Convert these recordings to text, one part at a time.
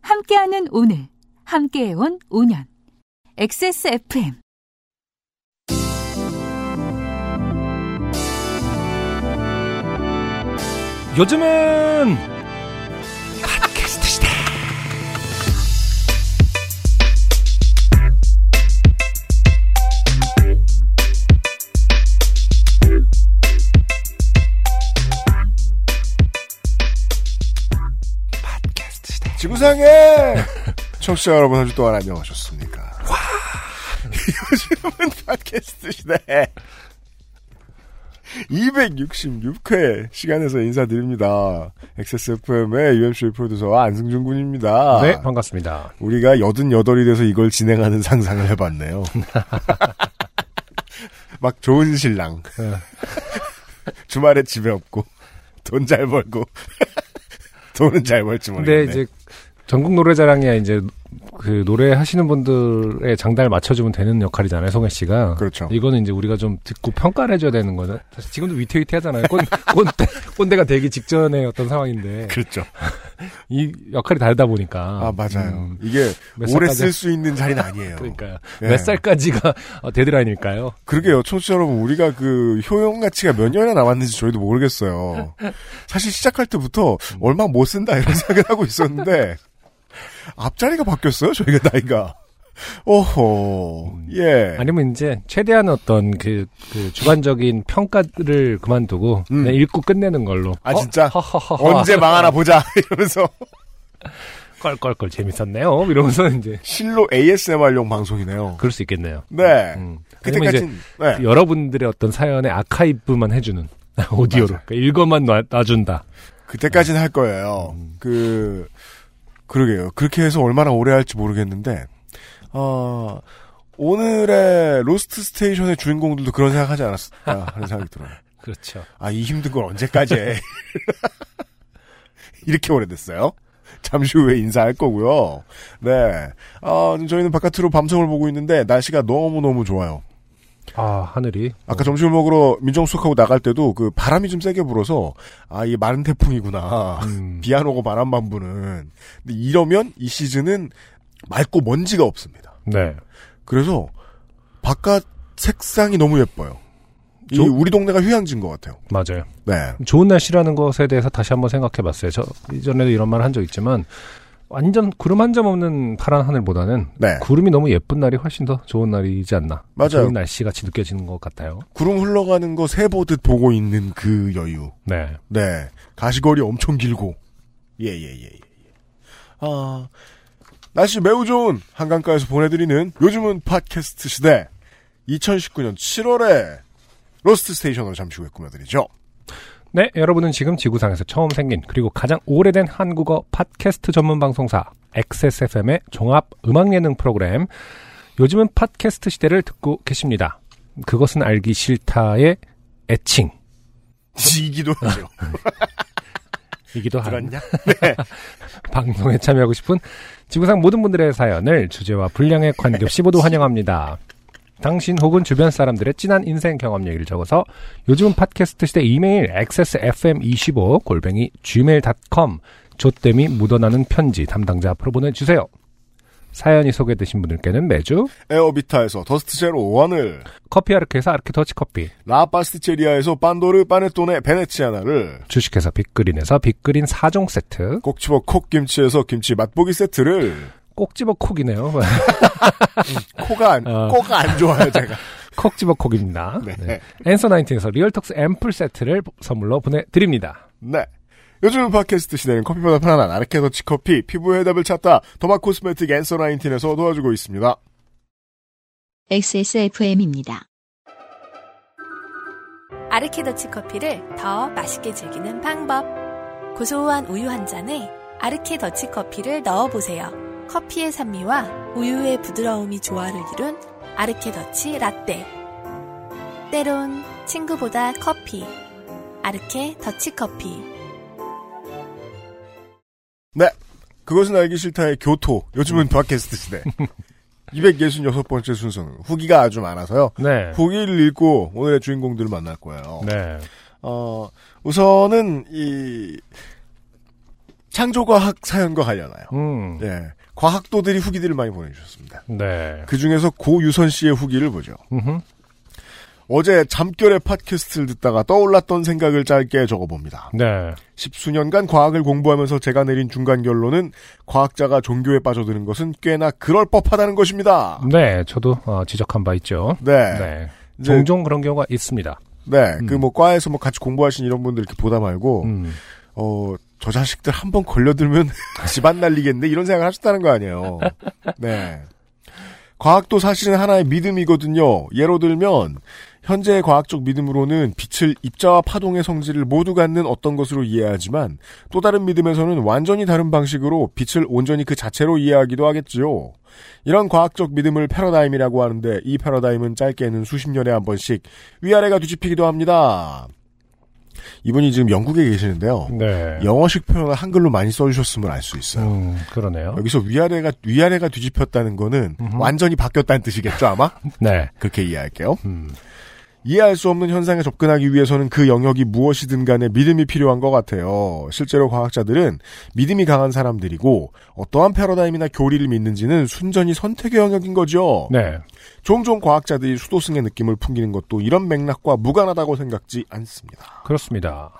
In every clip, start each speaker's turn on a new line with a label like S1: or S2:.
S1: 함께해온 오늘, 함께해온 5년. XSFM.
S2: 요즘은 팟캐스트 시대. 팟캐스트 시대.
S3: 지구상에 청취자 여러분 한 주 동안 안녕하셨습니까? 와 요즘은 팟캐스트 시대 266회 시간에서 인사드립니다. XSFM의 UMC 프로듀서와 안승준 군입니다.
S2: 네, 반갑습니다.
S3: 우리가 88이 돼서 이걸 진행하는 상상을 해봤네요. 막 좋은 신랑. 주말에 집에 없고, 돈 잘 벌고, 돈은 잘 벌지
S2: 근데
S3: 모르겠네.
S2: 이제 전국 노래자랑이야 이제 그 노래 하시는 분들의 장단을 맞춰주면 되는 역할이잖아요, 송혜 씨가.
S3: 그렇죠.
S2: 이거는 이제 우리가 좀 듣고 평가를 해줘야 되는 거죠. 사실 지금도 위태위태하잖아요. 꼰, 꼰대, 꼰대가 되기 직전의 어떤 상황인데
S3: 그렇죠.
S2: 이 역할이 다르다 보니까.
S3: 아, 맞아요.
S2: 음,
S3: 이게
S2: 몇
S3: 오래
S2: 살까지-
S3: 쓸 수 있는 자리는 아니에요.
S2: 그러니까
S3: 예.
S2: 몇 살까지가 어, 데드라인일까요?
S3: 그러게요. 청취자 여러분, 우리가 그 효용 가치가 몇 년이나 남았는지 저희도 모르겠어요. 사실 시작할 때부터
S2: 음.
S3: 얼마 못 쓴다 이런 생각을 하고 있었는데 앞자리가 바뀌었어요. 저희가 나이가. 오호.
S2: 음.
S3: 예.
S2: 아니면 이제 최대한 어떤 그, 그 주관적인 평가를 그만두고
S3: 음.
S2: 그냥 읽고 끝내는 걸로.
S3: 아,
S2: 어?
S3: 진짜?
S2: 허허허허.
S3: 언제 망하나 보자 이러면서
S2: 껄껄껄 재밌었네요. 어, 이러면서 이제
S3: 실로 ASMR용 방송이네요.
S2: 그럴 수 있겠네요.
S3: 네.
S2: 음. 아니면 이제
S3: 그때까지는 네.
S2: 여러분들의 어떤 사연의 아카이브만 해주는 오디오로
S3: 맞아요.
S2: 그러니까 읽어만 놔, 놔준다.
S3: 그때까지는 할 거예요. 그 그러게요. 그렇게 해서 얼마나 오래 할지 모르겠는데 어 오늘의 로스트 스테이션의 주인공들도 그런 생각하지 않았을까 하는 생각이 들어요.
S2: 그렇죠.
S3: 아 이 힘든 걸 언제까지 해? 이렇게 오래됐어요. 잠시 후에 인사할 거고요. 네. 아, 저희는 바깥으로 밤송을 보고 있는데 날씨가 너무너무 좋아요.
S2: 아 하늘이
S3: 아까 점심을 먹으러 민정수석하고 나갈 때도 그 바람이 좀 세게 불어서 아, 이게 마른 태풍이구나.
S2: 음,
S3: 비 안 오고 바람만 부는. 근데 이러면 이 시즌은 맑고 먼지가 없습니다.
S2: 네.
S3: 그래서 바깥 색상이 너무 예뻐요. 이
S2: 저- 음.
S3: 우리 동네가 휴양지인 것 같아요.
S2: 맞아요.
S3: 네.
S2: 좋은 날씨라는 것에 대해서 다시 한번 생각해봤어요. 저 이전에도 이런 말 한 적 있지만 완전 구름 한 점 없는 파란 하늘보다는
S3: 네.
S2: 구름이 너무 예쁜 날이 훨씬 더 좋은 날이지 않나.
S3: 맞아요.
S2: 좋은 날씨 같이 느껴지는 것 같아요.
S3: 구름 흘러가는 거 새 보듯 보고 있는 그 여유.
S2: 네.
S3: 네. 가시거리 엄청 길고. 예, 예, 예, 예. 아, 날씨 매우 좋은 한강가에서 보내드리는 요즘은 팟캐스트 시대 2019년 7월에 로스트 스테이션으로 잠시 후에 꾸며드리죠.
S2: 네, 여러분은 지금 지구상에서 처음 생긴 그리고 가장 오래된 한국어 팟캐스트 전문 방송사 XSFM의 종합 음악 예능 프로그램 요즘은 팟캐스트 시대를 듣고 계십니다. 그것은 알기 싫다의 애칭.
S3: 지기도 하죠. 네.
S2: 이기도 한
S3: 들었냐?
S2: 방송에 참여하고 싶은 지구상 모든 분들의 사연을 주제와 분량에 관계없이 모두 환영합니다. 당신 혹은 주변 사람들의 진한 인생 경험 얘기를 적어서 요즘은 팟캐스트 시대 이메일 xsfm25 골뱅이 gmail.com 조땜이 묻어나는 편지 담당자 앞으로 보내주세요. 사연이 소개되신 분들께는 매주
S3: 에어비타에서 더스트 제로 원을
S2: 커피 아르케에서 아르케 더치 커피,
S3: 라파스티체리아에서 빤도르 빠네톤의 베네치아나를
S2: 주식회사 빅그린에서 빅그린 4종 세트,
S3: 꼭지버 콕김치에서 김치 맛보기 세트를
S2: 꼭 집어 콕이네요.
S3: 코가 안,
S2: 어.
S3: 코가 안 좋아요 제가
S2: 콕 집어 콕입니다.
S3: 네.
S2: 네. 앤서 나인틴에서 리얼톡스 앰플 세트를 선물로 보내드립니다.
S3: 네. 요즘 팟캐스트 시대는 커피보다 편안한 아르케더치 커피 피부의 답을 찾다 더마코스메틱 앤서 나인틴에서 도와주고 있습니다
S4: XSFM입니다.
S5: 아르케더치 커피를 더 맛있게 즐기는 방법. 고소한 우유 한 잔에 아르케더치 커피를 넣어보세요. 커피의 산미와 우유의 부드러움이 조화를 이룬 아르케더치 라떼. 때론 친구보다 커피. 아르케더치 커피.
S3: 네. 그것은 알기 싫다의 교토
S2: 음.
S3: 요즘은 팟캐스트 시대 266번째 순서는 후기가 아주 많아서요
S2: 네.
S3: 후기를 읽고 오늘의 주인공들을 만날 거예요
S2: 네.
S3: 어, 우선은 이 창조과학 사연과 관련하여
S2: 음.
S3: 예. 과학도들이 후기들을 많이 보내주셨습니다.
S2: 네.
S3: 그 중에서 고유선 씨의 후기를 보죠.
S2: 음흠.
S3: 어제 잠결에 팟캐스트를 듣다가 떠올랐던 생각을 짧게 적어봅니다.
S2: 네.
S3: 십수년간 과학을 공부하면서 제가 내린 중간 결론은 과학자가 종교에 빠져드는 것은 꽤나 그럴 법하다는 것입니다.
S2: 네. 저도 어, 지적한 바 있죠.
S3: 네.
S2: 네.
S3: 이제,
S2: 종종 그런 경우가 있습니다.
S3: 네.
S2: 음.
S3: 그 뭐 과에서 뭐 같이 공부하신 이런 분들 이렇게 보다 말고
S2: 음.
S3: 어, 저 자식들 한 번 걸려들면 집안 날리겠네 이런 생각을 하셨다는 거 아니에요. 네. 과학도 사실은 하나의 믿음이거든요. 예로 들면 현재의 과학적 믿음으로는 빛을 입자와 파동의 성질을 모두 갖는 어떤 것으로 이해하지만 또 다른 믿음에서는 완전히 다른 방식으로 빛을 온전히 그 자체로 이해하기도 하겠지요. 이런 과학적 믿음을 패러다임이라고 하는데 이 패러다임은 짧게는 수십 년에 한 번씩 위아래가 뒤집히기도 합니다. 이분이 지금 영국에 계시는데요.
S2: 네.
S3: 영어식 표현을 한글로 많이 써주셨음을 알 수 있어요.
S2: 음, 그러네요.
S3: 여기서 위아래가 위아래가 뒤집혔다는 거는
S2: 음흠.
S3: 완전히 바뀌었다는 뜻이겠죠 아마
S2: 네.
S3: 그렇게 이해할게요.
S2: 음.
S3: 이해할 수 없는 현상에 접근하기 위해서는 그 영역이 무엇이든 간에 믿음이 필요한 것 같아요. 실제로 과학자들은 믿음이 강한 사람들이고 어떠한 패러다임이나 교리를 믿는지는 순전히 선택의 영역인 거죠.
S2: 네.
S3: 종종 과학자들이 수도승의 느낌을 풍기는 것도 이런 맥락과 무관하다고 생각지 않습니다.
S2: 그렇습니다.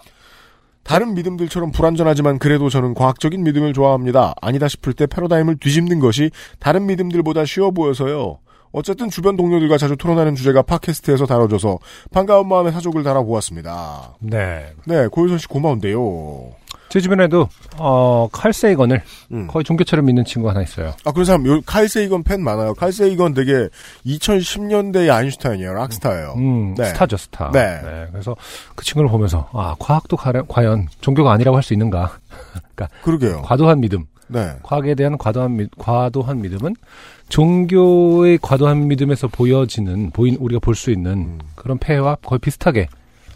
S3: 다른 믿음들처럼 불완전하지만 그래도 저는 과학적인 믿음을 좋아합니다. 아니다 싶을 때 패러다임을 뒤집는 것이 다른 믿음들보다 쉬워 보여서요. 어쨌든 주변 동료들과 자주 토론하는 주제가 팟캐스트에서 다뤄져서 반가운 마음에 사족을 달아보았습니다.
S2: 네.
S3: 네, 고유선 씨 고마운데요.
S2: 제 주변에도 어, 칼세이건을
S3: 음.
S2: 거의 종교처럼 믿는 친구 가 하나 있어요.
S3: 아, 그런 사람, 요, 칼세이건 팬 많아요. 칼세이건 되게 2010년대의 아인슈타인이에요. 락스타예요.
S2: 음,
S3: 네.
S2: 스타죠, 스타.
S3: 네.
S2: 그래서 그 친구를 보면서, 아, 과학도 가려- 과연 종교가 아니라고 할 수 있는가.
S3: 그러게요.
S2: 과도한 믿음.
S3: 네.
S2: 과학에 대한 과도한, 믿, 과도한 믿음은 종교의 과도한 믿음에서 보여지는, 보인, 우리가 볼 수 있는 그런 폐해와 거의 비슷하게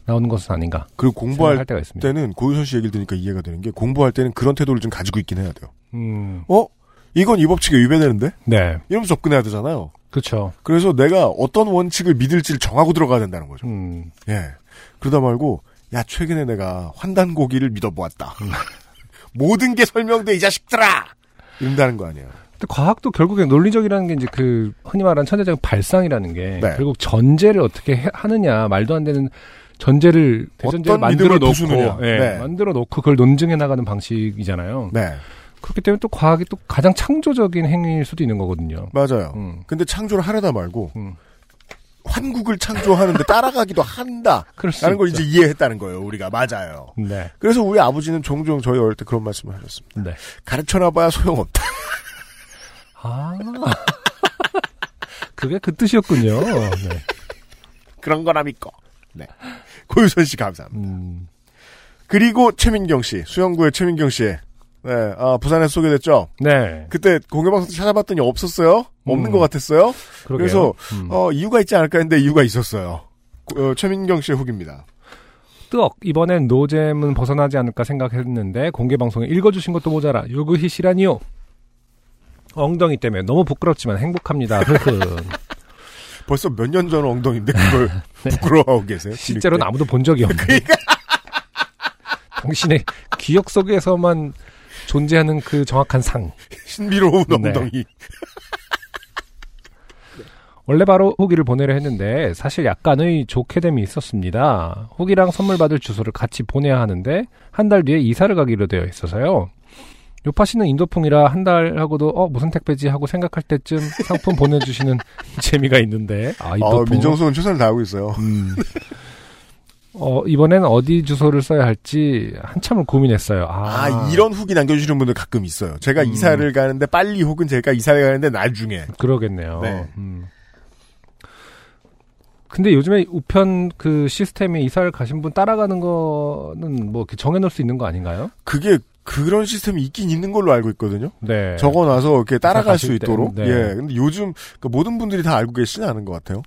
S2: 나오는 것은 아닌가.
S3: 그리고
S2: 생각할
S3: 공부할
S2: 때가 있습니다.
S3: 때는 고유선 씨 얘기를 들으니까 이해가 되는 게 공부할 때는 그런 태도를 좀 가지고 있긴 해야 돼요.
S2: 음,
S3: 어? 이건 이 법칙에 위배되는데?
S2: 네.
S3: 이러면서 접근해야 되잖아요.
S2: 그쵸.
S3: 그래서 내가 어떤 원칙을 믿을지를 정하고 들어가야 된다는 거죠.
S2: 음,
S3: 예. 그러다 말고, 야, 최근에 내가 환단 고기를 믿어보았다. 모든 게 설명돼, 이 자식들아! 이런다는 거 아니에요.
S2: 근데 과학도 결국에 논리적이라는 게 이제 그 흔히 말하는 천재적인 발상이라는 게
S3: 네.
S2: 결국 전제를 어떻게 해- 하느냐 말도 안 되는 전제를 대전제를
S3: 어떤
S2: 만들어
S3: 믿음을
S2: 놓고
S3: 부수느냐.
S2: 예,
S3: 네.
S2: 만들어 놓고 그걸 논증해 나가는 방식이잖아요.
S3: 네.
S2: 그렇기 때문에 또 과학이 또 가장 창조적인 행위일 수도 있는 거거든요.
S3: 맞아요.
S2: 음.
S3: 근데 창조를 하려다 말고,
S2: 음.
S3: 환국을 창조하는데 따라가기도 한다.
S2: 그럴 수
S3: 라는 걸
S2: 있죠.
S3: 이제 이해했다는 거예요, 우리가. 맞아요.
S2: 네.
S3: 그래서 우리 아버지는 종종 저희 어릴 때 그런 말씀을 하셨습니다.
S2: 네.
S3: 가르쳐놔봐야 소용없다.
S2: 아. 그게 그 뜻이었군요. 네.
S3: 그런 거나 믿고. 네. 고유선 씨 감사합니다.
S2: 음.
S3: 그리고 최민경 씨, 수영구의 최민경 씨. 네, 아, 부산에서 소개됐죠?
S2: 네.
S3: 그때 공개방송 때 찾아봤더니 없었어요? 없는
S2: 음.
S3: 것 같았어요?
S2: 그러게요.
S3: 그래서,
S2: 음.
S3: 어, 이유가 있지 않을까 했는데 이유가 있었어요. 고- 어, 최민경 씨의 후기입니다.
S2: 뜨억 이번엔 노잼은 벗어나지 않을까 생각했는데 공개 방송에 읽어주신 것도 모자라 요그히 시라니요 엉덩이 때문에 너무 부끄럽지만 행복합니다 그 흐흐
S3: 벌써 몇 년 전 엉덩인데 그걸 부끄러워하고 계세요?
S2: 네. 실제로는
S3: 이렇게.
S2: 아무도 본 적이 없는 당신의 기억 속에서만 존재하는 그 정확한 상
S3: 신비로운
S2: 네.
S3: 엉덩이.
S2: 원래 바로 후기를 보내려 했는데 사실 약간의 좋게됨이 있었습니다. 후기랑 선물 받을 주소를 같이 보내야 하는데 한 달 뒤에 이사를 가기로 되어 있어서요. 요파 씨는 인도풍이라 한 달하고도 어 무슨 택배지 하고 생각할 때쯤 상품 보내주시는 재미가 있는데 아
S3: 어,
S2: 인도풍
S3: 민정수는 최선을 다하고 있어요.
S2: 어 이번엔 어디 주소를 써야 할지 한참을 고민했어요.
S3: 아,
S2: 아,
S3: 이런 후기 남겨주시는 분들 가끔 있어요. 제가
S2: 음.
S3: 이사를 가는데 빨리 혹은 제가 이사를 가는데 나중에.
S2: 그러겠네요.
S3: 네.
S2: 음. 근데 요즘에 우편 그 시스템에 이사를 가신 분 따라가는 거는 뭐 이렇게 정해놓을 수 있는 거 아닌가요?
S3: 그게 그런 시스템이 있긴 있는 걸로 알고 있거든요.
S2: 네.
S3: 적어놔서 이렇게 따라갈 수
S2: 가실 때,
S3: 있도록.
S2: 네.
S3: 예. 근데 요즘 그 모든 분들이 다 알고 계시진 않은 것 같아요.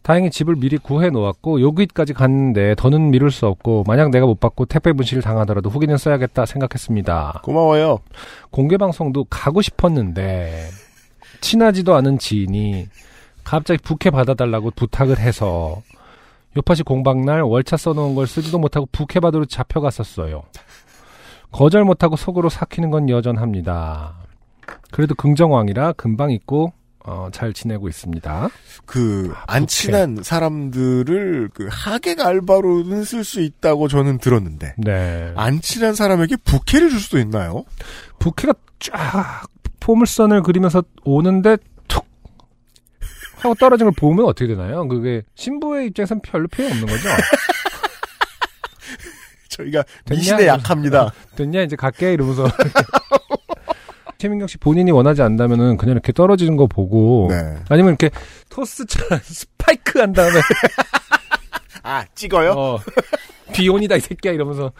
S2: 다행히 집을 미리 구해 놓았고 여기까지 갔는데 더는 미룰 수 없고 만약 내가 못 받고 택배 분실 당하더라도 후기는 써야겠다 생각했습니다.
S3: 고마워요.
S2: 공개 방송도 가고 싶었는데 친하지도 않은 지인이 갑자기 부캐 받아달라고 부탁을 해서 요파시 공방 날 월차 써놓은 걸 쓰지도 못하고 부캐 받으러 잡혀갔었어요. 거절 못하고 속으로 삭히는 건 여전합니다. 그래도 긍정왕이라 금방 잊고 어, 잘 지내고 있습니다.
S3: 그, 안
S2: 부캐.
S3: 친한 사람들을 그 하객 알바로는 쓸 수 있다고 저는 들었는데,
S2: 네.
S3: 안 친한 사람에게 부캐를 줄 수도 있나요?
S2: 부캐가 쫙 포물선을 그리면서 오는데 툭 하고 떨어진 걸 보면 어떻게 되나요? 그게 신부의 입장에선 별로 필요 없는 거죠.
S3: 저희가
S2: 됐냐?
S3: 미신에 약합니다.
S2: 됐냐 이제 갈게 이러면서 최민경 씨 본인이 원하지 않다면은 그냥 이렇게 떨어지는 거 보고
S3: 네.
S2: 아니면 이렇게 토스처럼 스파이크 한 다음에
S3: 아, 찍어요?
S2: 어, 비혼이다 이 새끼야 이러면서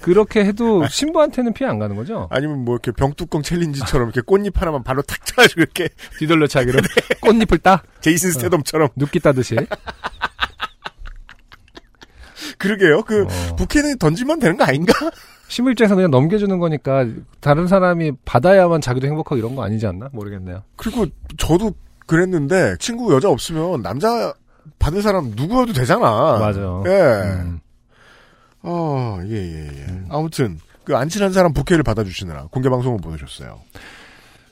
S2: 그렇게 해도 신부한테는 피해 안 가는 거죠?
S3: 아니면 뭐 이렇게 병뚜껑 챌린지처럼 이렇게 꽃잎 하나만 발로 탁 차가지고 이렇게
S2: 뒤돌려 차기로
S3: 네.
S2: 꽃잎을 따
S3: 제이슨 스테덤처럼
S2: 눕기 따듯이
S3: 그러게요. 그
S2: 어.
S3: 부캐는 던지면 되는 거 아닌가?
S2: 신부 입장에서 그냥 넘겨주는 거니까 다른 사람이 받아야만 자기도 행복하고 이런 거 아니지 않나 모르겠네요.
S3: 그리고 저도 그랬는데 친구 여자 없으면 남자 받을 사람 누구여도 되잖아.
S2: 맞아요.
S3: 예.
S2: 음.
S3: 어, 예, 예, 예. 아무튼 그 안 친한 사람 부캐를 받아주시느라 공개 방송을 보내줬어요.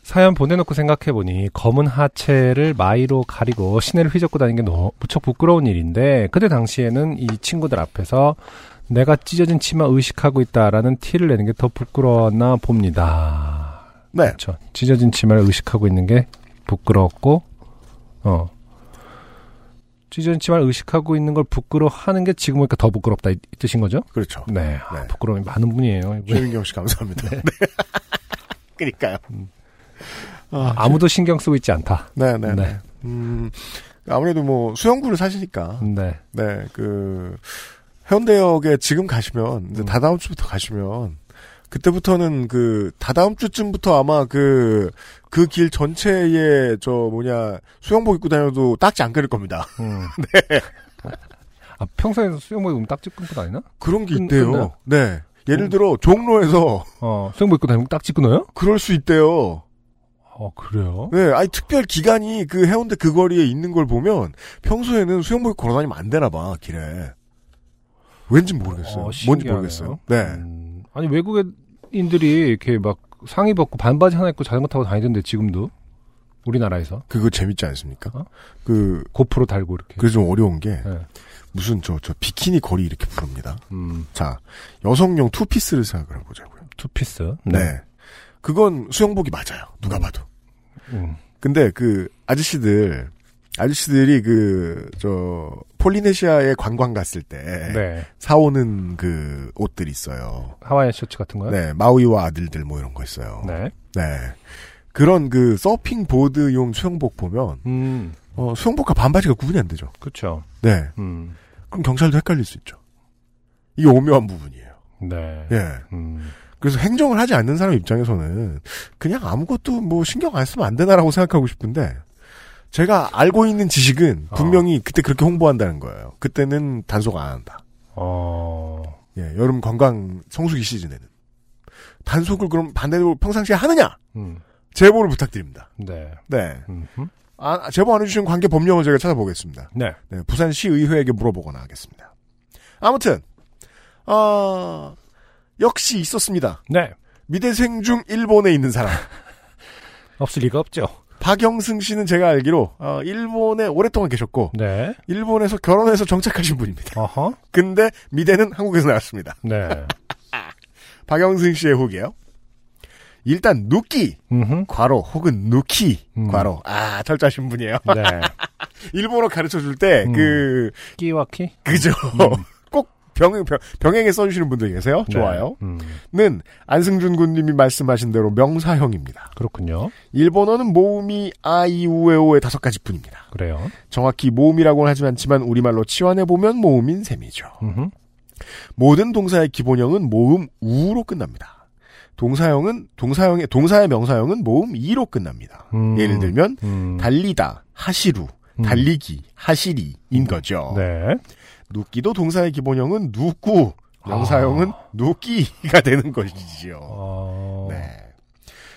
S2: 사연 보내놓고 생각해보니 검은 하체를 마이로 가리고 시내를 휘젓고 다니는 게 너, 무척 부끄러운 일인데 그때 당시에는 이 친구들 앞에서 내가 찢어진 치마 의식하고 있다라는 티를 내는 게 더 부끄러웠나 봅니다.
S3: 네.
S2: 그렇죠. 찢어진 치마를 의식하고 있는 게 부끄럽고 어 찢어진 치마를 의식하고 있는 걸 부끄러워하는 게 지금 보니까 더 부끄럽다 이, 이 뜻인 거죠?
S3: 그렇죠.
S2: 네, 아,
S3: 네. 예.
S2: 부끄러움이 많은 분이에요. 이분.
S3: 최민경 씨 감사합니다. 네. 그러니까요. 아,
S2: 아무도 신경 쓰고 있지 않다.
S3: 네, 네, 네.
S2: 네.
S3: 음, 아무래도 뭐 수영구를 사시니까
S2: 네,
S3: 네, 그 해운대역에 지금 가시면 이제
S2: 음.
S3: 다다음 주부터 가시면 그때부터는 그 다다음 주쯤부터 아마 그 그 길 전체에 저 뭐냐 수영복 입고 다녀도 딱지 안 끊을 겁니다.
S2: 음.
S3: 네.
S2: 아, 평소에 수영복 입으면 딱지 끊고 다니나?
S3: 그런 게
S2: 끊-
S3: 있대요.
S2: 끊나요?
S3: 네. 예를
S2: 음.
S3: 들어 종로에서
S2: 어, 수영복 입고 다니면 딱지 끊어요?
S3: 그럴 수 있대요.
S2: 어, 그래요?
S3: 네, 아니 특별 기간이 그 해운대 그 거리에 있는 걸 보면 평소에는 수영복 입고 걸어다니면 안 되나 봐 길에. 왠지 모르겠어요.
S2: 어,
S3: 뭔지
S2: 신기하네요.
S3: 모르겠어요. 네.
S2: 음, 아니 외국인들이 이렇게 막 상의 벗고 반바지 하나 입고 자전거 타고 다니던데 지금도 우리나라에서
S3: 그거 재밌지 않습니까?
S2: 어?
S3: 그
S2: 고프로 달고 이렇게.
S3: 그게 좀 어려운 게
S2: 네.
S3: 무슨 저 저 비키니 거리 이렇게 부릅니다.
S2: 음,
S3: 자 여성용 투피스를 생각을 해보자고요.
S2: 투피스.
S3: 네. 그건 수영복이 맞아요. 누가 봐도.
S2: 음,
S3: 근데 그 아저씨들 아저씨들이 그 저 폴리네시아에 관광 갔을 때
S2: 네.
S3: 사오는 그 옷들 있어요.
S2: 하와이 셔츠 같은 거요?
S3: 네 마우이와 아들들 뭐 이런 거 있어요.
S2: 네.
S3: 네. 그런 그 서핑 보드용 수영복 보면
S2: 음,
S3: 어, 수영복과 반바지가 구분이 안 되죠.
S2: 그렇죠.
S3: 네.
S2: 음,
S3: 그럼 경찰도 헷갈릴 수 있죠. 이게 오묘한 부분이에요.
S2: 네.
S3: 예.
S2: 음,
S3: 그래서 행정을 하지 않는 사람 입장에서는 그냥 아무것도 뭐 신경 안 쓰면 안 되나라고 생각하고 싶은데 제가 알고 있는 지식은
S2: 어.
S3: 분명히 그때 그렇게 홍보한다는 거예요. 그때는 단속 안 한다.
S2: 어,
S3: 예, 여름 관광 성수기 시즌에는 단속을 그럼 반대로 평상시에 하느냐
S2: 음,
S3: 제보를 부탁드립니다.
S2: 네.
S3: 네,
S2: 음,
S3: 아, 제보 안 해주신 관계 법령을 제가 찾아보겠습니다.
S2: 네.
S3: 네, 부산시의회에게 물어보거나 하겠습니다. 아무튼, 아, 역시 있었습니다.
S2: 네.
S3: 미대생 중 일본에 있는 사람.
S2: 없을 리가 없죠.
S3: 박영승 씨는 제가 알기로, 어, 일본에 오랫동안 계셨고,
S2: 네.
S3: 일본에서 결혼해서 정착하신 분입니다.
S2: 어허.
S3: 근데 미대는 한국에서 나왔습니다.
S2: 네.
S3: 박영승 씨의 후기요. 일단, 누끼,
S2: 음,
S3: 과로, 혹은 누키,
S2: 음.
S3: 과로. 아, 철저하신 분이에요.
S2: 네.
S3: 일본어 가르쳐 줄 때,
S2: 음.
S3: 그,
S2: 끼와 키?
S3: 그죠. 꼭 병행, 병, 병행에 써주시는 분들 계세요.
S2: 네.
S3: 좋아요.
S2: 음,
S3: 는 안승준 군님이 말씀하신 대로 명사형입니다.
S2: 그렇군요.
S3: 일본어는 모음이 아이우에오의 다섯 가지 뿐입니다.
S2: 그래요.
S3: 정확히 모음이라고는 하진 않지만 우리말로 치환해보면 모음인 셈이죠.
S2: 음,
S3: 모든 동사의 기본형은 모음 우로 끝납니다. 동사형은 동사형의 동사의 명사형은 모음 이로 끝납니다.
S2: 음.
S3: 예를 들면
S2: 음.
S3: 달리다, 하시루,
S2: 음.
S3: 달리기, 하시리인 거죠.
S2: 네.
S3: 눕기도 동사의 기본형은 눕고 명사형은
S2: 아.
S3: 눕기가 되는 것이지요.
S2: 어,
S3: 네.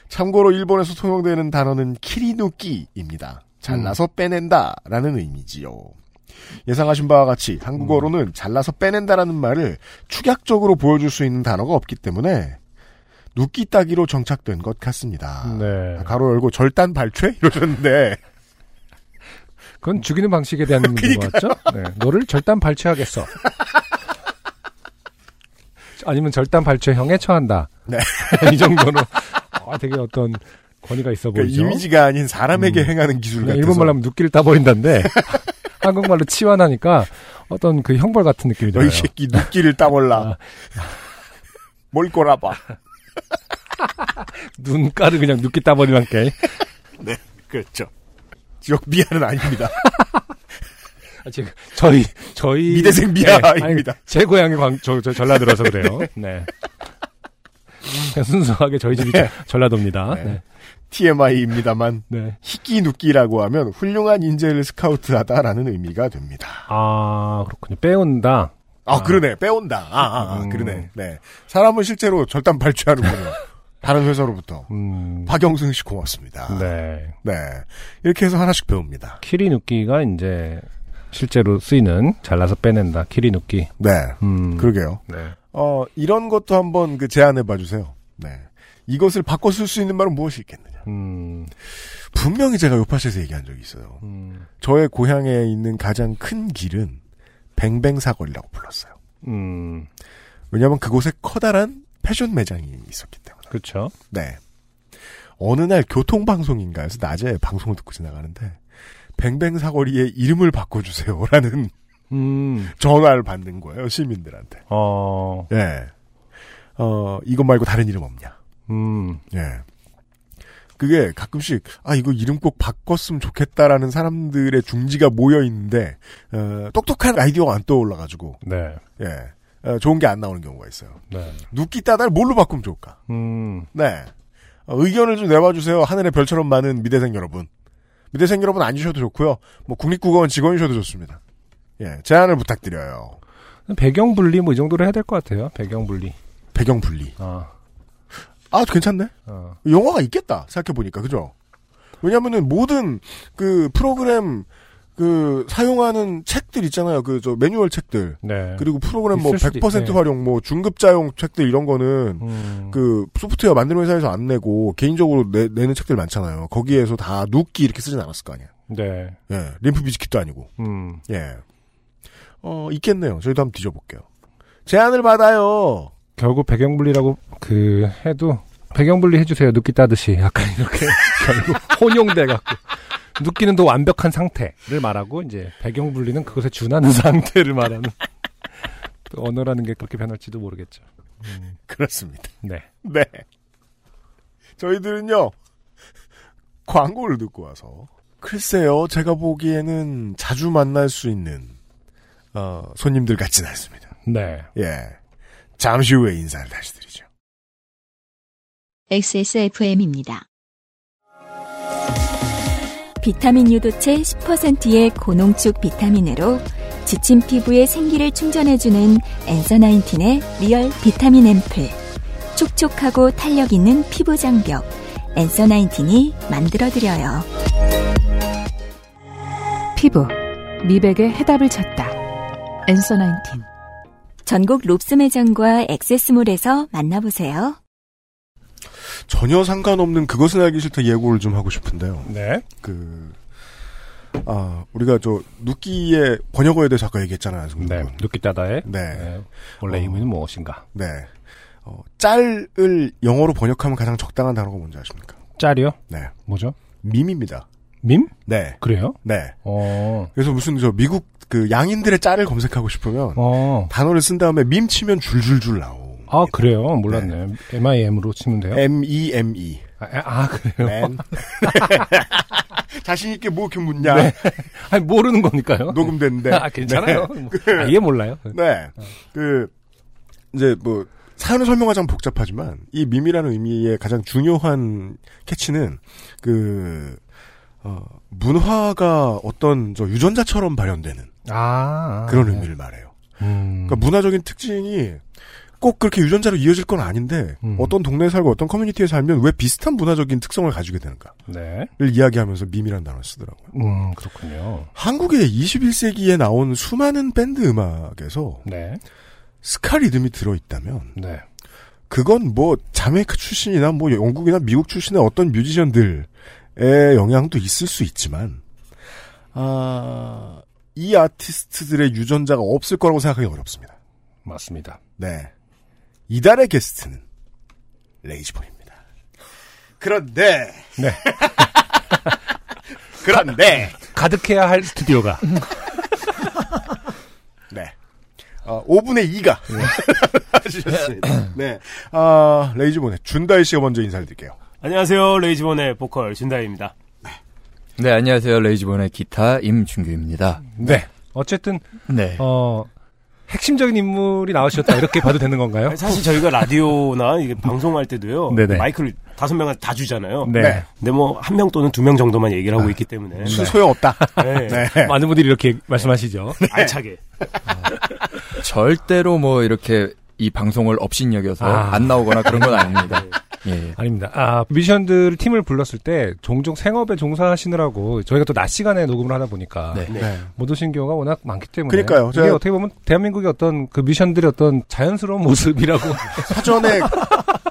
S3: 참고로 일본에서 통용되는 단어는 키리누끼입니다.
S2: 음.
S3: 잘라서 빼낸다라는 의미지요. 예상하신 바와 같이
S2: 음.
S3: 한국어로는 잘라서 빼낸다라는 말을 축약적으로 보여줄 수 있는 단어가 없기 때문에 누끼 따기로 정착된 것 같습니다.
S2: 네.
S3: 아, 가로 열고 절단 발췌 이러셨는데
S2: 그건 죽이는 방식에 대한 문제인 것 같죠? 네. 너를 절단 발췌하겠어. 아니면 절단 발췌형에 처한다.
S3: 네.
S2: 이 정도는 아, 되게 어떤 권위가 있어
S3: 그
S2: 보이죠.
S3: 이미지가 아닌 사람에게 행하는 기술
S2: 그러니까
S3: 같아서
S2: 일본말로 하면 누끼를 따버린다는데 한국말로 치환하니까 어떤 그 형벌 같은 느낌이
S3: 너희
S2: 들어요. 아.
S3: 새끼 누끼를 따몰라 뭘 꼬라봐
S2: 눈가를 그냥 누끼 따버리란 게.
S3: 그렇죠 지역 미아는 아닙니다
S2: 아, 지금 저희 저희 네,
S3: 미대생 미아입니다.
S2: 아니, 제 고향이 광, 저, 저 전라도라서 그래요. 네. 그냥 순수하게 저희 집이
S3: 네.
S2: 전라도입니다. 네.
S3: TMI입니다만
S2: 네.
S3: 희끼 누끼라고 하면 훌륭한 인재를 스카우트하다라는 의미가 됩니다
S2: 아 그렇군요. 빼온다.
S3: 아 그러네 빼온다 아, 아, 아,
S2: 음.
S3: 그러네 네 사람은 실제로 절단 발췌하는군요 다른 회사로부터
S2: 음.
S3: 박영승 씨 고맙습니다
S2: 네.
S3: 네 이렇게 해서 하나씩 배웁니다
S2: 키리 누끼가 이제 실제로 쓰이는 잘라서 빼낸다. 키리 누끼.
S3: 네
S2: 음.
S3: 그러게요
S2: 네.
S3: 어, 이런 것도 한번 그 제안해 봐주세요. 네. 이것을 바꿔 쓸 수 있는 말은 무엇이 있겠느냐.
S2: 음.
S3: 분명히 제가 요파시에서 얘기한 적이 있어요.
S2: 음.
S3: 저의 고향에 있는 가장 큰 길은 뱅뱅사거리라고 불렀어요.
S2: 음.
S3: 왜냐하면 그곳에 커다란 패션 매장이 있었기 때문에.
S2: 그렇죠.
S3: 네. 어느 날 교통방송인가에서 낮에 방송을 듣고 지나가는데 뱅뱅사거리에 이름을 바꿔주세요라는
S2: 음.
S3: 전화를 받는 거예요 시민들한테.
S2: 어.
S3: 예. 어 이것 말고 다른 이름 없냐.
S2: 음.
S3: 예. 그게 가끔씩 아 이거 이름 꼭 바꿨으면 좋겠다라는 사람들의 중지가 모여 있는데 어, 똑똑한 아이디어가 안 떠올라가지고
S2: 네.
S3: 예 어, 좋은 게 안 나오는 경우가 있어요.
S2: 네.
S3: 눕기 따달 뭘로 바꾸면 좋을까?
S2: 음.
S3: 네 어, 의견을 좀 내봐 주세요. 하늘에 별처럼 많은 미대생 여러분, 미대생 여러분 안 주셔도 좋고요. 뭐 국립국어원 직원이셔도 좋습니다. 예 제안을 부탁드려요.
S2: 배경 분리 뭐 이 정도로 해야 될 것 같아요. 배경 분리.
S3: 배경 분리.
S2: 아.
S3: 아 괜찮네.
S2: 어.
S3: 영화가 있겠다 생각해보니까 그죠 왜냐면은 모든 그 프로그램 그 사용하는 책들 있잖아요 그 저 매뉴얼 책들
S2: 네.
S3: 그리고 프로그램 뭐
S2: 있을 수도
S3: 100%
S2: 있- 네.
S3: 활용 뭐 중급자용 책들 이런 거는
S2: 음.
S3: 그 소프트웨어 만드는 회사에서 안 내고 개인적으로 내, 내는 책들 많잖아요 거기에서 다 눕기 이렇게 쓰진 않았을 거 아니야
S2: 네.
S3: 예 림프 비즈킷도 아니고
S2: 음.
S3: 예어 있겠네요 저희도 한번 뒤져볼게요 제안을 받아요
S2: 결국 배경 분리라고 그 해도 배경 분리 해주세요. 눕기 따듯이 약간 이렇게 결국 혼용돼 갖고 눕기는 더 완벽한 상태를 말하고 이제 배경 분리는 그것에 준하는 상태를 말하는 또 언어라는 게 그렇게 변할지도 모르겠죠.
S3: 그렇습니다.
S2: 네.
S3: 네. 저희들은요, 광고를 듣고 와서, 글쎄요, 제가 보기에는 자주 만날 수 있는, 어, 손님들 같진 않습니다.
S2: 네.
S3: 예. 잠시 후에 인사를 다시 드리죠.
S4: XSFM입니다.
S6: 비타민 유도체 10%의 고농축 비타민으로 지친 피부에 생기를 충전해주는 엔서나인틴의 리얼 비타민 앰플. 촉촉하고 탄력 있는 피부 장벽. 엔서나인틴이 만들어드려요.
S7: 피부 미백의 해답을 찾다. 엔서 19.
S6: 전국 롭스 매장과 액세스몰에서 만나보세요.
S3: 전혀 상관없는 그것은 알기 싫다 예고를 좀 하고 싶은데요.
S2: 네.
S3: 그, 아, 우리가 저, 누끼의 번역어에 대해서 아까 얘기했잖아요.
S2: 네. 눕기 따다의
S3: 네.
S2: 네. 원래
S3: 어.
S2: 의미는 무엇인가?
S3: 네. 어, 짤을 영어로 번역하면 가장 적당한 단어가 뭔지 아십니까?
S2: 짤이요?
S3: 네.
S2: 뭐죠?
S3: 밈입니다.
S2: 밈?
S3: 네.
S2: 그래요?
S3: 네.
S2: 어.
S3: 그래서 무슨 저 미국 그 양인들의 짤을 검색하고 싶으면
S2: 어.
S3: 단어를 쓴 다음에 밈 치면 줄줄줄 나오.
S2: 아 그래요? 몰랐네. MIM으로 치면 돼요?
S3: M E M E.
S2: 아, 아 그래요?
S3: 네. 자신 있게 뭐 이렇게 묻냐?
S2: 아니 모르는 거니까요.
S3: 녹음됐는데.
S2: 네. 아, 괜찮아요.
S3: 네.
S2: 뭐, 아예 몰라요.
S3: 네. 그 이제 뭐 사연을 설명하자면 복잡하지만 이 밈이라는 의미의 가장 중요한 캐치는 그 어, 문화가 어떤 저 유전자처럼 발현되는
S2: 아.
S3: 그런
S2: 네.
S3: 의미를 말해요.
S2: 음.
S3: 그러니까 문화적인 특징이 꼭 그렇게 유전자로 이어질 건 아닌데
S2: 음.
S3: 어떤 동네에 살고 어떤 커뮤니티에 살면 왜 비슷한 문화적인 특성을 가지고 되는가를
S2: 네.
S3: 이야기하면서 밈이라는 단어를 쓰더라고요.
S2: 음, 그렇군요.
S3: 한국의 21세기에 나온 수많은 밴드 음악에서
S2: 네.
S3: 스카 리듬이 들어있다면
S2: 네.
S3: 그건 뭐 자메이카 출신이나 뭐 영국이나 미국 출신의 어떤 뮤지션들의 영향도 있을 수 있지만 아, 이 아티스트들의 유전자가 없을 거라고 생각하기 어렵습니다.
S2: 맞습니다.
S3: 네. 이달의 게스트는 레이지본입니다. 그런데
S2: 네.
S3: 그런데
S2: 가득해야 할 스튜디오가.
S3: 네. 아, 5분의 2가
S2: 네.
S3: 하셨습니다. 네. 아, 레이지본의 준다이 씨가 먼저 인사를 드릴게요.
S4: 안녕하세요. 레이지본의 보컬 준다입니다.
S8: 네, 안녕하세요. 레이지본의 기타 임준규입니다.
S2: 네. 어쨌든
S8: 네.
S2: 어 핵심적인 인물이 나오셨다 이렇게 봐도 되는 건가요?
S4: 사실 저희가 라디오나 이게 방송할 때도요.
S2: 네네.
S4: 마이크를 다섯 명한테 다 주잖아요.
S2: 네.
S3: 네.
S4: 근데 뭐 한 명 또는 두 명 정도만 얘기를 하고 있기 때문에
S3: 무슨 소용없다.
S4: 네.
S3: 네.
S2: 많은 분들이 이렇게 말씀하시죠.
S4: 알차게
S8: 절대로 뭐 이렇게 이 방송을 업신여겨서
S2: 아.
S8: 안 나오거나 그런 건 아닙니다. 예.
S2: 아닙니다. 아, 뮤지션들 팀을 불렀을 때 종종 생업에 종사하시느라고 저희가 또 낮 시간에 녹음을 하다 보니까
S8: 네.
S3: 네.
S2: 못 오신 경우가 워낙 많기 때문에
S3: 그러니까요.
S2: 이게
S3: 제가-
S2: 어떻게 보면 대한민국의 어떤 그 뮤지션들의 어떤 자연스러운 모습이라고
S3: 사전에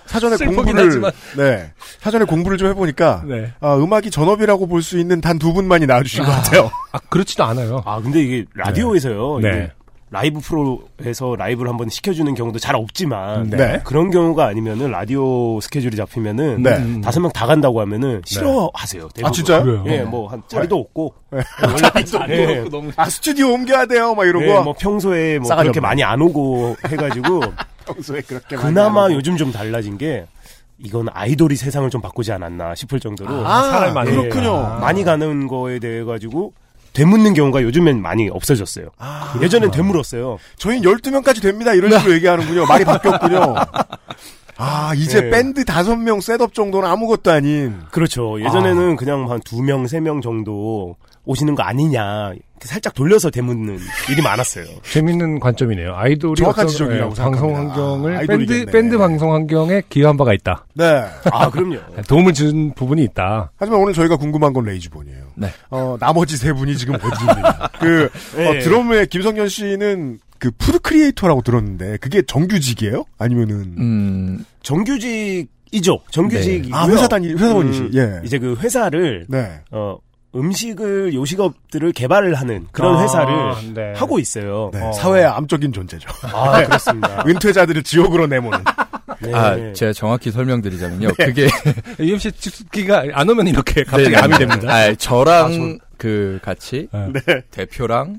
S3: 사전에
S2: 슬프긴
S3: 공부를
S2: 하지만.
S3: 네. 사전에 공부를 좀 해보니까
S2: 네.
S3: 아, 음악이 전업이라고 볼 수 있는 단 두 분만이 나와주신 것 같아요.
S2: 아 그렇지도 않아요.
S4: 아 근데 이게 라디오에서요
S2: 네.
S4: 이게 라이브 프로에서 라이브를 한번 시켜주는 경우도 잘 없지만
S3: 네.
S4: 그런 경우가 아니면은 라디오 스케줄이 잡히면은
S3: 네.
S4: 다섯 명 다 간다고 하면은 싫어하세요 대부분.
S3: 아, 진짜요? 네.
S2: 그래요?
S4: 예, 뭐 한 자리도 없고 예,
S3: 아, 네, 스튜디오 옮겨야 돼요. 막 이러고.
S4: 예, 뭐 평소에 뭐
S3: 싸가지
S4: 그렇게
S3: 없네.
S4: 많이 안 오고 해가지고
S3: 평소에 그렇게 많이 안
S4: 그나마
S3: 하고.
S4: 요즘 좀 달라진 게 이건 아이돌이 세상을 좀 바꾸지 않았나 싶을 정도로
S3: 아,
S2: 사람이 많으니까.
S3: 그렇군요.
S4: 예, 많이 가는 거에 대해 가지고 되묻는 경우가 요즘엔 많이 없어졌어요.
S3: 아,
S4: 예전엔 되물었어요.
S3: 저희는 12명까지 됩니다. 이런 식으로 얘기하는군요. 말이 바뀌었군요. 아, 이제
S4: 네.
S3: 밴드 다섯 명 셋업 정도는 아무것도 아닌.
S4: 그렇죠. 예전에는 그냥 한 두 명, 세 명 정도 오시는 거 아니냐. 이렇게 살짝 돌려서 대묻는 일이 많았어요.
S2: 재밌는 관점이네요. 아이돌이
S3: 정확한
S2: 어떤,
S3: 지적이라고
S2: 예,
S3: 생각합니다.
S2: 방송 환경을
S3: 아,
S2: 밴드
S3: 아이돌이겠네.
S2: 밴드 방송 환경에 기여한 바가 있다.
S3: 네.
S4: 아, 그럼요.
S2: 도움을 준 부분이 있다.
S3: 하지만 오늘 저희가 궁금한 건 레이지본이에요.
S8: 네.
S3: 어, 나머지 세 분이 지금 어디 있느냐. 그, 어,
S4: 예.
S3: 드럼의 김성현 씨는 그 푸드 크리에이터라고 들었는데, 그게 정규직이에요? 아니면은,
S8: 음,
S4: 정규직이죠. 정규직이고요.
S3: 아, 회사 다니, 회사원이시,
S4: 음,
S3: 예.
S4: 이제 그 회사를
S3: 네.
S4: 어, 음식을 요식업들을 개발을 하는 그런
S2: 아,
S4: 회사를
S2: 네.
S4: 하고 있어요.
S3: 네.
S4: 어.
S3: 사회의 암적인 존재죠.
S4: 아, 그렇습니다.
S3: 은퇴자들을 지옥으로 내모는.
S4: 네.
S8: 네. 아, 제가 정확히 설명드리자면요. 그게
S2: UMC 집기가 안 오면 이렇게 갑자기
S8: 네,
S2: 암이
S8: 네.
S2: 됩니다.
S8: 아, 저랑 그 같이
S2: 네.
S8: 대표랑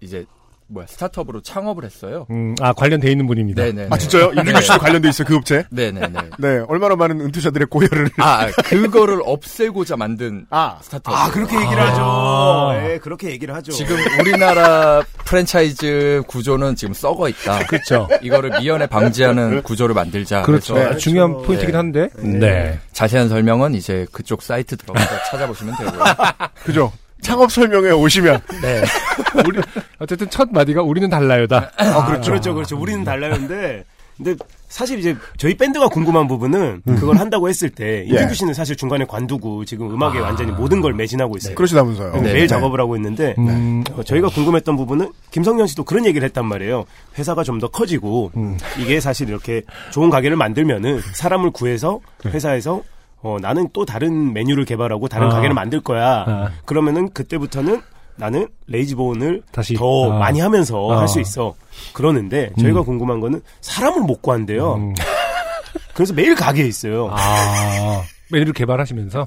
S8: 이제 뭐야 스타트업으로 창업을 했어요.
S2: 음, 아 관련돼 있는 분입니다.
S8: 네네.
S3: 아, 진짜요? 임준규 씨도 관련돼 있어요, 그 업체?
S8: 네네네.
S3: 네. 얼마나 많은 은퇴자들의 고열을.
S8: 아, 그거를 없애고자 만든
S3: 아,
S8: 스타트업.
S4: 아, 그렇게 얘기를
S2: 아.
S4: 하죠. 예, 그렇게 얘기를 하죠.
S8: 지금 우리나라 프랜차이즈 구조는 지금 썩어 있다.
S2: 그렇죠.
S3: 네,
S8: 이거를 미연에 방지하는 구조를 만들자.
S2: 그렇죠.
S8: 그래서
S2: 아, 중요한
S4: 그렇죠.
S2: 포인트긴
S8: 네.
S2: 한데. 네.
S8: 자세한 설명은 이제 그쪽 사이트 들어가서 찾아보시면 되고요.
S3: 그죠? 창업 설명회 오시면.
S8: 네.
S2: 우리 어쨌든 첫 마디가 우리는 달라요다.
S4: 아, 그렇죠. 그렇죠. 그렇죠. 우리는 달라요인데 근데 사실 이제 저희 밴드가 궁금한 부분은
S8: 음.
S4: 그걸 한다고 했을 때
S8: 예.
S4: 이준규 씨는 사실 중간에 관두고 지금 음악에
S8: 아.
S4: 완전히 모든 걸 매진하고 있어요.
S3: 그러시다면서요.
S4: 매일
S8: 네.
S4: 작업을 하고 있는데
S2: 음,
S4: 어, 저희가 궁금했던 부분은 김성현 씨도 그런 얘기를 했단 말이에요. 회사가 좀 더 커지고
S2: 음.
S4: 이게 사실 이렇게 좋은 가게를 만들면은 사람을 구해서 회사에서 어, 나는 또 다른 메뉴를 개발하고 다른
S2: 네. 아.
S4: 가게를 만들 거야.
S2: 아.
S4: 그러면은 그때부터는 나는 레이지본을
S2: 다시.
S4: 더
S2: 아.
S4: 많이 하면서
S2: 아.
S4: 할 수 있어. 그러는데 저희가 궁금한 거는 사람을 못 구한대요.
S2: 음.
S4: 그래서 매일 가게에 있어요.
S2: 아. 메뉴를 개발하시면서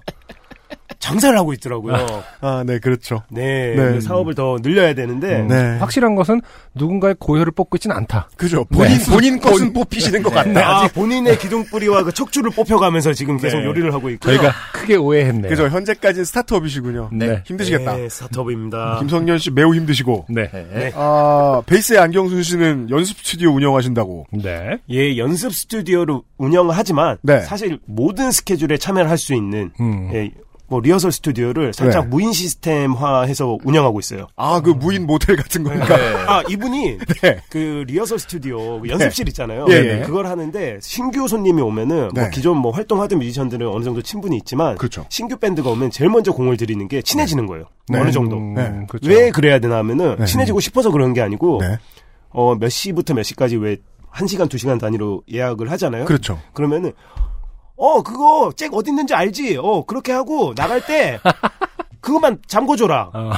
S4: 장사를 하고 있더라고요.
S3: 아, 네, 그렇죠.
S4: 네,
S3: 네.
S4: 사업을 더 늘려야 되는데
S3: 네.
S2: 확실한 것은 누군가의 고혈을 뽑고 있지는 않다.
S3: 그죠.
S8: 네.
S3: 본인, 본인 것은 뽑히시는 것 같네.
S4: 아, 본인의 기둥뿌리와 그 척추를 뽑혀가면서 지금 계속
S2: 네.
S4: 요리를 하고 있고요.
S2: 저희가 크게 오해했네요.
S3: 그죠. 현재까지는 스타트업이시군요.
S8: 네.
S3: 힘드시겠다.
S4: 네, 스타트업입니다.
S3: 김성년 씨 매우 힘드시고.
S2: 네.
S8: 네.
S3: 아, 베이스의 안경순 씨는 연습 스튜디오 운영하신다고.
S2: 네.
S4: 예, 연습 스튜디오를 운영을 하지만
S3: 네.
S4: 사실 모든 스케줄에 참여를 할 수 있는
S2: 음.
S4: 예, 뭐 리허설 스튜디오를 살짝
S3: 네.
S4: 무인 시스템화해서 운영하고 있어요.
S3: 아,
S8: 음.
S3: 그 무인 모텔 같은 건가?
S4: 아, 이분이
S3: 네.
S4: 그 리허설 스튜디오 그 연습실 있잖아요.
S3: 예, 예.
S4: 그걸 하는데 신규 손님이 오면은 뭐
S3: 네.
S4: 기존 뭐 활동하던 뮤지션들은 어느 정도 친분이 있지만
S3: 그렇죠.
S4: 신규 밴드가 오면 제일 먼저 공을 들이는 게 친해지는 거예요. 어느 그 정도.
S2: 음,
S3: 네.
S2: 그렇죠.
S4: 왜 그래야 되나 하면은
S3: 네.
S4: 친해지고 싶어서 그런 게 아니고
S3: 네.
S4: 어 몇 시부터 몇 시까지 왜 한시간두시간 단위로 예약을 하잖아요.
S3: 그렇죠.
S4: 그러면은 어 그거 잭 어디 있는지 알지? 어 그렇게 하고 나갈 때 그것만 잠궈 줘라.
S2: 어.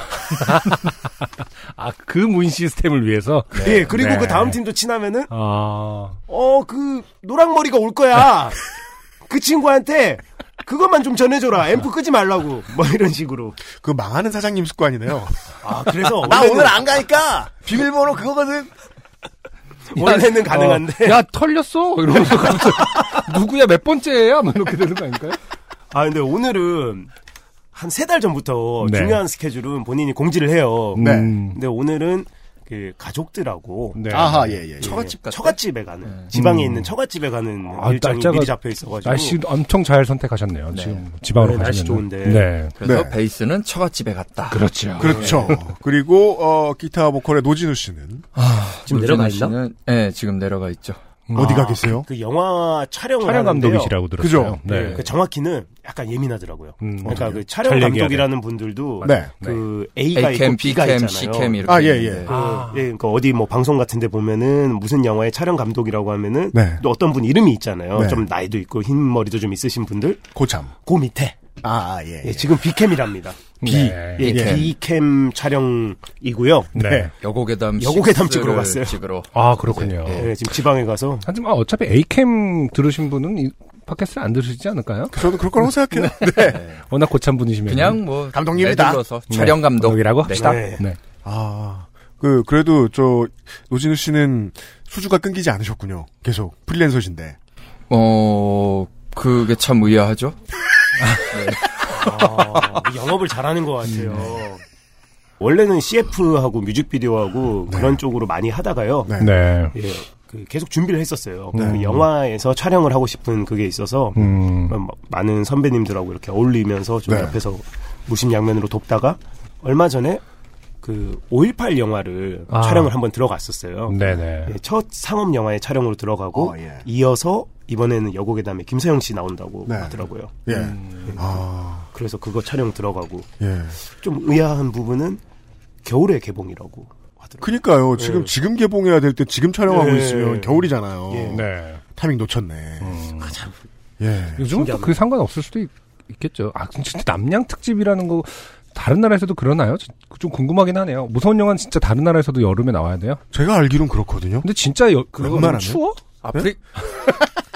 S2: 아, 그 문 시스템을 위해서?
S4: 예 그리고
S2: 네.
S4: 그 다음 팀도 친하면은
S2: 아,
S4: 어 그 노랑머리가 올 거야. 그 친구한테 그것만 좀 전해줘라. 앰프 끄지 말라고. 뭐 이런 식으로.
S3: 그 망하는 사장님 습관이네요.
S4: 아 그래서
S8: 나
S4: 원래는-
S8: 오늘 안 가니까 비밀번호 그거거든.
S4: 원래는 가능한데
S2: 어, 야, 털렸어! 이러면서 갑자기. 누구야, 몇 번째야? 막 이렇게 되는 거 아닐까요?
S4: 아 근데 오늘은 한 세 달 전부터
S2: 네.
S4: 중요한 스케줄은 본인이 공지를 해요.
S3: 네.
S2: 음,
S4: 근데 오늘은 그 가족들하고
S2: 네.
S8: 아하 예예. 예.
S4: 처갓집 에 가는
S8: 네.
S4: 지방에
S2: 음.
S4: 있는 처갓집에 가는
S2: 아,
S4: 일정이
S2: 날짜가-
S4: 미리 잡혀 있어가지고
S2: 날씨 엄청 잘 선택하셨네요.
S8: 네.
S2: 지금 지방으로
S4: 네, 날씨
S2: 가시면.
S4: 좋은데.
S2: 네.
S8: 그래서
S3: 네.
S8: 베이스는 처갓집에 갔다.
S2: 그렇죠.
S3: 그렇죠. 그리고 어, 기타 보컬의 노진우 씨는
S9: 지금
S8: 노진우
S9: 내려가 있나?
S8: 씨는- 네, 지금 내려가 있죠.
S3: 어디 가 계세요?
S4: 그 영화 촬영을
S2: 촬영 감독이시라고 들었어요. 네.
S3: 그죠?
S4: 하는데요. 그 정확히는 약간 예민하더라고요.
S2: 음,
S4: 그러니까 그
S2: 잘
S4: 촬영
S2: 얘기해야
S4: 감독이라는 분들도
S3: 네.
S4: 그 A가
S8: A캠,
S4: 있고 B가
S8: B캠,
S4: 있잖아요.
S8: C캠 이렇게.
S3: 아, 예, 예.
S8: 있는데.
S4: 그, 예, 그러니까 어디 뭐 방송 같은데 보면은 무슨 영화의 촬영 감독이라고 하면은
S3: 네.
S4: 또 어떤 분 이름이 있잖아요.
S3: 네.
S4: 좀 나이도 있고 흰 머리도 좀 있으신 분들
S3: 고참.
S4: 그 밑에
S8: 아, 아, 예.
S4: 예, 지금 B캠이랍니다.
S2: 비.
S4: 예,
S8: B캠.
S4: B캠 촬영이고요.
S2: 네.
S8: 여고괴담
S4: 여고괴담
S8: 6를
S4: 찍으러 갔어요.
S8: 찍으러.
S2: 아, 그렇군요.
S4: 예, 지금 지방에 가서
S2: 하지만 아, 어차피 A캠 들으신 분은 이 팟캐스트 안 들으시지 않을까요?
S3: 저도 그럴 거라고 생각해요. 네.
S2: 워낙 고참 분이시면.
S8: 그냥 뭐
S3: 감독님이다.
S8: 내둘러서 촬영 감독이라고
S2: 네. 감독이라고 합시다.
S4: 네.
S2: 네.
S3: 아, 그, 그래도 저, 노진우 씨는 수주가 끊기지 않으셨군요. 계속. 프리랜서신데.
S8: 어 그게 참 의아하죠.
S4: 아, 영업을 잘하는 것 같아요. 원래는 CF하고 뮤직비디오하고 그런 쪽으로 많이 하다가요.
S3: 네.
S2: 네.
S4: 예, 그 계속 준비를 했었어요.
S3: 네.
S4: 그 영화에서 촬영을 하고 싶은 그게 있어서
S2: 음.
S4: 막 많은 선배님들하고 이렇게 어울리면서 좀
S3: 네.
S4: 옆에서 무심양면으로 돕다가 얼마 전에 그 5.18 영화를
S2: 아.
S4: 촬영을 한번 들어갔었어요.
S2: 네네.
S4: 예, 첫 상업 영화의 촬영으로 들어가고
S3: 어, 예.
S4: 이어서 이번에는 여고괴담에 김서영 씨 나온다고
S3: 네.
S4: 하더라고요.
S3: 예. 아,
S4: 그래서 그거 촬영 들어가고
S3: 예.
S4: 좀 의아한 부분은 겨울에 개봉이라고 하더라고요.
S3: 그니까요. 지금, 지금 개봉해야 될 때 지금 촬영하고
S4: 예.
S3: 있으면 겨울이잖아요.
S4: 예.
S2: 네.
S3: 타이밍 놓쳤네. 예.
S2: 요즘은 또 그 상관없을 수도 있, 겠죠 아, 근데 진짜 남양 특집이라는 거 다른 나라에서도 그러나요? 저- 좀 궁금하긴 하네요. 무서운 영화는 진짜 다른 나라에서도 여름에 나와야 돼요?
S3: 제가 알기론 그렇거든요.
S2: 근데 진짜 여, 그거
S3: 웬만하면?
S2: 추워?
S8: 아프리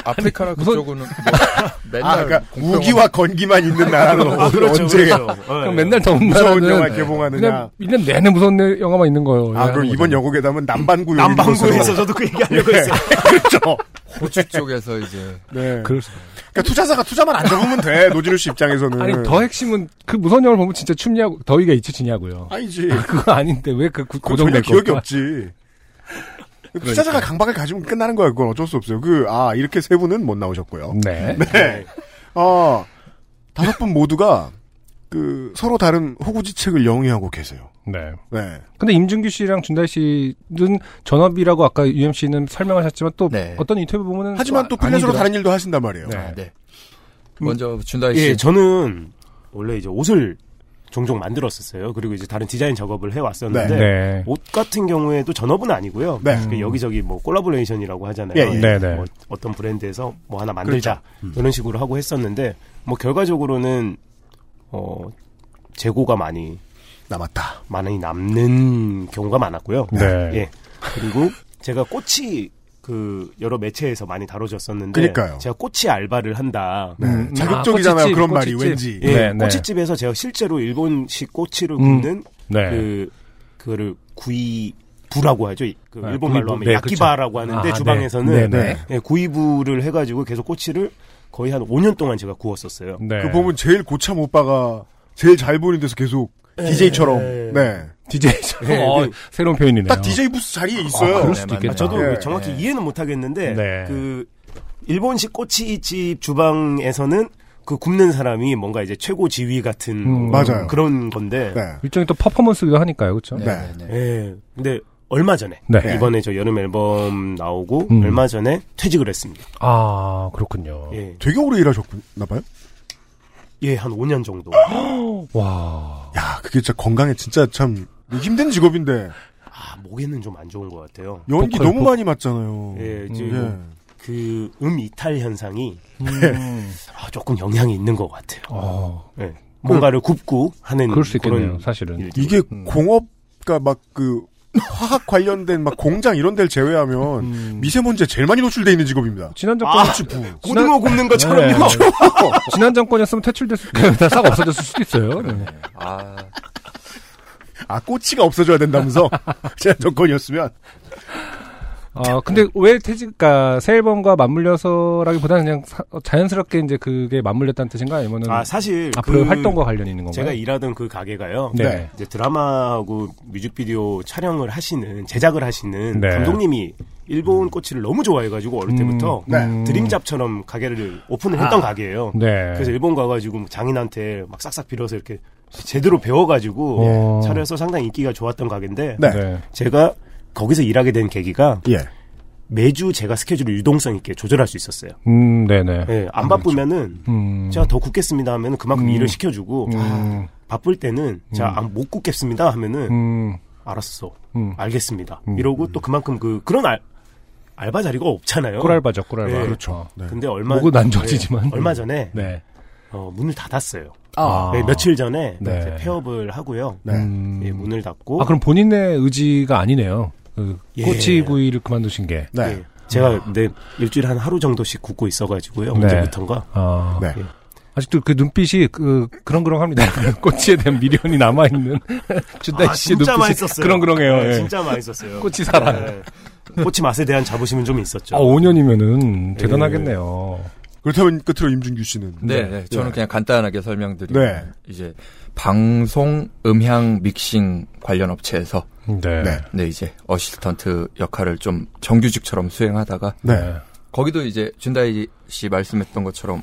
S8: 아프리카나
S2: 무슨-
S8: 그쪽은 뭐 맨날
S3: 아, 그러니까
S8: 공평한-
S3: 우기와 건기만 있는 나라는
S4: 아, 그렇죠,
S3: 언제
S4: 그렇죠.
S2: 그냥
S4: 예.
S2: 맨날 더운
S3: 네. 무서운 영화
S2: 나라는
S3: 개봉하느냐.
S2: 그냥 1년 내내 무서운 내- 영화만 있는 거예요.
S3: 아, 그럼 이번 여고괴담은 남반구
S4: 남방구에서 저도 그
S3: 예.
S4: 얘기하려고 했어요.
S3: 그렇죠.
S8: 호주 쪽에서 이제
S3: 네.
S2: 그,
S3: 그러니까 투자사가 투자만 안 적으면 돼. 노진우 씨 입장에서는.
S2: 아니 더 핵심은 그 무서운 영화를 보면 진짜 춥냐고 더위가 잊혀지냐고요.
S3: 아니지.
S2: 그거 아닌데 왜 그
S3: 그건 전혀
S2: 고정된
S3: 기억이
S2: 거?
S3: 없지. 투자자가 강박을 가지면 끝나는 거야. 그건 어쩔 수 없어요. 그, 아, 이렇게 세 분은 못 나오셨고요.
S2: 네.
S3: 네. 아, 다섯 분 모두가, 그, 서로 다른 호구지책을 영위하고 계세요.
S2: 네.
S3: 네.
S2: 근데 임준규 씨랑 준달 씨는 전업이라고 아까 UMC는 설명하셨지만 또 아,
S8: 네.
S2: 어떤 인터뷰 보면은
S3: 하지만 또 필렛으로 다른 일도 하신단 말이에요.
S2: 네.
S8: 아, 네. 먼저 준다이 씨
S4: 예, 저는 원래 이제 옷을 종종 만들었었어요. 그리고 이제 다른 디자인 작업을 해왔었는데
S2: 네. 네. 음.
S4: 옷 같은 경우에도 전업은 아니고요.
S3: 네.
S4: 그 여기저기 뭐 콜라보레이션이라고 하잖아요.
S3: 예, 그렇죠. 음. 예.
S2: 네, 네.
S4: 뭐 어떤 브랜드에서 뭐 하나 만들자 이런 식으로 하고 했었는데 뭐 결과적으로는 어 재고가 많이
S3: 남았다.
S4: 많이 남는 경우가 많았고요.
S2: 네.
S4: 예. 그리고 제가 꽃이 그 여러 매체에서 많이 다뤄졌었는데
S3: 그러니까요.
S4: 제가 꽃이 알바를 한다.
S3: 네.
S2: 음,
S3: 자극적이잖아요.
S2: 아, 꽃집집,
S3: 그런 말이
S2: 꽃집집.
S3: 왠지.
S4: 예,
S2: 네, 네.
S4: 꼬치집에서 제가 실제로 일본식 꼬치를
S2: 음.
S4: 굽는
S2: 네.
S4: 그 그거를 구이부라고 하죠. 그
S2: 네,
S4: 일본말로
S2: 구이부.
S4: 하면
S2: 네,
S4: 야키바라고 하는데
S2: 아,
S4: 주방에서는
S2: 네, 네.
S3: 네.
S4: 예, 구이부를 해가지고 계속 꼬치를 거의 한 5년 동안 제가 구웠었어요.
S2: 네.
S3: 그 보면 제일 고참 오빠가 제일 잘 보는 데서 계속 DJ처럼. 네.
S2: DJ처럼
S4: 네,
S2: 어,
S4: 그-
S2: 새로운 표현이네요.
S3: 딱 DJ 부스 자리에 있어요.
S2: 그럴 수도 있겠다.
S8: 네, 맞네요.
S4: 아, 저도
S3: 예.
S4: 정확히
S8: 예.
S4: 이해는 못하겠는데
S2: 네.
S4: 그 일본식 꼬치집 주방에서는 그 굽는 사람이 뭔가 이제 최고 지위 같은
S2: 음,
S3: 맞아요.
S4: 그런 건데
S3: 네.
S2: 일종의 또 퍼포먼스기도 하니까요, 그렇죠?
S8: 네,
S3: 네.
S8: 네, 네.
S4: 예. 근데 얼마 전에
S2: 네.
S4: 이번에 저 여름 앨범 나오고
S2: 음.
S4: 얼마 전에 퇴직을 했습니다.
S2: 아 그렇군요.
S4: 예.
S3: 되게 오래 일하셨나봐요?
S4: 예, 한 5년 정도.
S2: 와.
S3: 야, 그게 진짜 건강에 진짜 참 힘든 직업인데
S4: 아, 목에는 좀 안 좋은 것 같아요.
S3: 연기
S2: 보컬,
S3: 너무
S2: 보-
S3: 많이 맞잖아요.
S4: 예,
S3: 음,
S4: 지금 그 음 이탈 현상이 아, 조금 영향이 있는 것 같아요.
S2: 음. 어,
S4: 예. 뭔가를 굽고 하는
S2: 그럴 수 있겠네요,
S4: 런
S2: 사실은.
S4: 일들.
S3: 이게
S2: 음.
S3: 공업과 막 그 화학 관련된 막 공장 이런 데를 제외하면 미세먼지에 제일 많이 노출돼 있는 직업입니다.
S2: 지난 정권,
S4: 아, 고등어 굽는 것처럼요.
S2: 네, 지난 정권이었으면 퇴출됐을 때다싹 없어졌을 수도 있어요. 네.
S8: 아,
S3: 아 꼬치가 없어져야 된다면서 제가 정권이었으면
S2: 아, 근데 왜 퇴직, 그니까, 새 앨범과 맞물려서라기보다는 그냥 사- 어, 자연스럽게 이제 그게 맞물렸다는 뜻인가? 아니면은
S4: 아, 사실
S2: 네. 앞으로
S4: 그
S2: 활동과 관련이 있는 건가요?
S4: 제가 일하던 그 가게가요.
S2: 네.
S3: 네.
S4: 이제 드라마하고 뮤직비디오 촬영을 하시는 제작을 하시는
S2: 네. 음.
S4: 감독님이 일본 꼬치를 너무 좋아해가지고 어릴 때부터 음.
S3: 네.
S4: 드림잡처럼 가게를 오픈을 했던 가게예요.
S2: 네.
S4: 그래서 일본 가가지고 장인한테 막 싹싹 빌어서 이렇게 제대로 배워가지고
S2: 어.
S4: 차려서 상당히 인기가 좋았던 가게인데
S3: 네.
S2: 네.
S4: 제가 거기서 일하게 된 계기가
S3: 예.
S4: 매주 제가 스케줄을 유동성 있게 조절할 수 있었어요.
S2: 음, 네네.
S4: 예, 안 바쁘면은
S2: 음.
S4: 제가 더 굳겠습니다 하면 그만큼 일을 시켜주고 아,
S2: 음.
S4: 바쁠 때는 제가 안- 못 굳겠습니다 하면은
S2: 음.
S4: 알았어,
S2: 음.
S4: 알겠습니다 이러고 또 그만큼 그 그런 알, 알바 자리가 없잖아요.
S2: 꿀알바죠, 꿀알바.
S4: 네.
S2: 그렇죠.
S4: 근데 얼마
S2: 목은 안 좋아지지만.
S4: 예, 얼마 전에
S2: 네.
S4: 어, 문을 닫았어요.
S2: 아.
S4: 네, 며칠 전에
S2: 네.
S4: 이제 폐업을 하고요.
S3: 네.
S2: 음.
S4: 예, 문을 닫고
S2: 아, 그럼 본인의 의지가 아니네요. 그,
S4: 예.
S2: 꼬치 구이를 그만두신 게.
S3: 네.
S4: 예, 제가
S2: 음.
S4: 근데 일주일에 한 하루 정도씩 굽고 있어가지고요.
S2: 네.
S4: 언제부턴가
S2: 아.
S3: 네.
S4: 예.
S2: 아직도 그 눈빛이 그 그렁그렁합니다. 꼬치에 대한 미련이 남아 있는 준다 네, 씨의
S4: 아, 진짜 많이
S2: 눈빛이
S4: 썼어요.
S2: 그렁그렁해요.
S4: 네,
S2: 예.
S4: 진짜 많이 썼어요.
S2: 꼬치 사랑.
S4: 네. 꼬치 맛에 대한 자부심은 좀 있었죠.
S2: 아,
S4: 예.
S2: 5년이면은 대단하겠네요.
S3: 그렇다면 끝으로 임준규 씨는
S8: 네, 네. 저는
S3: 네.
S8: 그냥 간단하게 설명드리면
S3: 네.
S8: 이제 방송 음향 믹싱 관련 업체에서
S2: 네.
S3: 네.
S8: 네, 이제 어시스턴트 역할을 좀 정규직처럼 수행하다가
S3: 네.
S8: 거기도 이제 준다이 씨 말씀했던 것처럼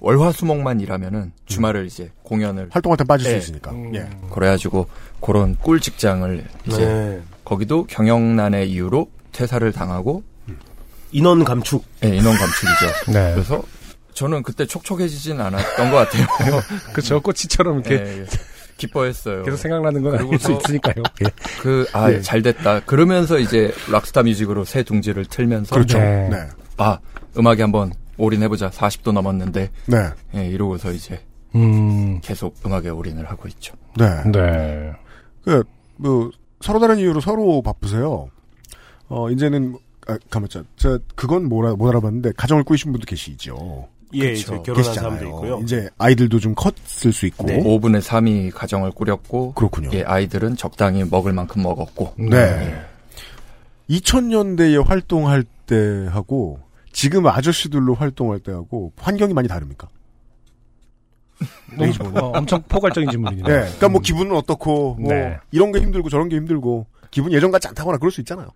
S8: 월화수목만 일하면은 주말을 이제 공연을
S3: 활동할 땐 빠질
S8: 네.
S3: 수 있으니까.
S2: 음.
S3: 예.
S8: 그래가지고 그런 꿀 직장을 이제
S4: 네.
S8: 거기도 경영난의 이유로 퇴사를 당하고
S4: 인원 감축.
S8: 예, 인원 감축이죠.
S2: 네.
S8: 그래서 저는 그때 촉촉해지진 않았던 것 같아요.
S2: 그쵸. 꼬치처럼 이렇게
S8: 예, 예. 기뻐했어요.
S2: 계속 생각나는 건 아닐
S8: 그리고서-
S2: 수 있으니까요. 예.
S8: 그, 아,
S3: 예.
S8: 잘 됐다. 그러면서 이제 락스타 뮤직으로 새 둥지를 틀면서.
S3: 그렇죠.
S2: 네.
S3: 네. 네.
S8: 아, 음악에 한번 올인해보자. 40도 넘었는데.
S3: 네.
S8: 예, 이러고서 이제
S2: 음.
S8: 계속 음악에 올인을 하고 있죠.
S3: 네.
S2: 네.
S3: 그, 뭐, 서로 다른 이유로 서로 바쁘세요. 어, 이제는, 아, 가만있자. 저, 그건 뭐라, 못 알아봤는데, 가정을 꾸리신 분도 계시죠.
S4: 예, 이제
S8: 그쵸.
S4: 결혼한 사람도 있고요.
S3: 이제 아이들도 좀 컸을 수 있고.
S2: 예.
S4: 네.
S8: 5분의 3이 가정을 꾸렸고.
S3: 그렇군요.
S8: 예, 아이들은 적당히 먹을 만큼 먹었고. 예.
S3: 네. 2000년대에 활동할 때하고, 지금 아저씨들로 활동할 때하고, 환경이 많이 다릅니까?
S2: 너무 어, 엄청 포괄적인 질문이네요.
S3: 네. 그러니까 뭐 기분은 어떻고, 뭐,
S2: 네.
S3: 이런 게 힘들고 저런 게 힘들고, 기분 예전 같지 않다거나 그럴 수 있잖아요.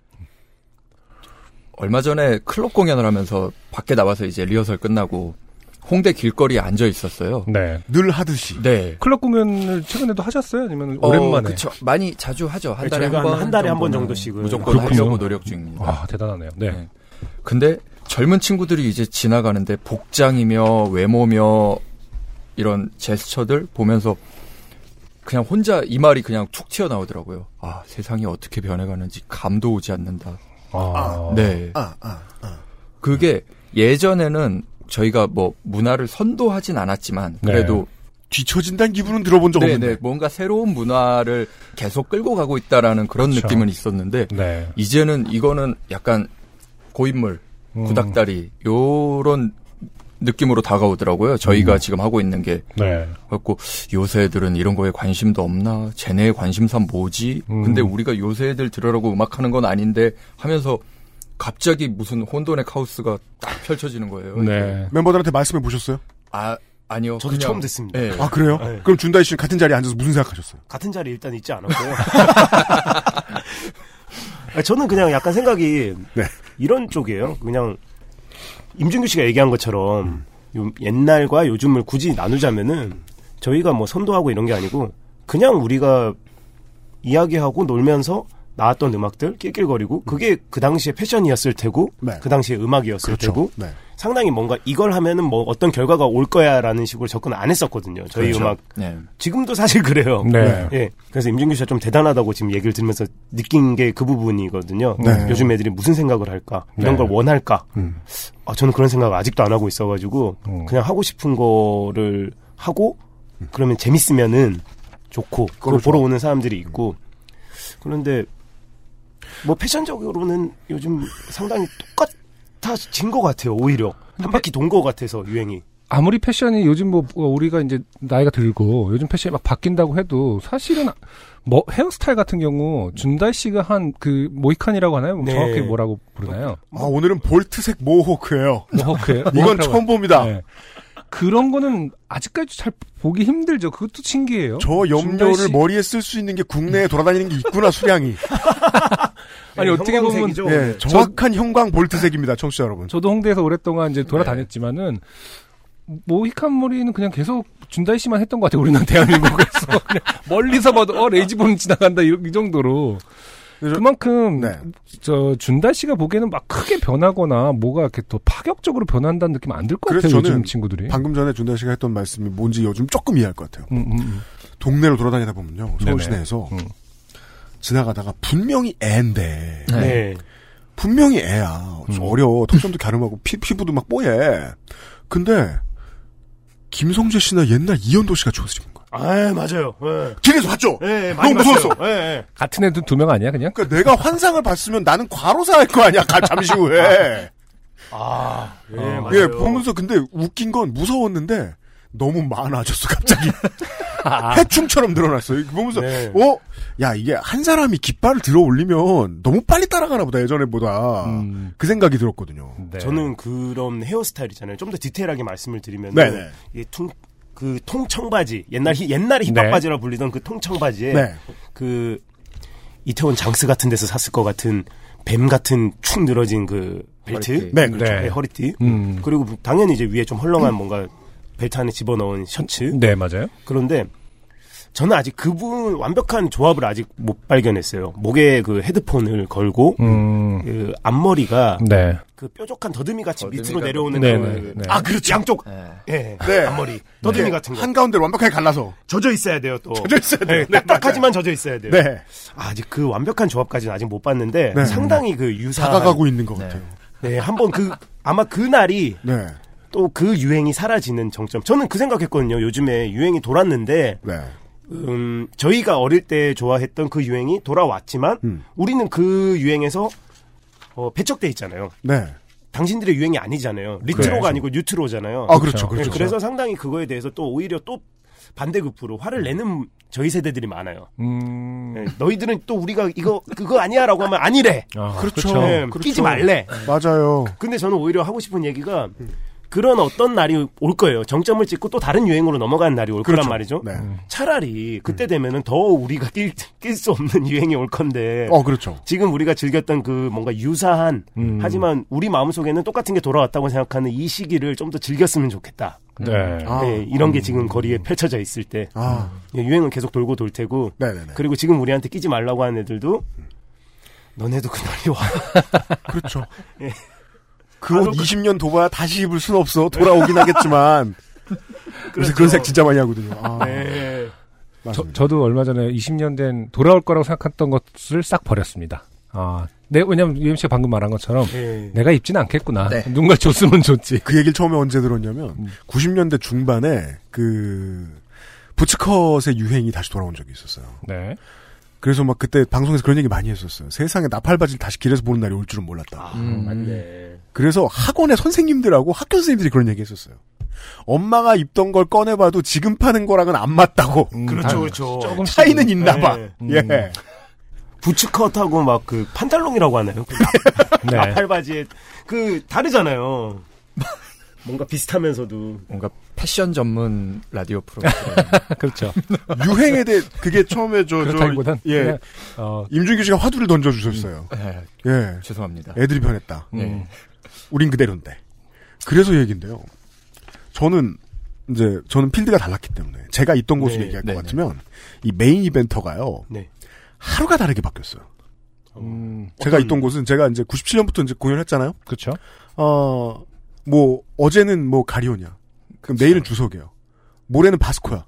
S8: 얼마 전에 클럽 공연을 하면서 밖에 나와서 이제 리허설 끝나고 홍대 길거리에 앉아 있었어요.
S2: 네.
S3: 늘 하듯이.
S8: 네.
S2: 클럽 공연을 최근에도 하셨어요? 아니면 오랜만에?
S8: 어, 그쵸. 많이 자주 하죠. 한
S4: 네,
S8: 달에
S4: 저희가
S8: 한 번.
S4: 한 달에 한번
S8: 정도는
S4: 정도씩은.
S8: 무조건
S2: 그렇군요.
S8: 하려고 노력 중입니다.
S2: 아, 대단하네요. 네.
S8: 네. 근데 젊은 친구들이 이제 지나가는데 복장이며 외모며 이런 제스처들 보면서 그냥 혼자 이 말이 그냥 툭 튀어나오더라고요. 아, 세상이 어떻게 변해가는지 감도 오지 않는다.
S2: 아,
S8: 네.
S3: 아, 아.
S8: 그게 예전에는 저희가 뭐 문화를 선도하진 않았지만 그래도
S3: 뒤처진다는 기분은 들어본 적
S8: 네,
S3: 네. 없는데.
S8: 네, 뭔가 새로운 문화를 계속 끌고 가고 있다라는 그런
S2: 그렇죠.
S8: 느낌은 있었는데
S2: 네.
S8: 이제는 이거는 약간 고인물,
S2: 음.
S8: 구닥다리 요런 느낌으로 다가오더라고요. 저희가
S2: 음.
S8: 지금 하고 있는 게
S2: 네.
S8: 그래갖고 요새 애들은 이런 거에 관심도 없나? 쟤네의 관심사 뭐지?
S2: 음.
S8: 근데 우리가 요새 애들 들으라고 음악하는 건 아닌데 하면서 갑자기 무슨 혼돈의 카오스가 딱 펼쳐지는 거예요.
S2: 네.
S3: 멤버들한테 말씀해 보셨어요?
S8: 아 아니요.
S4: 저도 처음 듣습니다.
S8: 예.
S3: 아 그래요?
S4: 네.
S3: 그럼 준다이 씨는 같은 자리에 앉아서 무슨 생각하셨어요?
S4: 같은 자리에 일단 있지 않았고요. 아, 저는 그냥 약간 생각이
S3: 네.
S4: 이런 쪽이에요. 그냥 임준규 씨가 얘기한 것처럼 요- 옛날과 요즘을 굳이 나누자면은 저희가 뭐 선도하고 이런 게 아니고 그냥 우리가 이야기하고 놀면서 나왔던 음악들 낄낄거리고 그게 그 당시에 패션이었을 테고
S3: 네.
S2: 그렇죠.
S4: 그 당시에 음악이었을 테고
S3: 네.
S4: 상당히 뭔가 이걸 하면은 뭐 어떤 결과가 올 거야라는 식으로 접근 안 했었거든요. 저희
S8: 그렇죠.
S4: 음악
S8: 네.
S4: 지금도 사실 그래요.
S2: 네.
S4: 예. 그래서 임준규 씨가 좀 대단하다고 지금 얘기를 들으면서 느낀 게 그 부분이거든요.
S3: 네.
S4: 요즘 애들이 무슨 생각을 할까? 이런
S2: 네.
S4: 걸 원할까?
S2: 음.
S4: 아, 저는 그런 생각 을 아직도 안 하고 있어가지고
S2: 음.
S4: 그냥 하고 싶은 거를 하고 그러면 재밌으면은 좋고 그걸
S3: 그렇죠.
S4: 보러 오는 사람들이 있고 그런데 뭐 패션적으로는 요즘 상당히 똑같아진 것 같아요. 오히려 한 바퀴 돈 것 같아서 유행이.
S2: 아무리 패션이 요즘 뭐 어, 우리가 이제 나이가 들고 요즘 패션이 막 바뀐다고 해도 사실은 뭐 헤어스타일 같은 경우 준달 씨가 한 그 모이칸이라고 하나요? 뭐
S4: 네.
S2: 정확히 뭐라고 부르나요?
S3: 아, 오늘은 볼트색 모호크예요.
S2: 뭐, 모호크예요.
S3: 이건 처음 봅니다.
S2: 네. 그런 거는 아직까지 잘 보기 힘들죠. 그것도 신기해요.
S3: 저
S2: 준달
S3: 염료를
S2: 씨- 음.
S3: 머리에 쓸 수 있는 게 국내에 돌아다니는 게 있구나 수량이.
S2: 아니, 어떻게 보면
S4: 네, 형광색이죠.
S3: 예, 정확한 형광 볼트색입니다, 청취자 여러분.
S2: 저도 홍대에서 오랫동안 이제 돌아다녔지만은
S4: 네.
S2: 모히칸 머리는 그냥 계속 준다이 씨만 했던 것 같아요. 우리나라 대한민국에서 그냥 멀리서 봐도 어 레이지본 지나간다 이, 이 정도로
S3: 그래서-
S2: 그만큼
S3: 네.
S2: 저 준다 씨가 보기에는 막 크게 변하거나 뭐가 이렇게 더 파격적으로 변한다는 느낌 안 들 것
S3: 그래서
S2: 같아요. 요즘
S3: 그렇죠. 저는
S2: 친구들이.
S3: 방금 전에 준달 씨가 했던 말씀이 뭔지 요즘 조금 이해할 것 같아요.
S2: 음, 음, 음.
S3: 동네로 돌아다니다 보면요. 서울
S2: 네네.
S3: 시내에서
S2: 음.
S3: 지나가다가 분명히 애인데
S4: 네.
S3: 분명히 애야.
S2: 음.
S3: 어려워. 턱선도 갸름하고 피, 피부도 막 뽀얘. 근데 김성재 씨나 옛날 이현도 씨가 주워서 입은 거야.
S4: 아 맞아요. 예.
S3: 길에서 봤죠?
S4: 예, 예,
S3: 너무
S4: 많이
S3: 무서웠어.
S4: 봤어요. 예,
S2: 같은 애들 두 명 아니야 그냥?
S3: 그러니까 내가 환상을 봤으면 나는 과로사 할 거 아니야. 가- 잠시 후에.
S4: 아, 예, 맞아요.
S3: 예, 보면서 근데 웃긴 건 무서웠는데 너무 많아졌어 갑자기. 해충처럼 늘어났어요. 이거 보면서
S4: 아. 네.
S3: 어? 야 이게 한 사람이 깃발을 들어 올리면 너무 빨리 따라가나 보다 예전에보다
S2: 음.
S3: 그 생각이 들었거든요.
S2: 네.
S4: 저는 그런 헤어스타일이잖아요. 좀 더 디테일하게 말씀을 드리면
S3: 네네.
S4: 이게 통, 그 통청바지 옛날 히- 옛날에 힙합
S2: 네.
S4: 바지라 불리던 그 통청바지에
S3: 네.
S4: 그 이태원 장스 같은 데서 샀을 것 같은 뱀 같은 축 늘어진 그 벨트,
S8: 허리띠.
S3: 네,
S4: 그렇죠.
S2: 네.
S4: 네, 허리띠.
S2: 음.
S4: 그리고 당연히 이제 위에 좀 헐렁한 뭔가 벨트 안에 집어 넣은 셔츠.
S2: 네 맞아요.
S4: 그런데 저는 아직 그분 완벽한 조합을 아직 못 발견했어요. 목에 그 헤드폰을 걸고
S2: 음.
S4: 그 앞머리가
S3: 음.
S2: 네.
S4: 그 뾰족한 더듬이 같이
S8: 더듬이가
S4: 밑으로 내려오는
S2: 네,
S4: 그,
S2: 네, 네.
S4: 아 그렇죠 양쪽
S8: 네.
S4: 예
S3: 네.
S4: 앞머리 더듬이
S3: 이게
S4: 같은 거
S3: 한 가운데로 완벽하게 갈라서.
S4: 젖어 있어야 돼요 또
S3: 젖어 있어야 돼요.
S4: 예, 딱딱하지만 젖어 있어야 돼요
S3: 네.
S4: 아, 아직 그 완벽한 조합까지는 아직 못 봤는데
S3: 네.
S4: 상당히 그 유사한
S3: 다가가고 있는 것 같아요.
S4: 네 한번 그 아마 그 날이
S3: 네.
S4: 또 그 유행이 사라지는 정점 저는 그 생각했거든요 요즘에 유행이 돌았는데
S3: 네.
S4: 음, 저희가 어릴 때 좋아했던 그 유행이 돌아왔지만
S3: 음.
S4: 우리는 그 유행에서 어, 배척돼 있잖아요
S3: 네.
S4: 당신들의 유행이 아니잖아요. 리트로가
S2: 그렇죠.
S4: 아니고 뉴트로잖아요.
S3: 아, 그렇죠. 그렇죠.
S4: 래서 상당히 그거에 대해서 또 오히려 또 반대급부로 화를 내는 저희 세대들이 많아요.
S2: 음.
S4: 예, 너희들은 또 우리가 이거 그거 아니야라고 하면 아니래.
S2: 아,
S3: 그렇죠.
S4: 예,
S3: 그렇죠.
S4: 끼지 말래.
S3: 맞아요.
S4: 근데 저는 오히려 하고 싶은 얘기가 그런 어떤 날이 올 거예요. 정점을 찍고 또 다른 유행으로 넘어가는 날이 올 거란 말이죠.
S3: 네.
S4: 차라리 그때 되면은 더 우리가 낄 수 없는 유행이 올 건데.
S3: 어, 그렇죠.
S4: 지금 우리가 즐겼던 그 뭔가 유사한
S2: 음.
S4: 하지만 우리 마음속에는 똑같은 게 돌아왔다고 생각하는 이 시기를 좀 더 즐겼으면 좋겠다.
S2: 네.
S3: 아.
S4: 네, 이런 게 지금 거리에 펼쳐져 있을 때
S3: 아.
S4: 예, 유행은 계속 돌고 돌 테고
S3: 네네네.
S4: 그리고 지금 우리한테 끼지 말라고 하는 애들도 너네도 그날이 와.
S3: 그렇죠.
S4: 예. 아,
S3: 그 옷 20년 도봐야 다시 입을 순 없어. 돌아오긴 하겠지만. 그래서 그런 색 진짜 많이 하거든요. 아,
S4: 그렇죠. 네.
S2: 저,
S3: 맞습니다.
S2: 저도 얼마 전에 20년 된 돌아올 거라고 생각했던 것을 싹 버렸습니다. 아, 네, 왜냐면 하 UMC가 방금 말한 것처럼
S4: 예.
S2: 내가 입진 않겠구나.
S8: 네.
S2: 누군가 줬으면 좋지.
S3: 그 얘기를 처음에 언제 들었냐면 90년대 중반에 그 부츠컷의 유행이 다시 돌아온 적이 있었어요.
S2: 네.
S3: 그래서 막 그때 방송에서 그런 얘기 많이 했었어요. 세상에 나팔바지를 다시 길에서 보는 날이 올 줄은 몰랐다.
S8: 음.
S4: 맞네.
S3: 그래서 학원의 선생님들하고 학교 선생님들이 그런 얘기 했었어요. 엄마가 입던 걸 꺼내봐도 지금 파는 거랑은 안 맞다고.
S4: 그렇죠, 그렇죠.
S2: 조금
S3: 차이는 있나 봐.
S4: 네.
S3: 음. 예.
S4: 부츠컷하고 막 그 판tal롱이라고 하나요? 그
S2: 네.
S4: 나팔바지에 그 다르잖아요. 뭔가 비슷하면서도
S8: 뭔가 패션 전문 라디오 프로그램.
S2: 그렇죠.
S3: 유행에 대해 그게 처음에 저, 저
S2: 그렇다기보단
S3: 예.
S2: 그냥, 어,
S3: 임준규 씨가 화두를 던져 주셨어요.
S8: 네,
S3: 예.
S8: 죄송합니다.
S3: 애들이 변했다.
S2: 음,
S8: 네.
S3: 우린 그대로인데. 그래서 얘긴데요. 저는 이제 저는 필드가 달랐기 때문에 제가 있던 곳을
S4: 네,
S3: 얘기할
S8: 네,
S3: 것
S8: 네.
S3: 같으면 이 메인 이벤터가요.
S4: 네.
S3: 하루가 다르게 바뀌었어요.
S2: 음,
S3: 제가
S4: 어떤-
S3: 있던 곳은 제가 이제 97년부터 이제 공연했잖아요.
S2: 그렇죠.
S3: 어, 뭐 어제는 뭐 가리오냐. 그럼 내일은 주석이야. 모레는 바스코야.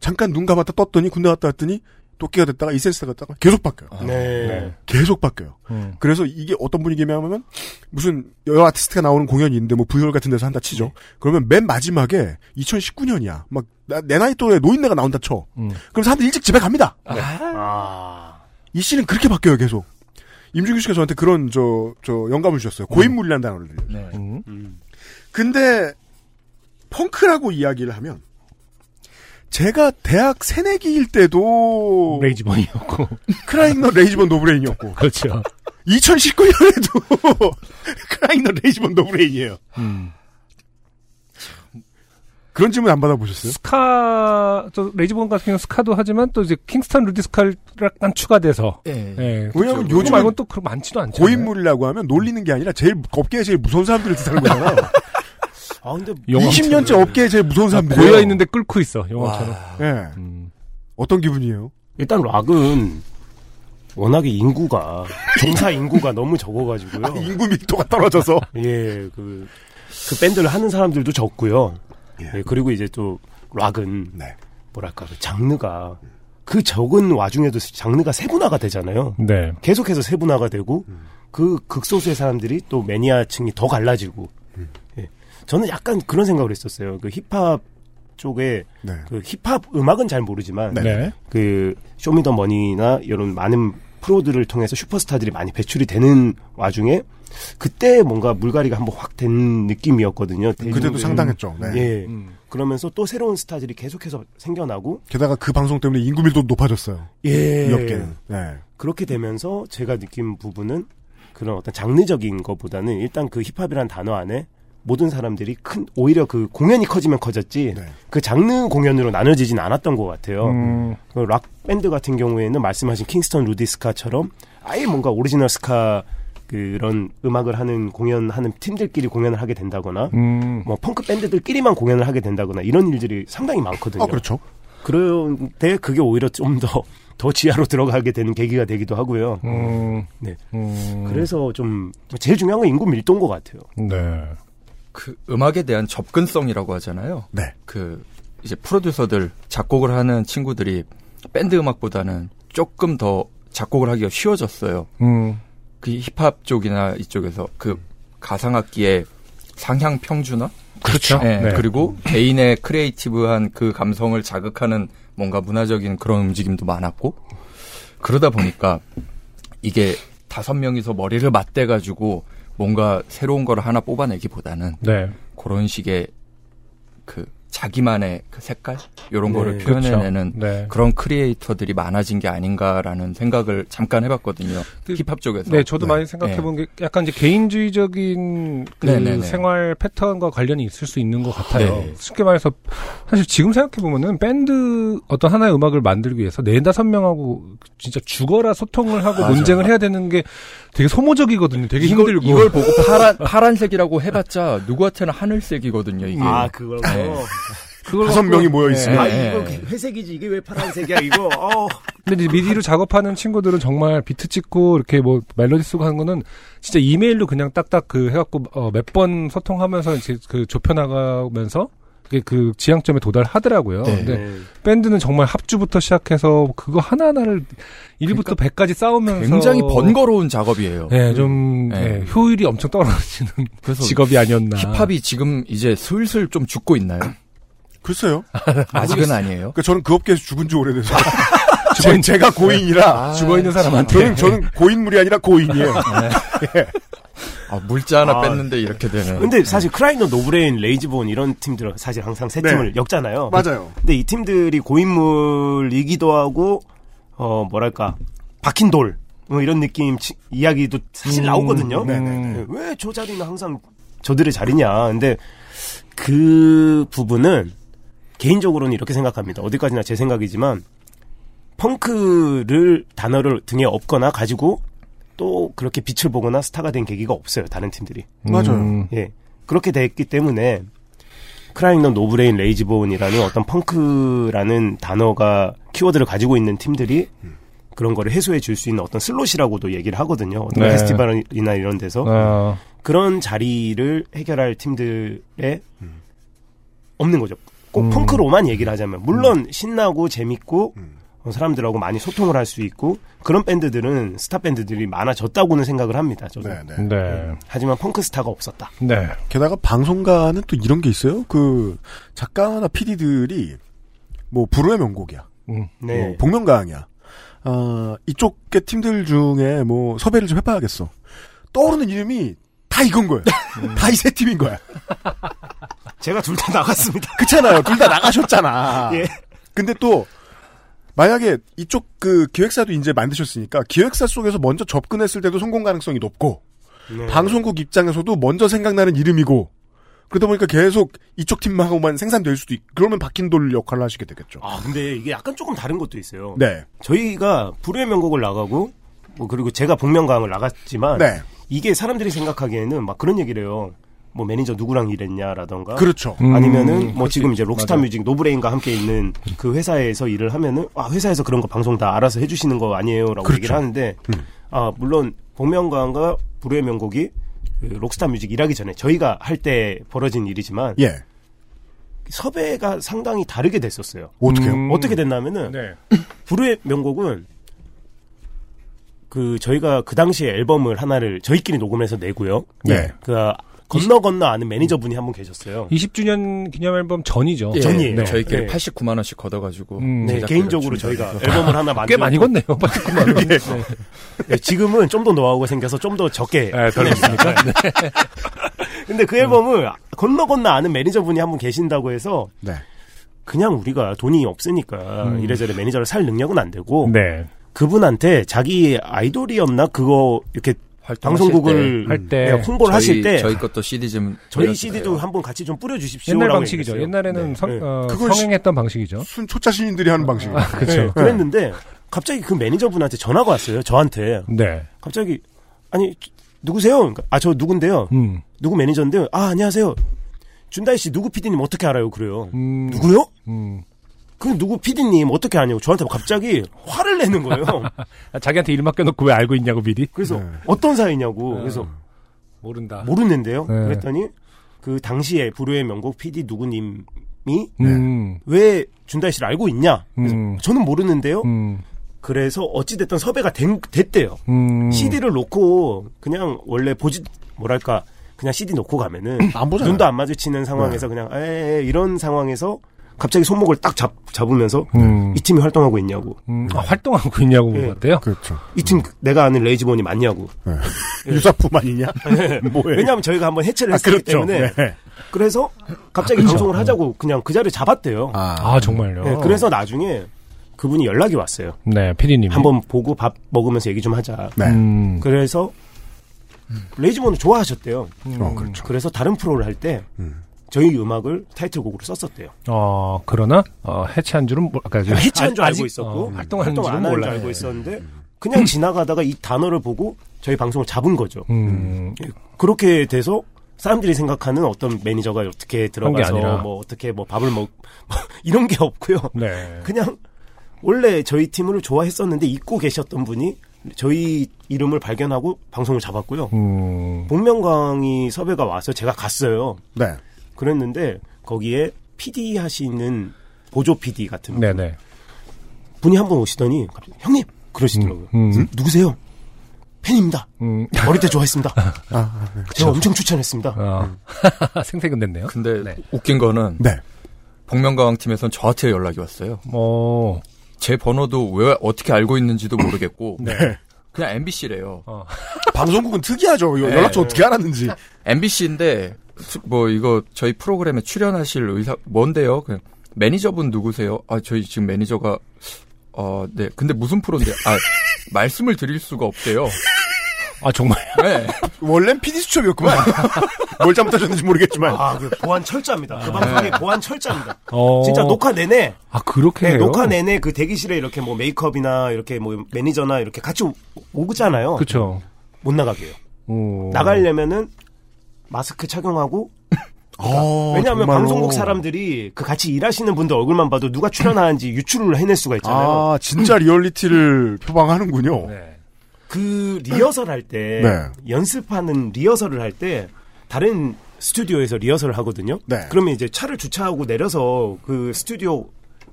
S3: 잠깐 눈 감았다 떴더니 군대 갔다 왔더니 도끼가 됐다가 이센스가 됐다가 계속 바뀌어요.
S4: 네.
S3: 계속 바뀌어요.
S2: 아. 음.
S3: 그래서 이게 어떤 분위기냐 하면 무슨 여러 아티스트가 나오는 공연이 있는데 뭐 브이올 같은 데서 한다
S2: 네.
S3: 치죠. 그러면 맨 마지막에 2019년이야. 막 내 나이 또래 노인네가 나온다 쳐.
S2: 음.
S3: 그럼 사람들 일찍 집에 갑니다.
S4: 아.
S3: 이 씨는 그렇게 바뀌어요 계속. 임중규 씨가 저한테 그런 저 저 영감을 주셨어요. 고인물이라는 단어를.
S8: 네.
S2: 음.
S4: 음.
S3: 근데 펑크라고 이야기를 하면 제가 대학 새내기일 때도
S2: 레이지본이었고
S3: 크라잉너 레이지본 노브레인이었고
S2: 그렇죠.
S3: 2019년에도 크라잉너 레이지본 노브레인이에요.
S2: 음.
S3: 그런 질문 안 받아보셨어요?
S2: 스카 저 레이지본 같은 경우 스카도 하지만 또 이제 킹스턴 루디 스카랑 추가돼서
S8: 예.
S2: 예.
S3: 왜냐면
S2: 요즘
S3: 요즘은
S2: 말고는 또 그런 거 많지도 않죠.
S3: 고인물이라고 하면 놀리는 게 아니라 제일 업계에 제일 무서운 사람들을 뜻하는 거잖아.
S4: 아, 근데
S2: 영화 아,
S3: 20년째 업계에 제일 무서운 사람들.
S2: 고여 있는데 뭐. 아, 끓고 있어 영화처럼.
S8: 와,
S3: 예.
S2: 음.
S3: 어떤 기분이에요?
S4: 일단 락은 워낙에 인구가 종사 인구가 너무
S2: 아,
S4: 적어가지고요.
S3: 인구 밀도가 떨어져서.
S4: 예, 그, 그 밴드를 하는 사람들도 적고요.
S3: 예.
S4: 예, 그리고 이제 또 락은
S3: 네.
S4: 뭐랄까 그 장르가 그 적은 와중에도 장르가 세분화가 되잖아요.
S2: 네.
S4: 계속해서 세분화가 되고
S3: 음.
S4: 그 극소수의 사람들이 또 매니아층이 더 갈라지고.
S3: 음.
S4: 예. 저는 약간 그런 생각을 했었어요. 그 힙합 쪽에
S3: 네.
S4: 그 힙합 음악은 잘 모르지만
S2: 네.
S4: 그 쇼미더머니나 이런 많은 프로들을 통해서 슈퍼스타들이 많이 배출이 되는 와중에 그때 뭔가 물갈이가 한번 확 된 느낌이었거든요.
S3: 그때도 상당했죠. 네.
S4: 예.
S2: 음.
S4: 그러면서 또 새로운 스타들이 계속해서 생겨나고
S3: 게다가 그 방송 때문에 인구 밀도도 높아졌어요.
S4: 예.
S3: 이 업계는. 네.
S4: 그렇게 되면서 제가 느낀 부분은 그런 어떤 장르적인 것보다는 일단 그 힙합이란 단어 안에 모든 사람들이 큰 오히려 그 공연이 커지면 커졌지
S3: 네.
S4: 그 장르 공연으로 나눠지진 않았던 것 같아요.
S2: 음.
S4: 그 락 밴드 같은 경우에는 말씀하신 킹스턴 루디 스카처럼 아예 뭔가 오리지널 스카 그런 음악을 하는 공연하는 팀들끼리 공연을 하게 된다거나
S2: 음.
S4: 뭐 펑크 밴드들끼리만 공연을 하게 된다거나 이런 일들이 상당히 많거든요.
S3: 아, 그렇죠.
S4: 그런데 그게 오히려 좀 더 더 지하로 들어가게 되는 계기가 되기도 하고요.
S2: 음.
S4: 네.
S2: 음.
S4: 그래서 좀 제일 중요한 건 인구 밀도인 것 같아요.
S2: 네.
S8: 그 음악에 대한 접근성이라고 하잖아요.
S3: 네.
S8: 그 이제 프로듀서들 작곡을 하는 친구들이 밴드 음악보다는 조금 더 작곡을 하기가 쉬워졌어요.
S2: 음.
S8: 그 힙합 쪽이나 이쪽에서 그 가상악기의 상향 평준화
S2: 그렇죠.
S8: 예,
S2: 네.
S8: 그리고 개인의 크리에이티브한 그 감성을 자극하는 뭔가 문화적인 그런 움직임도 많았고 그러다 보니까 이게 다섯 명이서 머리를 맞대 가지고 뭔가 새로운 걸 하나 뽑아내기보다는
S2: 네.
S8: 그런 식의 그 자기만의 그 색깔 이런
S4: 네,
S8: 거를
S2: 그렇죠.
S8: 표현해내는
S2: 네.
S8: 그런 크리에이터들이 많아진 게 아닌가라는 생각을 잠깐 해봤거든요.
S2: 그-
S8: 힙합 쪽에서.
S2: 네, 저도
S3: 네.
S2: 많이 생각해본 게 약간 이제 개인주의적인 그
S8: 네, 네, 네.
S2: 생활 패턴과 관련이 있을 수 있는 것 같아요.
S8: 네.
S2: 쉽게 말해서 사실 지금 생각해보면은 밴드 어떤 하나의 음악을 만들기 위해서 네다섯 명하고 진짜 죽어라 소통을 하고
S8: 맞아.
S2: 논쟁을 해야 되는 게 되게 소모적이거든요. 되게
S8: 이걸,
S2: 힘들고.
S8: 이걸 보고 파란 파란색이라고 해봤자 누구한테는 하늘색이거든요. 이게.
S4: 예. 아,
S2: 아,
S4: 그걸 뭐.
S8: 네.
S2: 그걸
S3: 다섯
S2: 갖고-
S3: 명이 모여
S2: 네.
S3: 있으면.
S8: 아,
S4: 이거
S8: 이거
S4: 회색이지 이게 왜 파란색이야 이거. 어.
S2: 근데 이제 미디로 작업하는 친구들은 정말 비트 찍고 이렇게 뭐 멜로디 쓰고 하는 거는 진짜 이메일로 그냥 딱딱 그 해갖고 몇 번 소통하면서 이제 그 좁혀나가면서 그게 그 지향점에 도달하더라고요.
S8: 네.
S2: 근데 밴드는 정말 합주부터 시작해서 그거 하나하나를 1부터 100까지 싸우면서
S8: 그러니까 굉장히 번거로운 작업이에요.
S2: 예, 좀
S8: 네.
S2: 예, 효율이 엄청 떨어지는
S8: 그래서
S2: 직업이 아니었나.
S8: 힙합이 지금 이제 슬슬 좀 죽고 있나요?
S3: 글쎄요.
S8: 아직은 아니에요.
S3: 그러니까 저는 그 업계에서 죽은 지 오래돼서. 제, 제가 고인이라.
S2: 아, 죽어 있는 사람한테
S3: 저는, 저는 고인물이 아. 아니라 네. 고인이에요.
S8: 아, 물자 하나
S4: 아.
S8: 뺐는데 이렇게 되는.
S4: 근데 사실 크라이너 노브레인 레이지본 이런 팀들은 사실 항상 세
S3: 네.
S4: 팀을 엮잖아요.
S3: 맞아요.
S4: 근데 이 팀들이 고인물이기도 하고 어 뭐랄까 박힌 돌 뭐 이런 느낌 치- 이야기도 사실 나오거든요.
S3: 음, 네네네.
S4: 왜 저 자리는 항상 저들의 자리냐. 근데 그 부분은 개인적으로는 이렇게 생각합니다. 어디까지나 제 생각이지만 펑크를 단어를 등에 업거나 가지고 또 그렇게 빛을 보거나 스타가 된 계기가 없어요. 다른 팀들이.
S2: 음.
S3: 맞아요.
S4: 예. 그렇게 됐기 때문에 크라잉너 노브레인 레이지본이라는 어떤 펑크라는 단어가 키워드를 가지고 있는 팀들이 그런 거를 해소해 줄 수 있는 어떤 슬롯이라고도 얘기를 하거든요. 어떤
S2: 네.
S4: 페스티벌이나 이런 데서
S2: 어,
S4: 그런 자리를 해결할 팀들에 없는 거죠. 꼭
S2: 음.
S4: 펑크로만 얘기를 하자면 물론 신나고 재밌고 어, 사람들하고 많이 소통을 할 수 있고 그런 밴드들은 스타 밴드들이 많아졌다고는 생각을 합니다. 저도.
S3: 네, 네.
S2: 네.
S4: 하지만 펑크 스타가 없었다.
S2: 네.
S3: 게다가 방송가는 또 이런 게 있어요. 그 작가나 PD들이 뭐 불후의 명곡이야.
S2: 음.
S4: 네.
S3: 뭐 복면가왕이야. 아, 이쪽의 팀들 중에 뭐 섭외를 좀 해봐야겠어. 떠오르는 이름이 다 이건 거예요. 다 이 세 팀인 거야.
S4: 제가 둘 다 나갔습니다.
S3: 그렇잖아요. 둘 다 나가셨잖아.
S4: 예.
S3: 근데 또 만약에 이쪽 그 기획사도 이제 만드셨으니까 기획사 속에서 먼저 접근했을 때도 성공 가능성이 높고
S4: 네.
S3: 방송국 입장에서도 먼저 생각나는 이름이고 그러다 보니까 계속 이쪽 팀하고만 생산될 수도 있, 그러면 바뀐 돌 역할을 하시게 되겠죠.
S4: 아 근데 이게 약간 조금 다른 것도 있어요.
S3: 네.
S4: 저희가 불후의 명곡을 나가고 뭐 그리고 제가 복면가왕을 나갔지만
S3: 네.
S4: 이게 사람들이 생각하기에는 막 그런 얘기를 해요. 뭐 매니저 누구랑 일했냐라던가
S3: 그렇죠.
S2: 음,
S4: 아니면은 뭐 지금 이제 록스타 뮤직 노브레인과 함께 있는 그 회사에서 일을 하면은 아 회사에서 그런 거 방송 다 알아서 해주시는 거 아니에요라고
S3: 그렇죠.
S4: 얘기를 하는데 아 물론 복면가왕과 불후의 명곡이 그 록스타 뮤직 일하기 전에 저희가 할 때 벌어진 일이지만
S3: 예.
S4: 섭외가 상당히 다르게 됐었어요.
S3: 어떻게요?
S2: 음.
S4: 어떻게 됐냐면은
S2: 네.
S4: 불후의 명곡은 그 저희가 그 당시에 앨범을 하나를 저희끼리 녹음해서 내고요.
S3: 네.
S4: 그 아, 건너 건너 아는 매니저분이 한 분 계셨어요.
S2: 20주년 기념 앨범 전이죠.
S8: 예,
S4: 전이에요.
S8: 네.
S4: 네.
S8: 저희끼리 89만 원씩 걷어가지고
S2: 음.
S4: 네,
S8: 제작비를
S4: 개인적으로 저희가
S8: 준비해서.
S4: 앨범을 하나 만들고
S2: 꽤 많이 걷네요. 네.
S4: 네, 지금은 좀 더 노하우가 생겨서 좀 더 적게
S2: 네, 덜어주시니까. 네.
S4: 근데 그 앨범을 건너 건너 아는 매니저분이 한 분 계신다고 해서
S3: 네.
S4: 그냥 우리가 돈이 없으니까
S2: 음.
S4: 이래저래 매니저를 살 능력은 안 되고
S2: 네.
S4: 그분한테 자기 아이돌이었나 그거 이렇게
S8: 활동하실
S4: 방송국을
S2: 할 때
S4: 네, 홍보를
S8: 저희-
S4: 하실 때
S8: 저희 것도 CD 좀
S4: 저희
S8: 올려주세요.
S4: CD도 한번 같이 좀 뿌려주십시오.
S2: 옛날 방식이죠. 옛날에는
S4: 네.
S2: 성,
S4: 네.
S2: 어,
S3: 그걸
S2: 성행했던 방식이죠.
S3: 순 초짜 신인들이 하는 방식이에요.
S4: 아.
S2: 그렇죠.
S4: 네. 그랬는데 갑자기 그 매니저분한테 전화가 왔어요. 저한테
S2: 네.
S4: 갑자기 아니 누구세요? 그러니까, 아저 누군데요?
S2: 음.
S4: 누구 매니저인데요? 아 안녕하세요. 준다이 씨 누구 PD님 어떻게 알아요? 그래요.
S2: 음.
S4: 누구요?
S2: 음.
S4: 그 누구 PD님 어떻게 아냐고 저한테 갑자기 화를 내는 거예요.
S2: 아, 자기한테 일 맡겨놓고 왜 알고 있냐고 미리.
S4: 그래서 어떤 사이냐고. 그래서
S2: 모른다.
S4: 모르는데요.
S2: 네.
S4: 그랬더니 그 당시에 불후의 명곡 PD 누구님이 네.
S2: 음.
S4: 왜 준다이 씨를 알고 있냐? 그래서
S2: 음.
S4: 저는 모르는데요.
S2: 음.
S4: 그래서 어찌됐든 섭외가 된- 됐대요.
S2: 음.
S4: CD를 놓고 그냥 원래 보지 뭐랄까 그냥 CD 놓고 가면은
S3: 음, 안 보잖아요. 네.
S4: 눈도 안 마주치는 상황에서 그냥 에에 이런 상황에서 갑자기 손목을 딱 잡, 잡으면서
S2: 음.
S4: 이 팀이 활동하고 있냐고
S2: 음. 아, 활동하고 있냐고
S4: 네.
S2: 물어봤대요.
S3: 그렇죠. 네.
S4: 이 팀 내가 아는 레이지본이 맞냐고
S3: 유사품 아니냐? 뭐예요?
S4: 예. 네. 왜냐하면 저희가 한번 해체를
S3: 아,
S4: 했기
S3: 그렇죠.
S4: 때문에
S3: 네. 그렇죠.
S4: 그래서 갑자기 방송을 하자고 그냥 그 자리를 잡았대요
S2: 아, 정말요?
S4: 네, 그래서 나중에 그분이 연락이 왔어요
S3: 음.
S2: 네, 피디님.
S4: 한번 보고 밥 먹으면서 얘기 좀 하자
S3: 네.
S2: 음.
S4: 그래서 레이지본을 좋아하셨대요
S2: 음.
S3: 어, 그렇죠.
S4: 그래서 다른 프로를 할 때
S3: 음.
S4: 저희 음악을 타이틀곡으로 썼었대요.
S2: 어, 그러나, 어, 해체한 줄은, 몰- 아까 저-
S4: 해체한 줄
S2: 아,
S4: 알고
S2: 아직,
S4: 있었고
S2: 어,
S4: 활동
S2: 활동하는
S4: 안
S2: 줄은
S4: 하는 줄
S2: 몰라요. 음.
S4: 알고 있었는데 그냥 지나가다가 이 단어를 보고 저희 방송을 잡은 거죠. 예,
S2: 음.
S4: 그렇게 돼서 사람들이 생각하는 어떤 매니저가 어떻게
S2: 게 아니라.
S4: 들어가서 뭐 어떻게 뭐 밥을 먹 이런 게 없고요.
S2: 네.
S4: 그냥 원래 저희 팀을 좋아했었는데 잊고 계셨던 분이 저희 이름을 발견하고 방송을 잡았고요.
S2: 음.
S4: 복면광이 섭외가 와서 제가 갔어요.
S3: 네.
S4: 그랬는데 거기에 PD 하시는 보조 PD 같은
S2: 네네.
S4: 분이 한 번 오시더니 갑자기 형님 그러시더라고요.
S2: 음, 음.
S4: 누구세요? 팬입니다.
S2: 음.
S4: 어릴 때 좋아했습니다. 제가 엄청 추천했습니다.
S2: 어. 생색은 됐네요.
S8: 근데
S2: 네.
S8: 웃긴 거는
S3: 네.
S8: 복면가왕 팀에선 저한테 연락이 왔어요.
S2: 어.
S8: 제 번호도 왜 어떻게 알고 있는지도 모르겠고
S3: 네.
S8: 그냥 MBC래요.
S4: 어.
S3: 방송국은 특이하죠.
S4: 네.
S3: 요- 연락처 어떻게 알았는지.
S8: MBC인데 뭐 이거 저희 프로그램에 출연하실 의사 뭔데요? 그냥 매니저분 누구세요? 아 저희 지금 매니저가 어 네 근데 무슨 프로인데 아 말씀을 드릴 수가 없대요.
S2: 아, 정말.
S8: 네.
S3: 원래는 PD 수첩이었구만. 뭘 잘못하셨는지 모르겠지만.
S4: 아, 그 보안 철저합니다. 그 방송이 보안 철저합니다.
S2: 네. 어.
S4: 진짜 녹화 내내
S2: 아, 그렇게
S4: 네,
S2: 해요?
S4: 녹화 내내 그 대기실에 이렇게 뭐 메이크업이나 이렇게 뭐 매니저나 이렇게 같이 오- 오잖아요.
S2: 그쵸.
S3: 어.
S4: 못 나가게요.
S2: 오.
S4: 나가려면은 마스크 착용하고
S3: 어,
S4: 그러니까. 왜냐하면
S3: 정말로.
S4: 방송국 사람들이 그 같이 일하시는 분들 얼굴만 봐도 누가 출연하는지 유출을 해낼 수가 있잖아요. 음.
S3: 아, 진짜 리얼리티를 표방하는군요.
S2: 네.
S4: 그 리허설 할 때
S3: 네.
S4: 연습하는 리허설을 할 때 다른 스튜디오에서 리허설을 하거든요.
S3: 네.
S4: 그러면 이제 차를 주차하고 내려서 그 스튜디오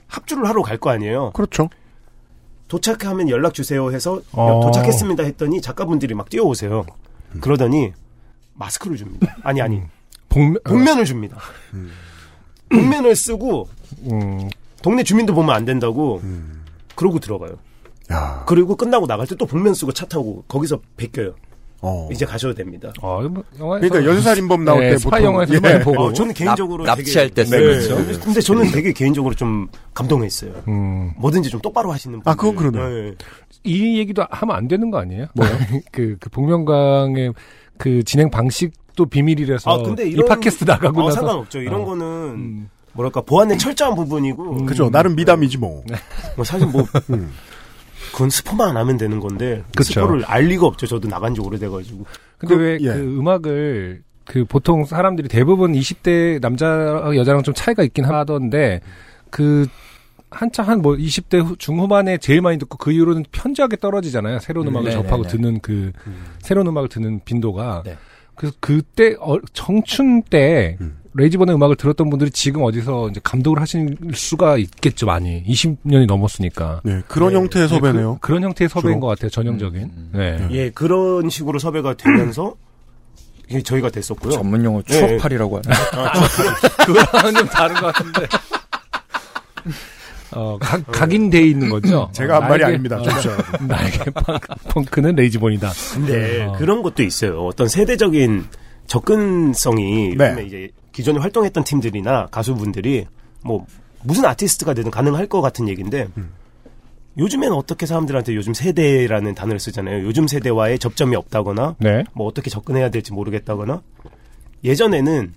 S4: 합주를 하러 갈 거 아니에요.
S3: 그렇죠.
S4: 도착하면 연락 주세요 해서
S2: 어.
S4: 도착했습니다 했더니 작가분들이 막 뛰어오세요. 그러더니 마스크를 줍니다. 아니 아니
S2: 복면,
S4: 복면을 줍니다. 복면을 쓰고
S2: 음,
S4: 동네 주민도 보면 안 된다고 그러고 들어가요.
S3: 야,
S4: 그리고 끝나고 나갈 때 또 복면 쓰고 차 타고 거기서 베껴요.
S3: 어.
S4: 이제 네, 가셔도 됩니다.
S2: 어, 뭐, 영화에서.
S3: 그러니까 연쇄살인범 나올
S2: 예,
S3: 때
S2: 스파
S3: 보통
S2: 영화에서
S3: 예.
S2: 많이 보고.
S4: 어, 저는 개인적으로
S8: 납-
S4: 되게-
S8: 납치할 때 쓰는
S4: 네.
S8: 거죠.
S4: 네. 근데 저는 되게 개인적으로 좀 감동했어요.
S2: 음,
S4: 뭐든지 좀 똑바로 하시는 분.
S3: 아, 그건 그러네요.
S4: 네.
S2: 이 얘기도 하면 안 되는 거 아니에요? 뭐요? 그, 그 복면가왕의 그 진행 방식도 비밀이라서.
S4: 아, 근데
S2: 이
S4: 이런
S2: 팟캐스트 나가고
S4: 어,
S2: 나서.
S4: 상관없죠. 이런
S2: 어.
S4: 거는
S2: 음.
S4: 뭐랄까 보안의 철저한 부분이고
S3: 그죠. 나름 미담이지 뭐.
S4: 뭐 사실 뭐 그건 스포만 안 하면 되는 건데
S2: 음. 그쵸.
S4: 스포를 알 리가 없죠. 저도 나간 지 오래돼가지고
S2: 근데
S3: 그-
S2: 왜 그
S3: 예.
S2: 음악을 그 보통 사람들이 대부분 20대 남자 어, 여자랑 좀 차이가 있긴 하던데 그 한차 한 뭐 20대 후- 중후반에 제일 많이 듣고 그 이후로는 편지하게 떨어지잖아요. 새로운
S8: 음,
S2: 음악을
S8: 네네네.
S2: 접하고 듣는 그 새로운 음악을 듣는 빈도가
S8: 네.
S2: 그래서 그때 어, 청춘 때 레이지번의 음악을 들었던 분들이 지금 어디서 이제 감독을 하실 수가 있겠죠 많이 20년이 넘었으니까
S3: 네, 그런 형태의 섭외네요.
S2: 그, 런 형태의 섭외인
S3: 주로.
S2: 것 같아요 전형적인 네.
S4: 예 그런 식으로 섭외가
S2: 음.
S4: 되면서 이게 저희가 됐었고요.
S8: 전문 용어
S4: 예, 예.
S8: 추억팔이라고 하나요?
S2: 그거랑은 좀 다른 것 같은데. 어, 각, 각인돼 있는 거죠?
S3: 음, 제가 한
S2: 어,
S3: 말이
S2: 날개-
S3: 아닙니다.
S2: 어,
S3: 잠시만.
S4: 네.
S2: 날개 펑크, 펑크는 레이지본이다.
S4: 근데
S2: 어.
S4: 그런 것도 있어요. 어떤 세대적인 접근성이
S3: 네.
S4: 요즘에 이제 기존에 활동했던 팀들이나 가수분들이 뭐 무슨 아티스트가 되든 가능할 것 같은 얘기인데
S2: 음.
S4: 요즘에는 어떻게 사람들한테 요즘 세대라는 단어를 쓰잖아요. 요즘 세대와의 접점이 없다거나
S2: 네.
S4: 뭐 어떻게 접근해야 될지 모르겠다거나 예전에는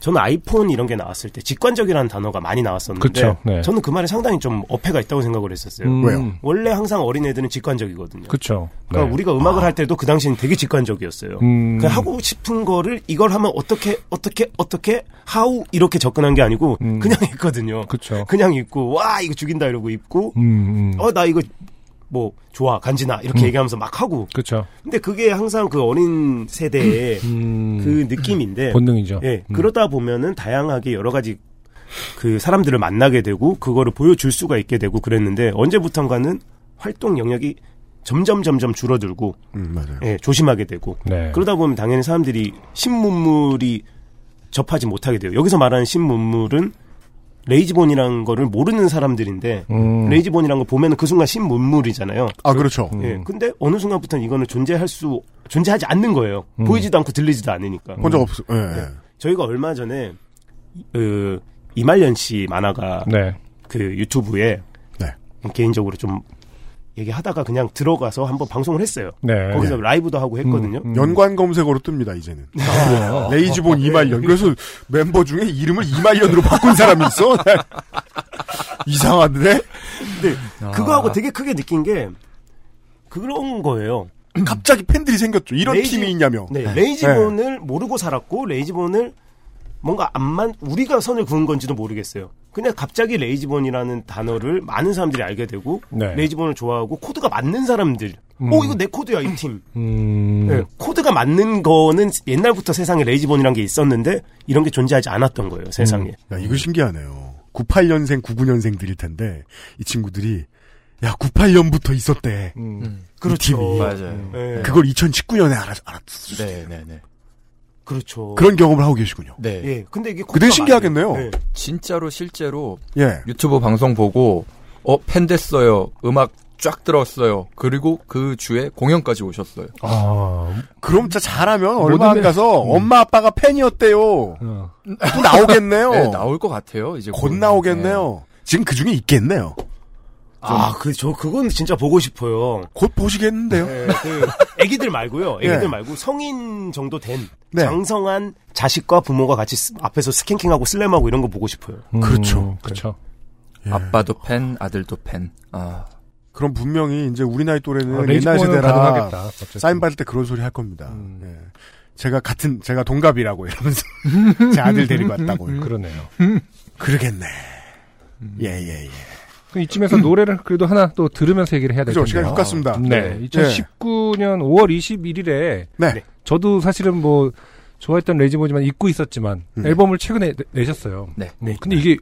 S4: 저는 아이폰 이런 게 나왔을 때 직관적이라는 단어가 많이 나왔었는데
S2: 그쵸, 네.
S4: 저는 그 말에 상당히 좀 어폐가 있다고 생각을 했었어요.
S3: 왜요?
S4: 원래 항상 어린애들은 직관적이거든요.
S2: 음, 그쵸.
S4: 그러니까
S2: 네.
S4: 우리가 음악을 할 때도 그 당시엔 되게 직관적이었어요.
S2: 음.
S4: 그냥 하고 싶은 거를 이걸 하면 어떻게 어떻게 어떻게 하우 이렇게 접근한 게 아니고 그냥 했거든요.
S2: 음. 그쵸.
S4: 그냥 입고 와 이거 죽인다 이러고 입고
S2: 음, 음.
S4: 어 나 이거 뭐 좋아 간지나 이렇게 얘기하면서 막 하고
S2: 그쵸.
S4: 근데 그게 항상 그 어린 세대의
S2: 음,
S4: 그 느낌인데
S2: 본능이죠.
S4: 예
S2: 음.
S4: 그러다 보면은 다양하게 여러 가지 그 사람들을 만나게 되고 그거를 보여줄 수가 있게 되고 그랬는데 언제부턴가는 활동 영역이 점점 점점 줄어들고
S3: 음, 맞아요.
S4: 예, 조심하게 되고
S2: 네.
S4: 그러다 보면 당연히 사람들이 신문물이 접하지 못하게 돼요. 여기서 말하는 신문물은 레이지본이라는 거를 모르는 사람들인데
S2: 음.
S4: 레이지본이라는 걸 보면 그 순간 신문물이잖아요.
S3: 아, 그렇죠.
S4: 예, 근데 어느 순간부터는 이거는 존재할 수 존재하지 않는 거예요.
S2: 음.
S4: 보이지도 않고 들리지도 않으니까.
S3: 본 적 없어. 예. 예.
S4: 네. 저희가 얼마 전에 그 이말년 씨 만화가
S2: 네.
S4: 그 유튜브에
S3: 네.
S4: 개인적으로 좀 얘기하다가 그냥 들어가서 한번 방송을 했어요.
S2: 네. 음.
S4: 거기서 라이브도 하고 했거든요.
S3: 음. 연관 검색어로 뜹니다, 이제는. 레이지본 이말년. 그래서 멤버 중에 이름을 이말년으로 바꾼 사람이 있어? 이상한데?
S4: 근데
S3: 아.
S4: 그거하고 되게 크게 느낀 게 그런 거예요.
S3: 갑자기 팬들이 생겼죠. 이런
S4: 레이지-
S3: 팀이 있냐며.
S4: 네, 레이지본을 모르고 살았고 레이지본을 뭔가 안만 우리가 선을 그은 건지도 모르겠어요. 그냥 갑자기 레이지본이라는 단어를 많은 사람들이 알게 되고
S2: 네.
S4: 레이지본을 좋아하고 코드가 맞는 사람들.
S3: 음.
S4: 오 이거 내 코드야 이 팀.
S2: 음,
S4: 네, 코드가 맞는 거는 옛날부터 세상에 레이지본이란 게 있었는데 이런 게 존재하지 않았던 거예요 세상에.
S3: 야, 이거 신기하네요. 98년생, 99년생들일 텐데, 이 친구들이, 야, 98년부터 있었대.
S4: 그렇죠.
S3: 팀이.
S8: 맞아요.
S4: 네,
S3: 음. 그걸 2019년에 알았, 알았어.
S8: 네, 네, 네.
S4: 그렇죠.
S3: 그런 경험을 하고 계시군요.
S8: 네.
S4: 예, 근데 이게 코드가
S3: 되게 신기하겠네요.
S4: 맞아요. 네.
S8: 진짜로 실제로
S3: 예.
S8: 유튜브 방송 보고 어, 팬 됐어요. 음악 쫙 들었어요. 그리고 그 주에 공연까지 오셨어요.
S2: 아,
S3: 그럼 진짜 잘하면 얼마 안
S2: 모든
S3: 가서 엄마 아빠가 팬이었대요.
S2: 어.
S3: 또 나오겠네요.
S8: 네, 나올 것 같아요. 이제
S3: 곧
S8: 곧.
S3: 그 나오겠네요. 지금 그 중에 있겠네요.
S4: 아, 그, 저, 그건 진짜 보고 싶어요.
S3: 곧 보시겠는데요.
S4: 예, 그, 애기들 말고요. 애기들
S3: 예.
S4: 말고 성인 정도 된
S3: 네.
S4: 장성한 자식과 부모가 같이 스- 앞에서 스캔킹하고 슬램하고 이런 거 보고 싶어요.
S2: 그렇죠. 그렇죠.
S8: 네. 아빠도 팬, 아들도 팬. 아,
S3: 그럼 분명히 이제 우리 나이 또래는
S2: 아,
S3: 옛날
S2: 레이지본은
S3: 세대라
S2: 가능하겠다. 어쨌든. 음.
S3: 사인 받을 때 그런 소리 할 겁니다. 예. 제가 같은 제가 동갑이라고 이러면서 제 아들 데리고
S2: 음.
S3: 왔다고요.
S2: 그러네요.
S3: 그러겠네.
S2: 음.
S3: 예예예.
S2: 네, 그럼 이쯤에서 노래를 그래도 하나 또 들으면서 얘기를 해야 될
S3: 그죠,
S2: 텐데요.
S3: 시간이 훅 갔습니다.
S2: 네,
S3: 네.
S2: 2019년 5월 21일에
S3: 네.
S4: 네.
S2: 저도 사실은 뭐 좋아했던 레지모지만 잊고 있었지만
S3: 음.
S2: 앨범을 최근에 내- 내셨어요.
S8: 네.
S2: 뭐 근데 이게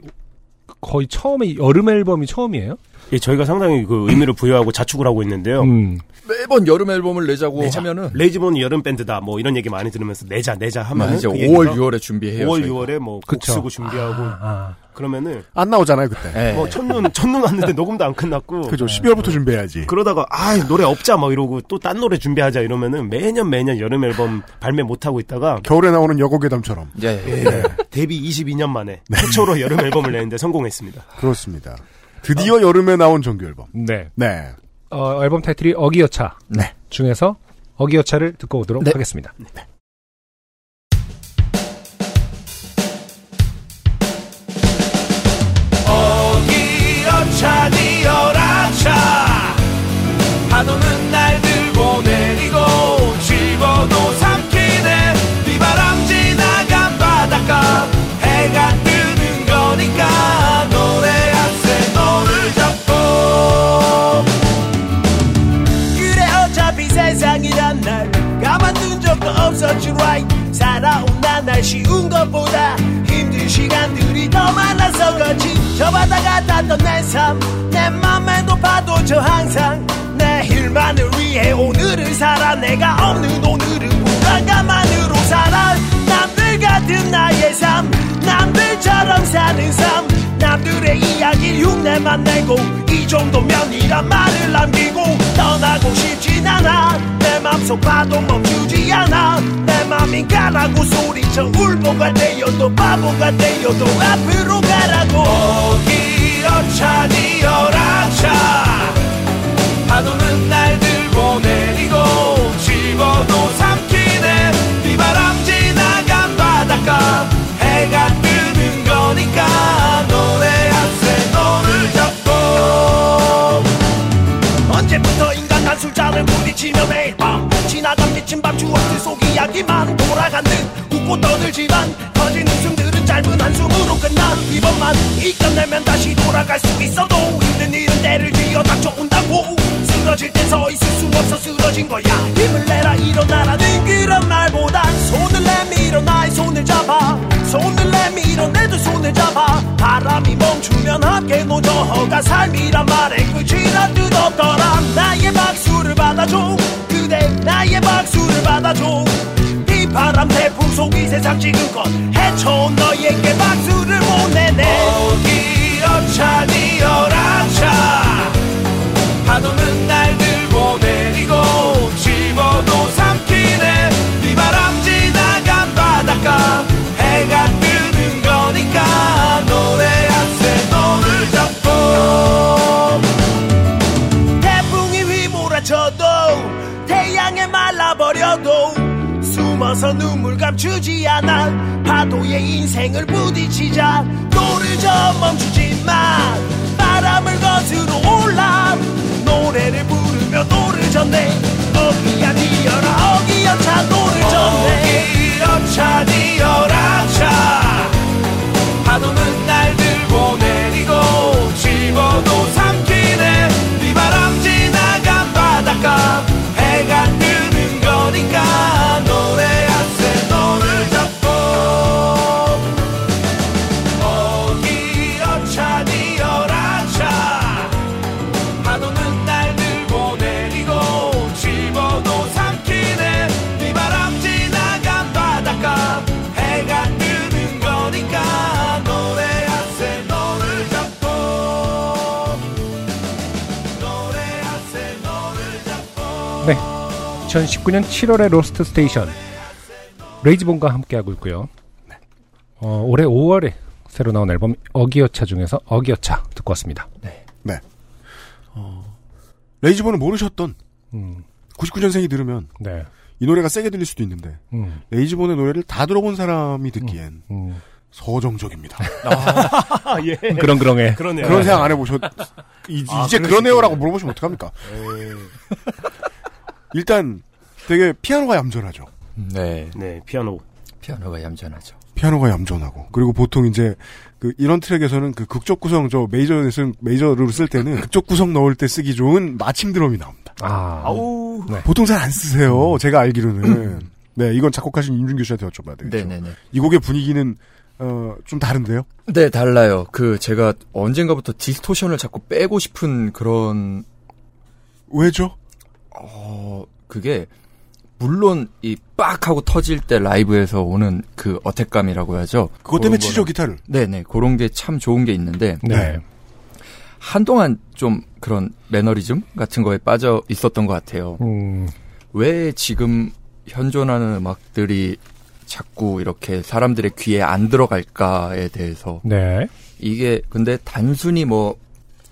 S2: 거의 처음에 여름 앨범이 처음이에요?
S4: 예, 저희가 상당히 그 의미를 부여하고 자축을 하고 있는데요.
S2: 음.
S8: 매번 여름 앨범을 내자고
S4: 내자.
S8: 하면은
S4: 레이지본 여름 밴드다 뭐 이런 얘기 많이 들으면서 내자 내자 하면은
S8: 네, 이제
S4: 그
S8: 5월
S4: 얘기가
S8: 6월에 준비해요.
S4: 5월
S8: 저희가.
S4: 6월에 뭐곡
S2: 그쵸.
S4: 쓰고 준비하고
S2: 아,
S4: 그러면은
S3: 안 나오잖아요 그때.
S2: 네.
S8: 예.
S4: 뭐 첫눈 첫눈 왔는데 녹음도 안 끝났고
S3: 그죠. 12월부터 준비해야지.
S4: 그러다가 아 노래 없자 막 이러고 또 딴 노래 준비하자 이러면은 매년 매년 여름 앨범 발매 못 하고 있다가
S3: 겨울에 나오는 여고괴담처럼
S8: 예, 예.
S4: 데뷔 22년 만에 최초로 여름 앨범을 내는데 성공했습니다.
S3: 그렇습니다. 드디어
S2: 아.
S3: 여름에 나온 정규 앨범.
S2: 네.
S3: 네.
S2: 어, 앨범 타이틀이 어기여차
S3: 네.
S2: 중에서 어기여차를 듣고 오도록
S8: 네.
S2: 하겠습니다.
S10: 파도는 날 들고 내리고 집어도 삼키네 비바람 지나간 바닷가 해가 뜨는 거니까 노래하세 너를 잡고 그래 어차피 세상이란 날 가만둔 적도 없었지 right 살아온 난날 쉬운 것보다 힘든 시간들이 더 많아서 그렇지 저 바다가 닿던 내삶내 맘에 높아도 저 항상 내일만을 위해 오늘을 살아 내가 없는 오늘을 불안감만으로 살아 남들 같은 나의 삶 남들처럼 사는 삶 남들의 이야기 흉내만 내고 이 정도면 이란 말을 남기고 떠나고 싶진 않아 내 맘속 파도 멈추지 않아 내 맘이 가라고 소리쳐 울보가 되어도 바보가 되어도 앞으로 가라고
S4: 어,
S10: 어디여 차니여라 차 파도는 날 들고 내리고 집어도 삼키네 비바람 지나간 바닷가 해가 뜨는 거니까 노래하세 너를 잡고 언제부터 인간 단술자를 부딪히며 매일 밤 지나간 미친 밤 추억들 속 이야기만 돌아간 듯 웃고 떠들지만 터진 웃음들은 짧은 한숨으로 끝난 이번만 이겨내면 다시 돌아갈 수 있어도 힘든 일은 때를 뒤어 닥쳐온다고 쓰러질 땐 서 있을 수 없어 쓰러진 거야 힘을 내라 일어나라는 그런 말보단 손을 내밀어 나의 손을 잡아 손을 내밀어 내 두 손을 잡아 바람이 멈추면 함께 노저가 삶이란 말의 끝이란 뜻 없더라 나의 박수를 받아줘 그대 나의 박수를 받아줘 이 바람 태풍 속 이 세상 지금껏 헤쳐온 너에게 박수를 보내네 어디여 차디여라 차 파도는 날 들고 내리고 집어도 삼키네 비바람 지나간 바닷가 해가 뜨는 거니까 노래하세 너를 잡고 태풍이 휘몰아쳐도 태양에 말라버려도 숨어서 눈물 감추지 않아 파도에 인생을 부딪히자 노를 저 멈추지 마 바람을 거스러 올라 노래를 부르며 노를 젓네 어기야 니어라 어기야 차 노를 젓네 어기야 차 니어라 차 파도는 날 들고 내리고 집어도 삼키네 비바람 지나간 바닷가 해가 뜨는 거니까 노래하세 너를 잡고 어, 어기여 차디여라 차 파도는 날 들고 내리고 집어도 삼키네 비바람 지나간 바닷가 해가 뜨는 거니까 노래하세 너를 잡고 노래하세 너를 잡고
S2: 네. 2019년 7월의 로스트 스테이션 레이지본과 함께하고 있고요. 어, 올해 5월에 새로 나온 앨범 어기여차 중에서 어기여차 듣고 왔습니다.
S3: 네. 어, 레이지본을 모르셨던
S2: 음,
S3: 99년생이 들으면
S2: 네.
S3: 이 노래가 세게 들릴 수도 있는데
S2: 음,
S3: 레이지본의 노래를 다 들어본 사람이 듣기엔
S2: 음.
S3: 서정적입니다.
S4: 아 예.
S2: 그런 그런에
S4: 그러네요.
S3: 그런 생각 안 해보셨 이,
S4: 아,
S3: 제
S4: 그럴 수
S3: 그러네요라고
S4: 있겠네.
S3: 물어보시면 어떡합니까? 일단 되게 피아노가 얌전하죠.
S8: 네.
S4: 네, 피아노.
S8: 피아노가 얌전하죠.
S3: 피아노가 얌전하고 그리고 보통 이제 그 이런 트랙에서는 그 극적 구성 저 메이저를 쓴 메이저를 쓸 때는 극적 구성 넣을 때 쓰기 좋은 마침 드럼이 나옵니다.
S2: 아,
S4: 아우.
S3: 보통 잘 안 쓰세요. 제가 알기로는 네 이건 작곡하신 임준규 씨한테 여쭤봐야 되겠죠.
S8: 네네네.
S3: 이 곡의 분위기는 어, 좀 다른데요.
S8: 네, 달라요. 그 제가 언젠가부터 디스토션을 자꾸 빼고 싶은 그런
S3: 왜죠?
S8: 어 그게 물론 이 빡 하고 터질 때 라이브에서 오는 그 어택감이라고 해야죠.
S2: 뭐,
S3: 그것 때문에
S8: 그런 거는-
S3: 치죠 기타를.
S8: 네네 그런 게 참 좋은 게 있는데
S2: 네.
S8: 한동안 좀 그런 매너리즘 같은 거에 빠져 있었던 것 같아요.
S2: 음,
S8: 왜 지금 현존하는 음악들이 자꾸 이렇게 사람들의 귀에 안 들어갈까에 대해서
S2: 네.
S8: 이게 근데 단순히 뭐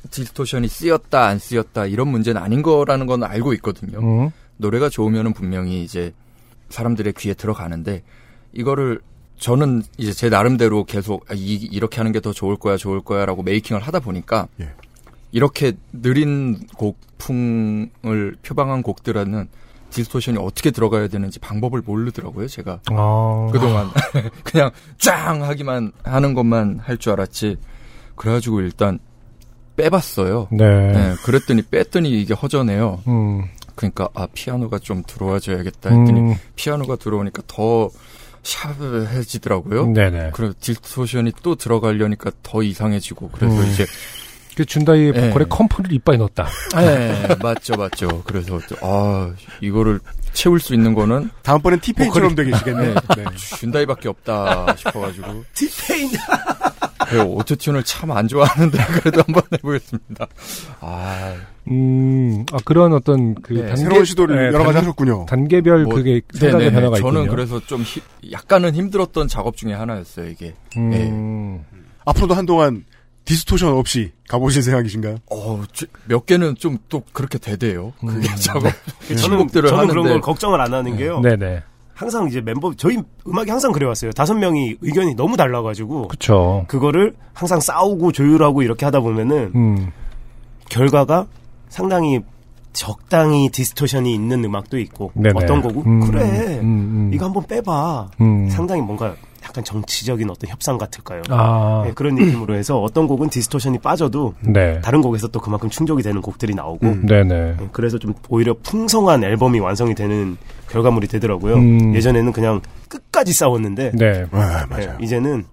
S8: 디스토션이 쓰였다 안 쓰였다 이런 문제는 아닌 거라는 건 알고 있거든요.
S2: 음,
S8: 노래가 좋으면은 분명히 이제 사람들의 귀에 들어가는데 이거를 저는 이제 제 나름대로 계속 아, 이, 이렇게 하는 게 더 좋을 거야 좋을 거야라고 메이킹을 하다 보니까
S3: 예.
S8: 이렇게 느린 곡풍을 표방한 곡들은 디스토션이 어떻게 들어가야 되는지 방법을 모르더라고요 제가
S2: 아,
S8: 그동안 그냥 쫙 하기만 하는 것만 할 줄 알았지 그래가지고 일단 빼봤어요
S2: 네.
S8: 네, 그랬더니 뺐더니 이게 허전해요
S2: 음,
S8: 그러니까 아 피아노가 좀 들어와줘야겠다 했더니
S2: 음,
S8: 피아노가 들어오니까 더 샤브해지더라고요.
S2: 네네.
S8: 그리고 디스토션이 또 들어가려니까 더 이상해지고 그래서
S2: 음.
S8: 이제
S2: 그 준다이
S8: 네.
S2: 보컬의 컴프를 이빨에 넣었다.
S8: 네, 맞죠 맞죠. 그래서 또, 아 이거를 채울 수 있는 거는
S3: 다음번엔 티페인처럼 되계시겠네
S8: 네, 준다이밖에 없다 싶어가지고
S4: 디테인.
S8: 그 오토튠을 참 안 좋아하는데 그래도 한번 해보겠습니다. 아
S2: 음, 아, 그런 어떤 그
S8: 네,
S2: 단계,
S3: 새로운 시도를
S2: 네,
S3: 여러 가지
S2: 단-
S3: 하셨군요.
S2: 단계별
S8: 뭐,
S2: 그게 생각의
S8: 네네
S2: 변화가 있군요.
S8: 저는 그래서 좀 힘- 약간은 힘들었던 작업 중에 하나였어요 이게.
S2: 음,
S3: 앞으로도 한동안 디스토션 없이 가보실 생각이신가요?
S8: 어몇 개는 좀 또 그렇게 되대요. 그게
S2: 음.
S8: 작업
S4: 네. 저는,
S8: 신곡들을
S4: 저는 그런
S8: 하는데.
S4: 걸 걱정을 안 하는 게요.
S2: 네네.
S4: 항상 이제 멤버, 저희 음악이 항상 그래왔어요. 다섯 명이 의견이 너무 달라가지고.
S2: 그쵸.
S4: 그거를 항상 싸우고 조율하고 이렇게 하다 보면은
S2: 음,
S4: 결과가 상당히 적당히 디스토션이 있는 음악도 있고
S2: 네네.
S4: 어떤 거고
S2: 음,
S4: 그래
S2: 음, 음.
S4: 이거 한번 빼봐
S2: 음.
S4: 상당히 뭔가 약간 정치적인 어떤 협상 같을까요
S2: 아,
S4: 네, 그런 느낌으로 해서 어떤 곡은 디스토션이 빠져도
S2: 네.
S4: 다른 곡에서 또 그만큼 충족이 되는 곡들이 나오고
S3: 음.
S2: 네네.
S4: 네, 그래서 좀 오히려 풍성한 앨범이 완성이 되는 결과물이 되더라고요
S2: 음.
S4: 예전에는 그냥 끝까지 싸웠는데
S2: 네.
S3: 아,
S4: 네,
S3: 맞아요.
S4: 이제는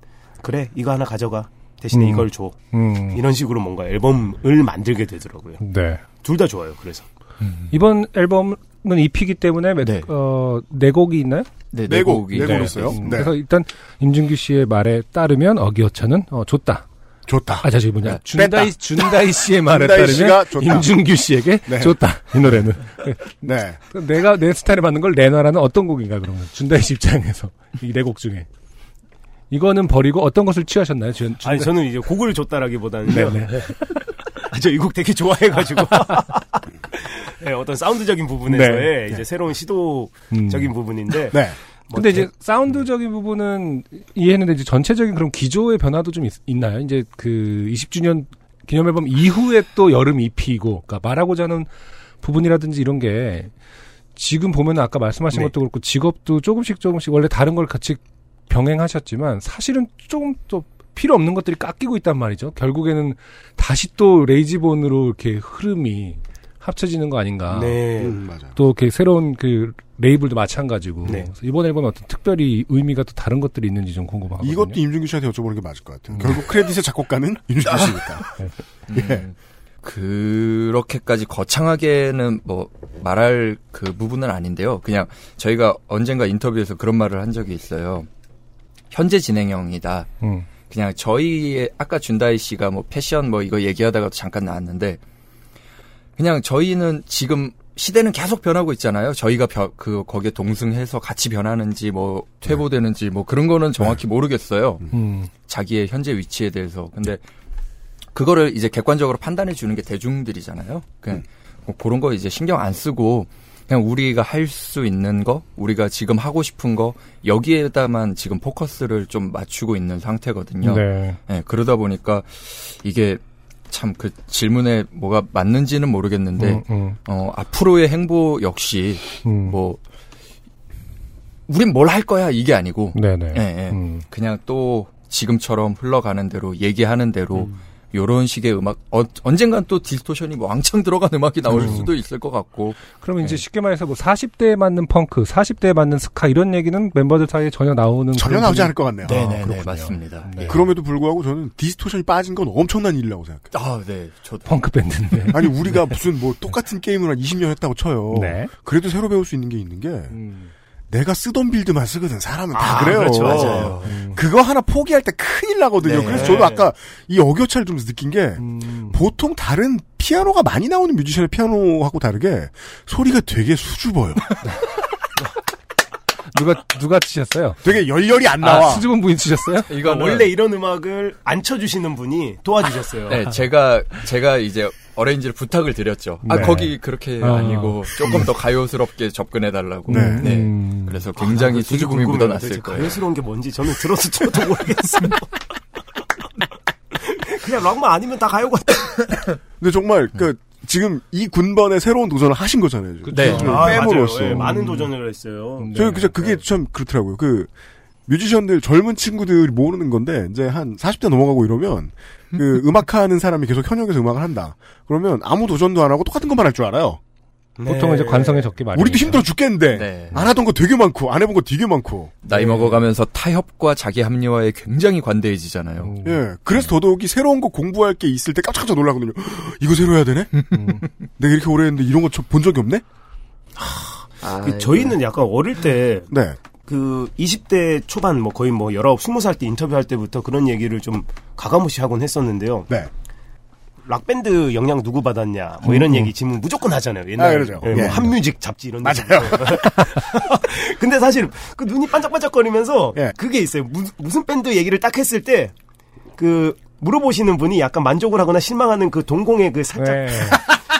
S4: 그래 이거 하나 가져가 대신에
S2: 음.
S4: 이걸 줘
S2: 음,
S4: 이런 식으로 뭔가 앨범을 만들게 되더라고요.
S2: 네.
S4: 둘 다 좋아요. 그래서
S2: 이번 앨범은 EP이기 때문에 몇,
S8: 네.
S2: 어, 네 곡이 있나요?
S8: 네,
S3: 네 곡,
S8: 내곡이
S3: 네
S8: 네.
S3: 곡으로 써요.
S2: 음,
S3: 네.
S2: 그래서 일단 임준규 씨의 말에 따르면 어기어처는 어, 줬다.
S3: 좋다.
S2: 아, 저 뭐냐?
S8: 네,
S2: 준다이 준다이 씨의 말에
S3: 준다이 씨가
S2: 따르면
S3: 줬다.
S2: 임준규 씨에게
S3: 네.
S2: 줬다. 이 노래는
S3: 네.
S2: 그럼 내가 내 스타일에 맞는 걸 내놔라는 어떤 곡인가 그러면 준다이 씨 입장에서 이 네 곡 중에 이거는 버리고 어떤 것을 취하셨나요? 준,
S4: 아니
S2: 준다-
S4: 저는 이제 곡을 줬다라기보다는 요 아,
S2: 네, 네.
S4: 저 이 곡 되게 좋아해가지고 네, 어떤 사운드적인 부분에서의
S2: 네.
S4: 이제 새로운 시도적인
S2: 음.
S4: 부분인데
S3: 네.
S4: 뭐
S2: 근데
S4: 대-
S2: 이제 사운드적인 부분은 이해했는데 이제 전체적인 그런 기조의 변화도 좀 있, 나요 이제 그 20주년 기념 앨범 이후에 또 여름 EP이고, 그러니까 말하고자 하는 부분이라든지 이런 게 지금 보면 아까 말씀하신
S4: 네.
S2: 것도 그렇고 직업도 조금씩 조금씩 원래 다른 걸 같이 병행하셨지만 사실은 조금 또 필요 없는 것들이 깎이고 있단 말이죠. 결국에는 다시 또 레이지본으로 이렇게 흐름이 합쳐지는 거 아닌가.
S4: 네.
S3: 음, 맞아요.
S2: 또 이렇게 새로운 그 레이블도 마찬가지고
S4: 네.
S2: 그래서 이번 앨범 어떤 특별히 의미가 또 다른 것들이 있는지 좀 궁금하거든요.
S3: 이것도 임준규 씨한테 여쭤보는 게 맞을 것 같아요. 결국 크레딧의 작곡가는 임준규 음. 씨니까.
S8: 음, 그렇게까지 거창하게는 뭐 말할 그 부분은 아닌데요. 그냥 저희가 언젠가 인터뷰에서 그런 말을 한 적이 있어요. 현재 진행형이다.
S2: 음.
S8: 그냥 저희의 아까 준다이 씨가 뭐 패션 뭐 이거 얘기하다가 잠깐 나왔는데 그냥 저희는 지금 시대는 계속 변하고 있잖아요. 저희가 변- 그 거기에 동승해서 같이 변하는지 뭐 퇴보되는지 뭐 그런 거는 정확히 모르겠어요.
S2: 음.
S8: 자기의 현재 위치에 대해서. 근데 그거를 이제 객관적으로 판단해 주는 게 대중들이잖아요.
S2: 음.
S8: 그냥 뭐 그런 거 이제 신경 안 쓰고 그냥 우리가 할 수 있는 거, 우리가 지금 하고 싶은 거 여기에다만 지금 포커스를 좀 맞추고 있는 상태거든요.
S2: 네.
S8: 예, 그러다 보니까 이게 참 그 질문에 뭐가 맞는지는
S3: 네.
S8: 모르겠는데
S2: 음, 음,
S3: 뭐.
S8: 어, 앞으로의 행보 역시
S2: 음.
S8: 뭐 우린 뭘 할 거야 이게 아니고
S2: 네네.
S8: 예, 예.
S2: 음.
S8: 그냥 또 지금처럼 흘러가는 대로 얘기하는 대로
S2: 음.
S8: 요런 식의 음악 어- 언젠간 또 디스토션이 뭐 왕창 들어간 음악이 나올 수도 있을 것 같고
S2: 그럼
S3: 네.
S2: 이제 쉽게 말해서 뭐 40대에 맞는 펑크, 40대에 맞는 스카 이런 얘기는 멤버들 사이에 전혀 나오는
S3: 전혀
S2: 그런
S3: 나오지
S2: 분이-
S3: 않을 것 음. 같네요.
S8: 네네네
S3: 아, 그렇군요.
S8: 맞습니다 예.
S3: 그럼에도 불구하고 저는 디스토션이 빠진 건 엄청난 일이라고 생각해요.
S8: 아네 저도
S2: 펑크 밴드인데.
S3: 아니 우리가 무슨 뭐 똑같은 게임을 한 20년 했다고 쳐요.
S2: 네.
S3: 그래도 새로 배울 수 있는 게 있는 게 내가 쓰던 빌드만 쓰거든. 사람은 다
S4: 아,
S3: 그래요.
S4: 그렇죠. 맞아요.
S3: 그거 하나 포기할 때 큰일 나거든요.
S8: 네.
S3: 그래서 저도 아까 이 어교차를 좀 느낀 게 보통 다른 피아노가 많이 나오는 뮤지션의 피아노하고 다르게 소리가 되게 수줍어요.
S2: 누가 누가 치셨어요?
S3: 되게 열렬히 안
S2: 아,
S3: 나와.
S2: 수줍은 부인 치셨어요?
S8: 이거는
S4: 그러니까 원래 이런 음악을 안 쳐주시는 분이 도와주셨어요.
S8: 네, 제가 제가 이제 어레인지를 부탁을 드렸죠. 아
S2: 네.
S8: 거기 그렇게
S2: 아.
S8: 아니고 조금 더 가요스럽게 접근해 달라고.
S3: 네.
S2: 음.
S8: 그래서
S4: 아,
S8: 굉장히
S4: 나 되게
S8: 수줍음이
S4: 궁금해요.
S8: 묻어났을
S4: 도대체
S8: 거예요.
S4: 가요스러운 게 뭔지 저는 들어도 저도 모르겠어요. 그냥 락만 아니면 다 가요 같아.
S3: 근데 정말 그 지금 이 군번에 새로운 도전을 하신 거잖아요. 음. 지금.
S8: 네.
S3: 아, 뺨으로써.
S4: 맞아요. 예, 많은 도전을 했어요.
S3: 저희 그저 그게 참 그렇더라고요. 그 뮤지션들 젊은 친구들이 모르는 건데 이제 한 40대 넘어가고 이러면 그 음악하는 사람이 계속 현역에서 음악을 한다. 그러면 아무 도전도 안 하고 똑같은 것만 할 줄 알아요.
S4: 네.
S2: 보통 은 이제 관성에 적기 마련.
S3: 우리도 힘들어 죽겠는데
S8: 네.
S3: 안 하던 거 되게 많고 안 해본 거 되게 많고.
S8: 나이 먹어가면서 타협과 자기 합리화에 굉장히 관대해지잖아요.
S3: 예, 그래서 더더욱이 새로운 거 공부할 게 있을 때 깜짝깜짝 놀라거든요. 이거 새로 해야 되네? 내가 이렇게 오래 했는데 이런 거 본 적이 없네?
S4: 그 저희는 약간 어릴 때
S3: 네.
S4: 그 20대 초반 뭐 거의 뭐 19, 20살 때 인터뷰할 때부터 그런 얘기를 좀 가감없이 하곤 했었는데요.
S3: 네.
S4: 락밴드 영향 누구 받았냐 뭐 이런 얘기 지금 무조건 하잖아요. 옛날에
S3: 음. 아, 그러죠.
S4: 예, 뭐
S3: 예.
S4: 한뮤직 잡지 이런 데서.
S3: 맞아요.
S4: 근데 사실 그 눈이 반짝반짝거리면서
S3: 예.
S4: 그게 있어요. 무, 무슨 밴드 얘기를 딱 했을 때 그 물어보시는 분이 약간 만족을 하거나 실망하는 그 동공의 그 살짝
S2: 네.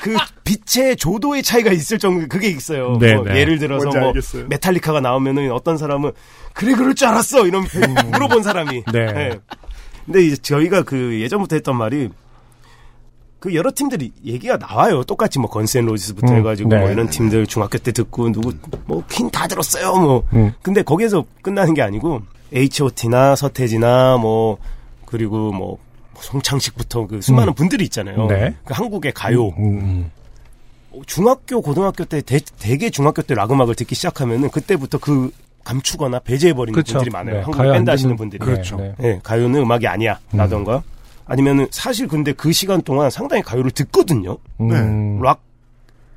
S4: 그 빛의 조도의 차이가 있을 정도 그게 있어요.
S2: 네,
S4: 뭐
S2: 네.
S4: 예를 들어서
S3: 뭔지
S4: 뭐
S3: 알겠어요.
S4: 메탈리카가 나오면은 어떤 사람은 그래 그럴 줄 알았어 이런 물어본 사람이.
S2: 음. 네.
S4: 예. 근데 이제 저희가 그 예전부터 했던 말이 그 여러 팀들이 얘기가 나와요. 똑같이 뭐 건센 로지스부터
S2: 음,
S4: 해가지고
S2: 네.
S4: 뭐 이런 팀들 중학교 때 듣고 누구 뭐 퀸 다 들었어요. 뭐
S2: 음.
S4: 근데 거기에서 끝나는 게 아니고 H.O.T.나 서태지나 뭐 그리고 뭐 송창식부터 그 수많은 분들이 있잖아요.
S2: 음. 네.
S4: 그 한국의 가요
S2: 음.
S4: 중학교 고등학교 때 대, 되게 중학교 때 락음악을 듣기 시작하면은 그때부터 그 감추거나 배제해버리는
S2: 그렇죠.
S4: 분들이 많아요.
S2: 네,
S4: 한국
S2: 가요 안
S4: 밴드 하시는
S2: 듣는-
S4: 분들이.
S2: 네, 그렇죠. 네.
S4: 예, 가요는 음악이 아니야. 라던가. 아니면은 사실 근데 그 시간 동안 상당히 가요를 듣거든요.
S2: 음.
S4: 락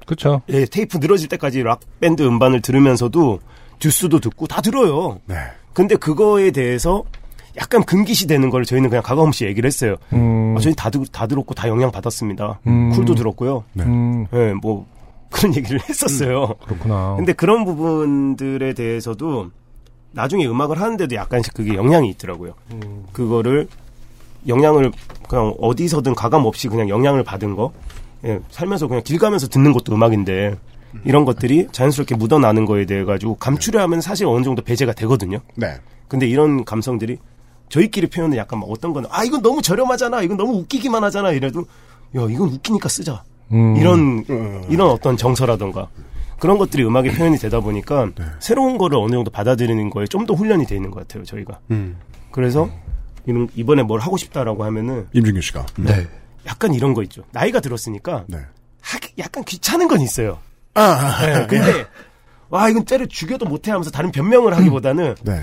S2: 그렇죠.
S4: 예, 테이프 늘어질 때까지 락 밴드 음반을 들으면서도 듀스도 듣고 다 들어요.
S3: 네.
S4: 근데 그거에 대해서 약간 금기시 되는 걸 저희는 그냥 가감없이 얘기를 했어요.
S2: 음.
S4: 아, 저희 다, 들- 다 들었고 다 영향 받았습니다.
S2: 음.
S4: 쿨도 들었고요.
S2: 음.
S4: 예, 뭐 그런 얘기를 했었어요.
S2: 그렇구나.
S4: 근데 그런 부분들에 대해서도 나중에 음악을 하는데도 약간씩 그게 영향이 있더라고요. 그거를 영향을 그냥 어디서든 가감 없이 그냥 영향을 받은 거. 예, 살면서 그냥 길 가면서 듣는 것도 음악인데 이런 것들이 자연스럽게 묻어나는 거에 대해 가지고 감추려 하면 사실 어느 정도 배제가 되거든요.
S3: 네.
S4: 근데 이런 감성들이 저희끼리 표현은 약간 막 어떤 거는 아 이건 너무 저렴하잖아 이건 너무 웃기기만 하잖아 이래도 야 이건 웃기니까 쓰자
S2: 음.
S4: 이런 이런 어떤 정서라던가 그런 것들이 음악에 표현이 되다 보니까 새로운 거를 어느 정도 받아들이는 거에 좀 더 훈련이 돼 있는 것 같아요 저희가
S3: 음.
S4: 그래서 이런 이번에 뭘 하고 싶다라고 하면은
S3: 임준규 씨가.
S8: 네.
S4: 약간 이런 거 있죠 나이가 들었으니까
S3: 네.
S4: 하기- 약간 귀찮은 건 있어요
S3: 아, 아,
S4: 네, 근데 와 이건 때려 죽여도 못해 하면서 다른 변명을 하기보다는
S3: 네.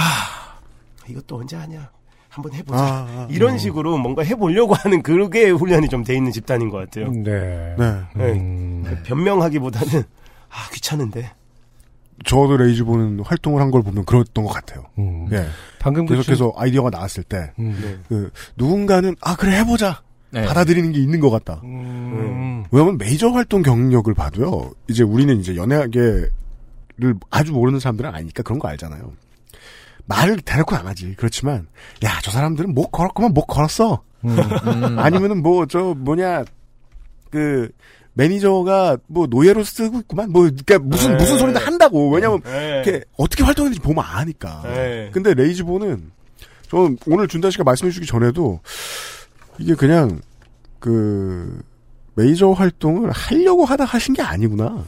S4: 아, 이것도 언제 하냐 한번 해보자
S3: 아, 아,
S2: 음.
S4: 이런 식으로 뭔가 해보려고 하는 그게 훈련이 좀 돼 있는 집단인 것 같아요.
S2: 네.
S3: 네.
S4: 네.
S2: 음.
S4: 변명하기보다는 아 귀찮은데
S3: 저도 레이즈 보는 활동을 한 걸 보면 그랬던 것 같아요.
S2: 음.
S3: 예.
S2: 방금 그 친-
S3: 계속해서 아이디어가 나왔을 때,
S2: 음.
S3: 그, 누군가는, 아, 그래, 해보자.
S8: 네.
S3: 받아들이는 게 있는 것 같다.
S2: 음.
S3: 왜냐면 메이저 활동 경력을 봐도요, 이제 우리는 이제 연예계를 아주 모르는 사람들은 아니니까 그런 거 알잖아요. 말을 대놓고 안 하지. 그렇지만, 야, 저 사람들은 못 걸었구만, 못 걸었어.
S2: 음.
S3: 아니면은 뭐, 저, 뭐냐, 그, 매니저가 뭐 노예로 쓰고 있구만 뭐 그러니까 무슨 무슨 소리나 한다고 왜냐면
S2: 네.
S3: 이렇게 어떻게 활동했는지 보면 아니까.
S4: 네.
S3: 근데 레이즈보는 저는 오늘 준다 씨가 말씀해주기 전에도 이게 그냥 그 메이저 활동을 하려고 하다 하신 게 아니구나.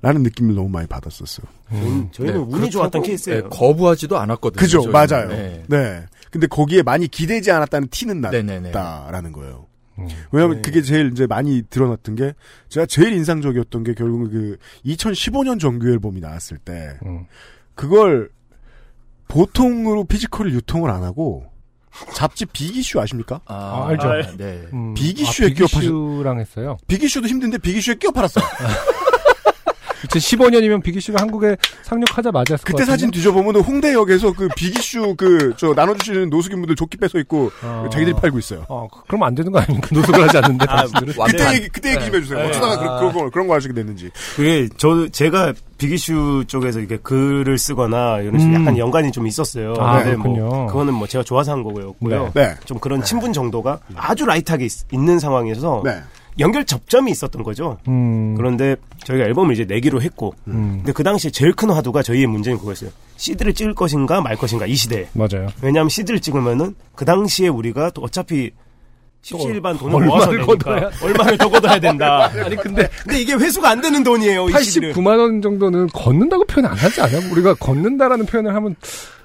S3: 라는 느낌을 너무 많이 받았었어요.
S4: 저희는, 저희는
S8: 네,
S4: 운이
S8: 그렇다고,
S4: 좋았던 케이스예요.
S8: 네, 거부하지도 않았거든요.
S3: 그죠,
S8: 저희는.
S3: 맞아요. 네.
S8: 네.
S3: 근데 거기에 많이 기대지 않았다는 티는
S8: 네네네.
S3: 났다라는 거예요. 왜냐면 하 그게 제일 이제 많이 드러났던 게 제가 제일 인상적이었던 게 결국은 그 2015년 정규 앨범이 나왔을 때
S2: 음.
S3: 그걸 보통으로 피지컬을 유통을 안 하고 잡지 빅이슈 아십니까?
S8: 아,
S2: 아, 알죠.
S8: 아, 네.
S2: 음,
S3: 비기슈에
S2: 아,
S3: 끼워 파신-
S2: 비기슈랑 했어요.
S3: 빅이슈도 힘든데 빅이슈에 끼어 팔았어.
S8: 아,
S2: 2015년이면 비기슈가 한국에 상륙하자 맞았을
S3: 그때 사진 뒤져보면 홍대역에서 그 빅이슈 그 저 나눠주시는 노숙인 분들 조끼 뺏어 입고
S2: 아.
S3: 자기들이 팔고 있어요.
S2: 어, 그- 그러면 안 되는 거 아닙니까? 노숙을 하지 않는데
S4: 아,
S2: 당신들은.
S3: 그때
S8: 완벽한-
S3: 얘기 그때 얘기 좀 해주세요.
S4: 네.
S3: 어쩌다가
S4: 아.
S3: 그런 거 그런 거 하시게 됐는지.
S4: 그게 저 제가 비기슈 쪽에서 이렇게 글을 쓰거나 이런 식으로
S2: 음.
S4: 약간 연관이 좀 있었어요.
S2: 아,
S4: 근데
S2: 그렇군요.
S4: 뭐 그거는 뭐 제가 좋아서 한 거고요.
S2: 네.
S3: 네.
S4: 좀 그런 친분 정도가 아주 라이트하게 있, 는 상황에서
S3: 네.
S4: 연결 접점이 있었던 거죠.
S2: 음,
S4: 그런데 저희가 앨범을 이제 내기로 했고,
S2: 음,
S4: 근데 그 당시에 제일 큰 화두가 저희의 문제는 그거였어요. CD를 찍을 것인가 말 것인가 이 시대에.
S2: 맞아요.
S4: 왜냐하면 CD를 찍으면은 그 당시에 우리가 또 어차피 십시일반 돈을
S2: 얼마를
S4: 모아서 내니까
S2: 걷어야-
S4: 얼마를 더 걷어야 된다.
S2: 아니, 근데
S4: 근데 이게 회수가 안 되는 돈이에요. 이 CD는.
S2: 89만 원 정도는 걷는다고 표현 안 하지 않아요? 우리가 걷는다라는 표현을 하면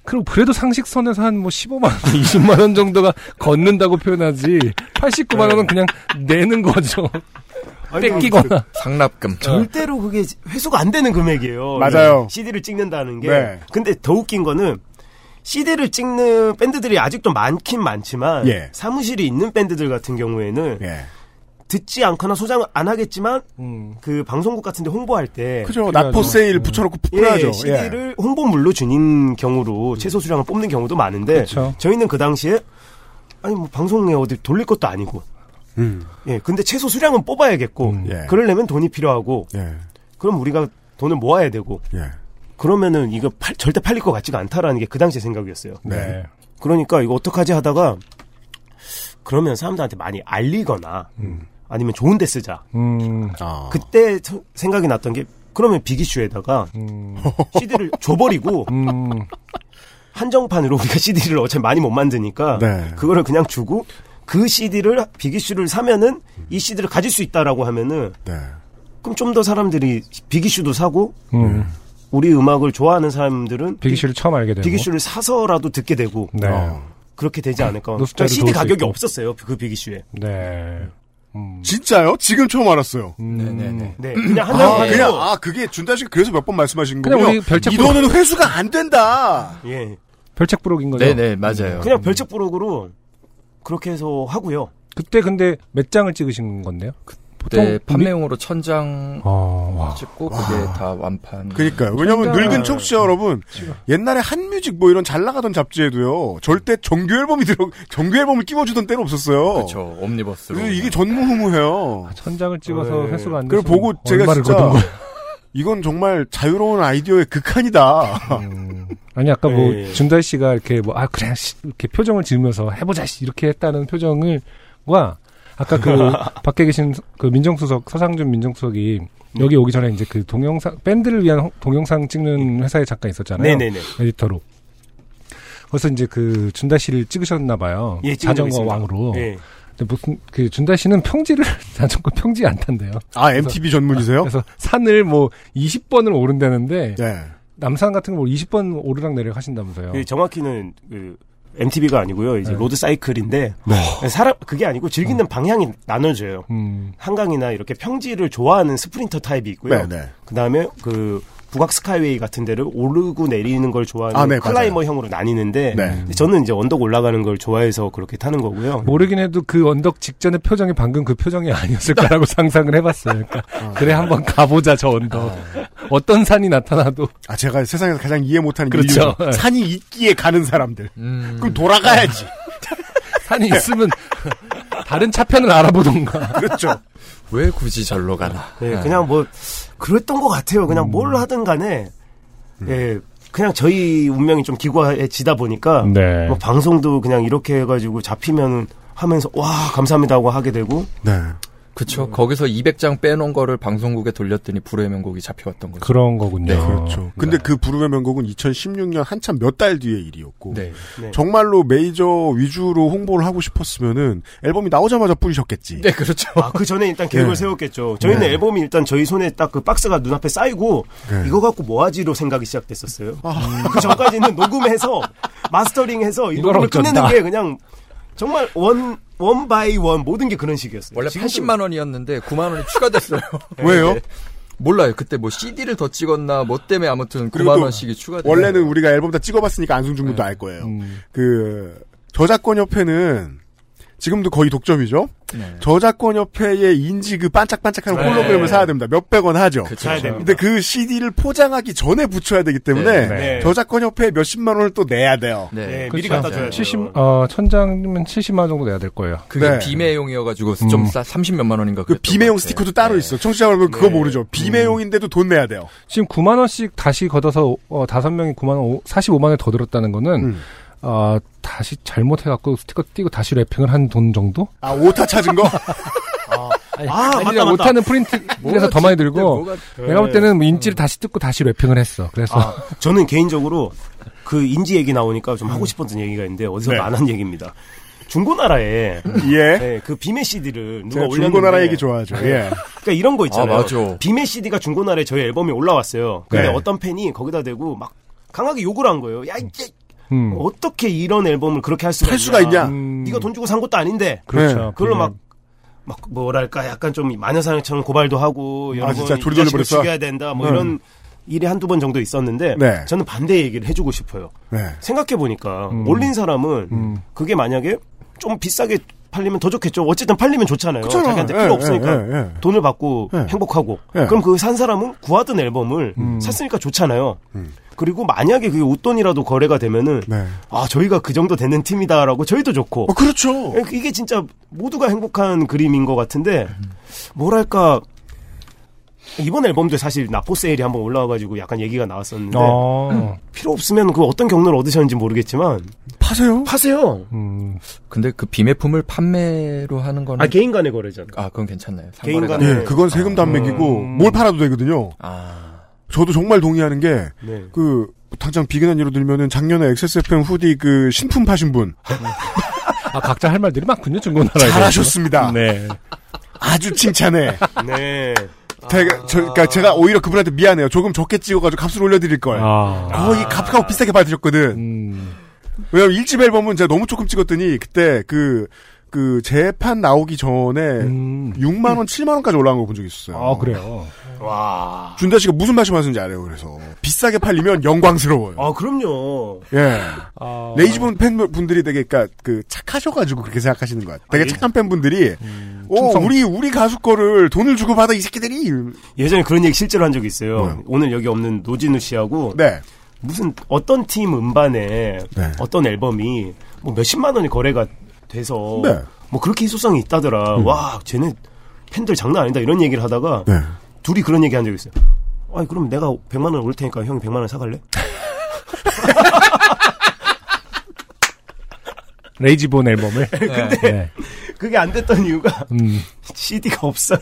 S2: 그럼 그래도 상식선에서 한 뭐 15만 원, 20만 원 정도가 걷는다고 표현하지 89만 원은 그냥 내는 거죠. 뺏기거나.
S8: 상납금.
S4: 절대로 그게 회수가 안 되는 금액이에요.
S3: 맞아요.
S4: CD를 찍는다는 게.
S3: 네.
S4: 근데 더 웃긴 거는 CD를 찍는 밴드들이 아직도 많긴 많지만
S3: 예.
S4: 사무실이 있는 밴드들 같은 경우에는
S3: 예.
S4: 듣지 않거나 소장을 안 하겠지만
S2: 음.
S4: 그 방송국 같은 데 홍보할 때
S3: 그죠. 나포 세일 붙여놓고
S4: 예,
S3: 뿌려야죠.
S4: CD를 홍보물로 주는 경우로 최소 수량을 뽑는 경우도 많은데
S2: 그쵸.
S4: 저희는 그 당시에 아니 뭐 방송에 어디 돌릴 것도 아니고 예 근데 최소 수량은 뽑아야겠고
S3: 예.
S4: 그러려면 돈이 필요하고
S3: 예. 예.
S4: 그럼 우리가 돈을 모아야 되고
S3: 예.
S4: 그러면은 이거 팔- 절대 팔릴 것 같지가 않다라는 게 그 당시 생각이었어요.
S3: 네.
S4: 그러니까 이거 어떡하지 하다가 그러면 사람들한테 많이 알리거나 아니면 좋은 데 쓰자.
S2: 음,
S3: 아.
S4: 어. 그때 서- 생각이 났던 게 그러면 빅이슈에다가 CD를 줘버리고
S2: 음,
S4: 한정판으로 우리가 CD를 어차피 많이 못 만드니까
S3: 네.
S4: 그거를 그냥 주고 그 CD를 빅이슈를 사면은 이 CD를 가질 수 있다라고 하면은
S3: 네.
S4: 그럼 좀 더 사람들이 빅이슈도 사고
S2: 음.
S4: 우리 음악을 좋아하는 사람들은
S2: 비기슈를 처음 알게 되고.
S4: 비기슈를 사서라도 듣게 되고
S2: 네. 아,
S3: 어.
S4: 그렇게 되지 않을까.
S2: 노숙자를
S4: 그러니까 CD
S2: 도울 수
S4: 가격이
S2: 있고.
S4: 없었어요. 그 비기슈에.
S2: 네. 음.
S3: 진짜요? 지금 처음 알았어요.
S8: 네네네.
S4: 네. 그냥 한
S3: 아,
S4: 장
S3: 그냥,
S4: 가지고
S3: 아, 그게 준다 씨 그래서 몇 번 말씀하신
S2: 그냥
S3: 거예요.
S2: 우리 별책
S3: 이
S2: 부록.
S3: 돈은 회수가 안 된다.
S4: 예.
S2: 별책 부록인 거죠.
S8: 네네,
S3: 음.
S8: 맞아요.
S4: 그냥 별책 부록으로 그렇게 해서 하고요.
S2: 그때 근데 몇 장을 찍으신 건데요?
S8: 그때
S2: 보통 우리-
S8: 판매용으로 천장
S2: 어, 와.
S8: 찍고 그게 다 완판.
S3: 아. 그니까요. 왜냐면 늙은 청취자 여러분, 옛날에 한뮤직 뭐 이런 잘 나가던 잡지에도요, 절대 정규 앨범이 들어, 정규 앨범을 끼워주던 때는 없었어요.
S8: 그렇죠. 옴니버스로.
S3: 그래서 이게 전무후무해요.
S2: 천장을 찍어서
S4: 네.
S2: 회수가 안
S3: 그걸
S2: 됐으면
S3: 보고 제가
S2: 얼마를
S3: 진짜
S2: 거둔 거예요?
S3: 이건 정말 자유로운 아이디어의 극한이다.
S2: 아니 아까 뭐
S4: 예, 예.
S2: 준달 씨가 이렇게 뭐 아 그래 씨, 이렇게 표정을 지으면서 해보자 씨, 이렇게 했다는 표정을 과 아까 그 밖에 계신 그 민정수석 서상준 민정수석이
S4: 음.
S2: 여기 오기 전에 이제 그 동영상 밴드를 위한 홍- 동영상 찍는 회사에 잠깐 있었잖아요.
S4: 네네네.
S2: 에디터로. 그래서 이제 그 준달 씨를 찍으셨나 봐요.
S4: 예, 찍은
S2: 자전거
S4: 적이 있습니다.
S3: 어.
S2: 왕으로.
S4: 예.
S2: 근데 무슨 그 준달 씨는 평지를 자전거 평지 안 탄대요.
S3: 아, MTV 전문이세요?
S2: 그래서 네. 산을 뭐 20번을 오른다는데
S3: 네.
S2: 남산 같은 거 뭐 20번 오르락 내리락 하신다면서요.
S3: 어.
S4: 그 정확히는 그 MTV가 아니고요.
S3: 네.
S4: 이제 로드 사이클인데 사람 그게 아니고
S3: 어.
S4: 즐기는 방향이 나눠져요.
S2: 음.
S4: 한강이나 이렇게 평지를 좋아하는 스프린터 타입이 있고요.
S3: 네, 네.
S4: 그다음에 그 북악 스카이웨이 같은 데를 오르고 내리는 걸 좋아하는
S3: 아, 네,
S4: 클라이머형으로 나뉘는데
S3: 네.
S4: 저는 이제 언덕 올라가는 걸 좋아해서 그렇게 타는 거고요.
S2: 모르긴 해도 그 언덕 직전의 표정이 방금 그 표정이 아니었을까라고 상상을 해봤어요.
S4: 아, 네.
S2: 그러니까 그래 한번 가보자 저 언덕. 어떤 산이 나타나도
S3: 아, 제가 세상에서 가장 이해 못하는
S2: 그렇죠.
S3: 이유 산이 있기에 가는 사람들.
S8: 음,
S2: 네.
S3: 그럼 돌아가야지.
S2: 산이 있으면 다른 차편을 알아보던가.
S3: 그렇죠.
S8: 왜 굳이 절로 가나.
S2: 네.
S4: 예, 그냥 뭐 그랬던 것 같아요.
S2: 음.
S4: 그냥 뭘 하든 간에 예, 그냥 저희 운명이 좀 기구해지다 보니까
S2: 네.
S4: 뭐 방송도 그냥 이렇게 해가지고 잡히면 하면서 와 감사합니다고 하게 되고
S3: 네.
S8: 그쵸. 거기서 200장 빼놓은 거를 방송국에 돌렸더니 불후의 명곡이 잡혀왔던 거죠.
S2: 그런
S4: 네,
S2: 거군요.
S3: 그렇죠. 근데
S2: 네.
S3: 그 부름의 명곡은 2016년 한참 몇 달 뒤의 일이었고
S8: 네.
S4: 네.
S3: 정말로 메이저 위주로 홍보를 하고 싶었으면은 앨범이 나오자마자 뿌리셨겠지.
S8: 네, 그렇죠.
S4: 아, 그 전에 일단 계획을
S3: 네.
S4: 세웠겠죠. 저희는
S3: 네.
S4: 앨범이 일단 저희 손에 딱 그 박스가 눈앞에 쌓이고
S3: 네.
S4: 이거 갖고 뭐 하지로 생각이 시작됐었어요.
S2: 아.
S4: 그 전까지는 녹음해서 마스터링해서 이
S2: 이걸
S4: 녹음을
S2: 어쩐다.
S4: 끝내는 게 그냥 정말 원, 원 바이 원 모든 게 그런 식이었어요.
S8: 원래
S4: 지금도
S8: 80만 원이었는데 9만 원이 추가됐어요. 네.
S3: 왜요?
S8: 몰라요. 그때 뭐 CD를 더 찍었나 뭐 때문에 아무튼
S3: 그리고
S8: 9만
S3: 또
S8: 원씩이 추가됐어요. 네. 음.
S3: 원래는 우리가 앨범 다 찍어봤으니까 안승준 군도 알 거예요. 그 저작권 협회는 지금도 거의 독점이죠.
S8: 네.
S3: 저작권 협회의 인지 그 반짝반짝하는
S8: 네.
S3: 홀로그램을 사야 됩니다. 몇백 원 하죠.
S8: 그쵸.
S4: 사야 됩니다.
S3: 근데 그 CD를 포장하기 전에 붙여야 되기 때문에
S8: 네,
S4: 네.
S3: 저작권 협회에 몇십만 원을 또 내야 돼요.
S8: 네.
S4: 네,
S2: 그렇죠.
S4: 미리 갖다 줘야 돼요.
S2: 70, 어, 천장이면 70만 원 정도 내야 될 거예요.
S8: 그게
S3: 네.
S8: 비매용이어가지고 좀 싸, 30몇만 원인가
S3: 그
S8: 그랬던
S3: 비매용
S8: 것 같아요.
S3: 스티커도 따로
S8: 네. 음.
S3: 있어. 청취자 여러분 그거 모르죠. 비매용인데도 돈 내야 돼요.
S2: 지금 9만 원씩 다시 걷어서 어, 5명이 9만 원, 45만 원에 더 들었다는 거는
S3: 음.
S2: 어, 다시 잘못해갖고 스티커 띄고 다시 랩핑을 한 돈 정도?
S3: 아 오타 찾은 거?
S4: 아, 맞다, 맞다.
S2: 못하는 프린트에서 더 많이 들고
S8: 뭐가-
S2: 내가 볼 때는 뭐 인지를 다시 뜯고 다시 랩핑을 했어. 그래서
S4: 아, 저는 개인적으로 그 인지 얘기 나오니까 좀 하고 싶었던 얘기가 있는데 어디서
S3: 네.
S4: 만한 얘기입니다. 중고나라에
S3: 예.
S4: 네, 그 비메 CD를 누가
S3: 제가
S4: 올렸는데
S3: 중고나라 얘기 좋아하죠.
S8: 네.
S3: 예.
S4: 그러니까 이런 거 있잖아요.
S8: 아, 맞아.
S4: 비메 CD가 중고나라에 저희 앨범이 올라왔어요. 근데
S3: 네.
S4: 어떤 팬이 거기다 대고 막 강하게 욕을 한 거예요. 야, 이게
S2: 음.
S4: 어떻게 이런 앨범을 그렇게 할 수가
S3: 할 수가 있냐? 네.
S2: 음.
S4: 네가 돈 주고 산 것도 아닌데. 네.
S2: 그렇죠.
S4: 그걸로
S2: 비매-
S4: 막, 막 뭐랄까 약간 좀 마녀사냥처럼 고발도 하고 여러
S3: 아, 진짜
S4: 번
S3: 조리 돌려
S4: 이 자식을
S3: 버렸어?
S4: 죽여야 된다 뭐
S3: 음.
S4: 이런 일이 한두 번 정도 있었는데
S3: 네.
S4: 저는 반대 얘기를 해주고 싶어요.
S3: 네.
S4: 생각해 보니까
S3: 음.
S4: 올린 사람은 그게 만약에 좀 비싸게 팔리면 더 좋겠죠. 어쨌든 팔리면 좋잖아요.
S3: 그렇잖아.
S4: 자기한테
S3: 예,
S4: 필요
S3: 예,
S4: 없으니까
S3: 예, 예.
S4: 돈을 받고
S3: 예.
S4: 행복하고
S3: 예. 음.
S4: 그럼 그 산 사람은 구하던 앨범을 샀으니까 좋잖아요. 그리고 만약에 그게 웃돈이라도 거래가 되면은
S3: 네.
S4: 아 저희가 그 정도 되는 팀이다라고 저희도 좋고 예,
S3: 어, 그렇죠.
S4: 이게 진짜 모두가 행복한 그림인 것 같은데 뭐랄까 이번 앨범도 사실 나포 세일이 한번 올라와가지고 약간 얘기가 나왔었는데
S2: 어,
S4: 필요 없으면 그 어떤 경로를 얻으셨는지 모르겠지만
S3: 파세요.
S4: 파세요.
S2: 음.
S8: 근데 그 비매품을 판매로 하는 거는
S4: 아 개인 간의 거래잖아.
S8: 아, 그건 괜찮나요?
S4: 개인
S8: 상관에
S4: 간에-
S8: 관-
S3: 예, 그건 세금 단맥이고
S2: 네. 음.
S3: 뭘 팔아도 되거든요.
S8: 아,
S3: 저도 정말 동의하는 게
S4: 네.
S3: 그 당장 비근한 예로 들면은 작년에 XSFM 후디 그 신품 파신 분
S2: 아, 각자 할 말들이 많군요, 중고나라에.
S3: 잘하셨습니다.
S2: 네.
S3: 아주 칭찬해.
S4: 네.
S3: 제가 저, 그러니까 제가 오히려 그분한테 미안해요. 조금 적게 찍어가지고 값을 올려드릴 걸.
S2: 아.
S3: 거의 값하고 비싸게 받으셨거든.
S2: 음.
S3: 왜냐면 일집 앨범은 제가 너무 조금 찍었더니 그때 그, 그 재판 나오기 전에
S2: 음.
S3: 6만원, 7만원까지 올라간 걸 본 적이 있어요.
S2: 아, 그래요.
S4: 와.
S3: 준다 씨가 무슨 말씀 하시는지 알아요, 그래서. 비싸게 팔리면 영광스러워요.
S4: 아 그럼요.
S3: 예.
S2: 아.
S3: 레이지본 팬분들이 되게, 그니까, 그, 착하셔가지고 그렇게 생각하시는 것 같아요.
S2: 예.
S3: 되게 착한 팬분들이,
S2: 음,
S3: 오, 우리, 우리 가수 거를 돈을 주고 받아, 이 새끼들이.
S4: 예전에 그런 얘기 실제로 한 적이 있어요.
S3: 뭐요?
S4: 오늘 여기 없는 노진우 씨하고
S3: 네.
S4: 무슨 어떤 팀 음반에
S3: 네.
S4: 어떤 앨범이 뭐 몇십만 원이 거래가 돼서
S3: 네. 음.
S4: 뭐 그렇게 희소성이 있다더라. 와, 쟤네 팬들 장난 아니다. 이런 얘기를 하다가
S3: 네.
S4: 둘이 그런 얘기 한 적이 있어요. 아니, 그럼 내가 100만 원 올 테니까 형이 100만 원 사갈래?
S2: 레이지본 앨범을. 네.
S4: 그게 안 됐던 이유가
S2: 음.
S4: CD가 없어요.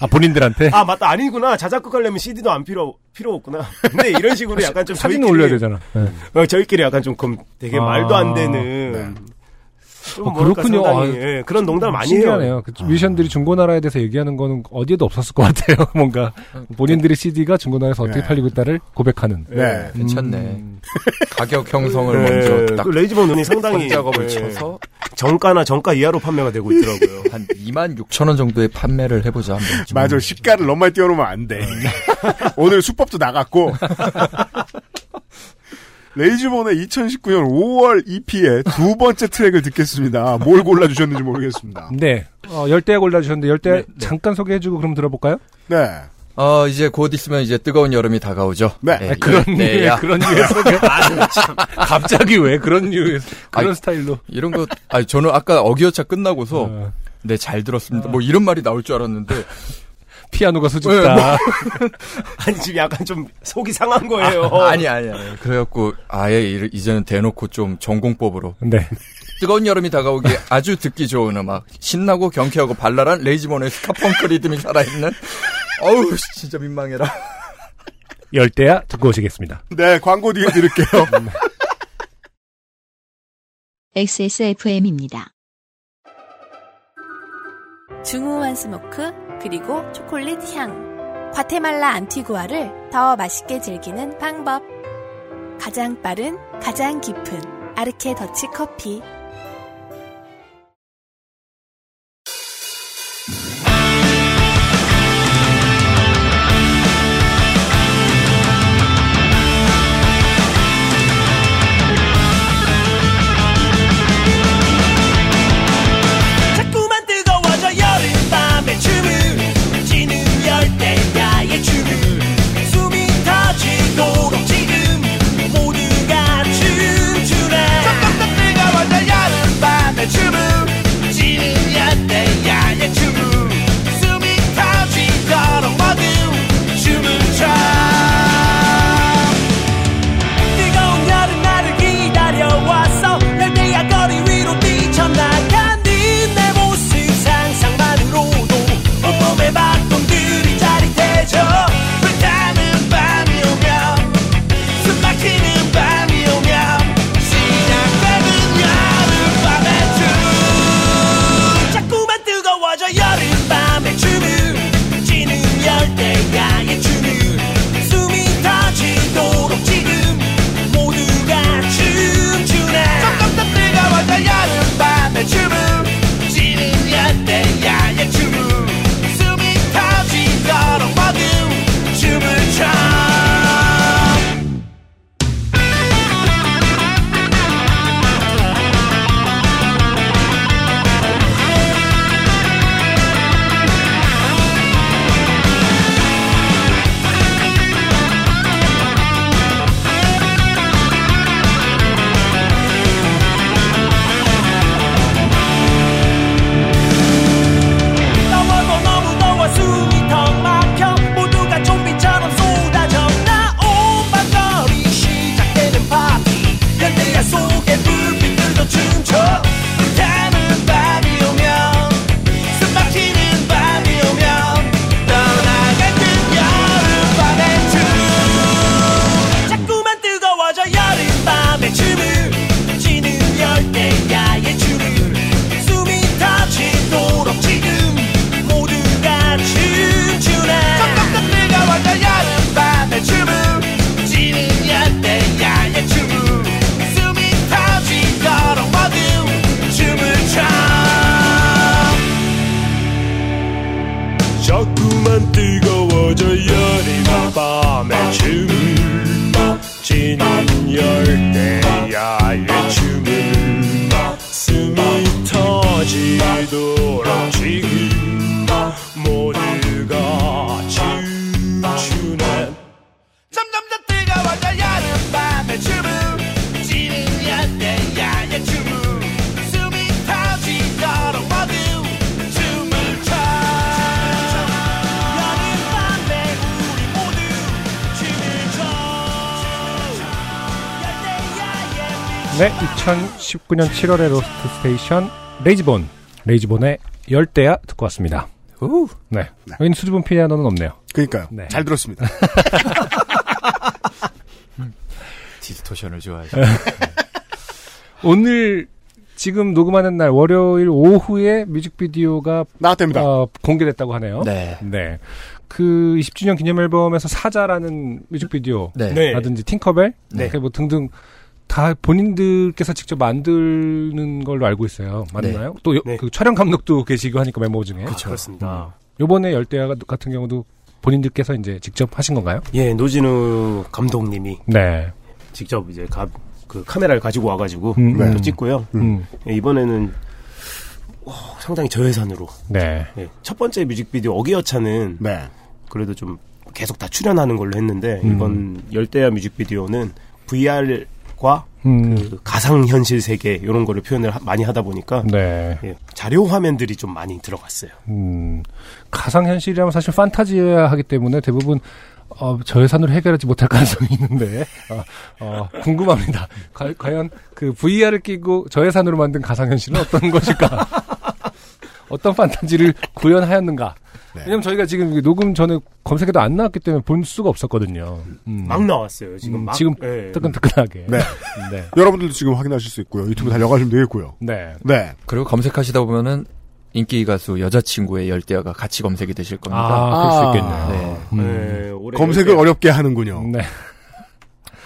S2: 아, 본인들한테?
S4: 아, 맞다. 아니구나. 자작곡 하려면 CD도 안 필요, 필요 없구나. 근데 이런 식으로 약간 좀
S2: 사진을
S4: 저희끼리-
S2: 올려야 되잖아. 네.
S4: 어, 저희끼리 약간 좀 그럼 되게
S2: 아, 네.
S4: 말도 안 되는. 좀
S2: 어,
S4: 뭐랄까
S2: 그렇군요.
S4: 상당히,
S2: 아,
S4: 예, 그런 농담 많이 해요. 아.
S2: 신기하네요. 그 뮤지션들이 중고나라에 대해서 얘기하는 거는 어디에도 없었을 것 같아요. 뭔가 본인들의 CD가 중고나라에서 어떻게
S3: 네.
S2: 팔리고 있다를 고백하는.
S3: 네.
S8: 괜찮네. 가격
S2: 네.
S8: 형성을
S4: 예,
S8: 먼저
S4: 그
S8: 딱
S4: 레이지본은 상당히
S8: 선 작업을
S4: 예,
S8: 쳐서
S4: 정가나 정가 이하로 판매가 되고 있더라고요.
S8: 한 2만 6천 원 정도의 판매를 해보자 한번. 좀.
S3: 맞아. 시가를 너무 많이 띄워놓으면 안 돼. 오늘 수법도 나갔고. 레이즈본의 2019년 5월 EP의 두 번째 트랙을 듣겠습니다. 뭘 골라주셨는지 모르겠습니다.
S2: 네. 어, 열대 골라주셨는데 열대 잠깐 소개해주고 그럼 들어볼까요?
S3: 네.
S8: 어 이제 곧 있으면 이제 뜨거운 여름이 다가오죠.
S3: 네. 아,
S8: 예, 예, 야.
S2: 그런 류의 소개. 갑자기 왜 그런 류 그런
S8: 아이,
S2: 스타일로?
S8: 이런 거, 아니, 저는 아까 어기어차 끝나고서,
S2: 어.
S8: 네, 잘 들었습니다. 뭐 이런 말이 나올 줄 알았는데,
S2: 피아노가 수줍다.
S4: 아니 지금 약간 좀 속이 상한
S8: 어. 아,
S4: 거예요.
S8: 아니, 아니, 아니. 그래갖고, 아예 이- 이제는 대놓고 좀 전공법으로
S2: 네.
S8: 뜨거운 여름이 다가오기에 아주 듣기 좋은 음악. 신나고 경쾌하고 발랄한 레이지몬의 스카펑크 리듬이 살아있는. 어우, 진짜 민망해라.
S2: 열대야 듣고 오시겠습니다.
S3: 네, 광고 뒤에 드릴게요.
S2: 음.
S6: XSFM입니다.
S5: 중후한 스모크 그리고 초콜릿 향 과테말라 안티구아를 더 맛있게 즐기는 방법 가장 빠른 가장 깊은 아르케 더치 커피
S10: 자꾸만 뜨거워져 여름밤의 춤을 지는 열대야의 예, 춤을 숨이 터지도록 지금 모두가 춤추네 자꾸만 뜨거워져 여름밤의 춤을 지는 열대야의 예, 춤을 숨이 터지도록 모두 춤을 춰 뜨거운 여름 나를 기다려왔어 열대야 거리 위로 뛰쳐나가는 내 모습 상상만으로도 온몸에 박동들이 짜릿해져 불타는 밤이 오면 숨막히는 밤이 오면 시작되는 여름밤의 춤 자꾸만 뜨거워져 여름밤의 춤을 지는 열대야의 춤을 숨이 터지도록 지금 모두가 춤추네 조금 더 뜨거워져 여름밤의 춤을 지는 열대야의 춤을 숨이 터지도록 모두 춤을 춰 더워도 너무 더워 숨이 턱 막혀 모두가 좀비처럼 쏟아져 나온 밤거리 시작되는 파티 열대야 속에 불빛들도 춤춰 불타는 밤이 오면 숨막히는 밤이 오면 떠나가는 여름밤의 춤 자꾸만 뜨거워져 여름밤의 춤을 지는 열대야의 춤을 숨이 터지도록 지금 모두가 춤추네 점점 더 뜨거워져 여름밤의 춤을 지는 열대야의 춤을 숨이 터지도록 모두 춤을 춰 자꾸만 뜨거워져 여름 밤의 춤을 지는 열대야의 춤을 숨이 터지도록 지금 모두가 춤추네 점점 더 뜨거워져 여름밤의 춤을 지는 열대야의 춤을 숨이 터지도록 모두 춤을 춰 여름밤에 우리 모두 춤을 춰 열대야의 예,
S2: 네, 2019년 7월의 로스트 스테이션 레이지본 레이지본의 열대야 듣고 왔습니다.
S8: 우.
S2: 네, 여기는 수줍은 피아노는 없네요.
S3: 그러니까요.
S2: 네.
S3: 잘 들었습니다.
S8: 디스토션을 좋아해서.
S2: 오늘 지금 녹음하는 날 월요일 오후에 뮤직비디오가
S3: 나왔답니다.
S2: 어, 공개됐다고 하네요.
S8: 네.
S2: 네. 그 20주년 기념 앨범에서 사자라는 뮤직비디오
S8: 네.
S4: 네.
S2: 라든지 팅커벨
S8: 네.
S2: 뭐 등등 다 본인들께서 직접 만드는 걸로 알고 있어요. 맞나요? 또 여-
S4: 네.
S2: 그 촬영 감독도 계시고 하니까 멤버 중에.
S4: 아, 그렇습니다.
S2: 요번에 열대야 같은 경우도 본인들께서 이제 직접 하신 건가요?
S4: 예, 노진우 감독님이
S2: 네.
S4: 직접 이제 가, 그 카메라를 가지고 와가지고
S2: 음,
S4: 또
S2: 네.
S4: 찍고요.
S2: 음.
S4: 예, 이번에는 와, 상당히 저예산으로
S2: 네.
S4: 예, 첫 번째 뮤직비디오 어기어차는
S3: 네.
S4: 그래도 좀 계속 다 출연하는 걸로 했는데
S2: 음.
S4: 이번 열대야 뮤직비디오는 VR과 그
S2: 음.
S4: 가상 현실 세계 이런 거를 표현을 하- 많이 하다 보니까
S2: 네.
S4: 예, 자료 화면들이 좀 많이 들어갔어요.
S2: 음, 가상현실이라면 사실 판타지여야 하기 때문에 대부분 어, 저 예산으로 해결하지 못할 가능성이 있는데 어, 어, 궁금합니다. 과, 과연 그 VR을 끼고 저 예산으로 만든 가상현실은 어떤 것일까? 어떤 판타지를 구현하였는가?
S3: 네.
S2: 왜냐면 저희가 지금 이게 녹음 전에 검색해도 안 나왔기 때문에 볼 수가 없었거든요. 음.
S4: 막 나왔어요. 지금
S2: 음,
S4: 막.
S2: 지금
S4: 예.
S2: 뜨끈뜨끈하게.
S3: 네.
S2: 네.
S3: 여러분들도 지금 확인하실 수 있고요. 유튜브 달려가시면 되겠고요.
S2: 네.
S3: 네.
S8: 그리고 검색하시다 보면은 인기 가수 여자친구의 열대야가 같이 검색이 되실 겁니다.
S2: 아, 그럴
S3: 아.
S2: 수 있겠네요.
S8: 네.
S2: 음.
S4: 예, 올해
S3: 검색을
S4: 열대-
S3: 어렵게 하는군요.
S2: 네.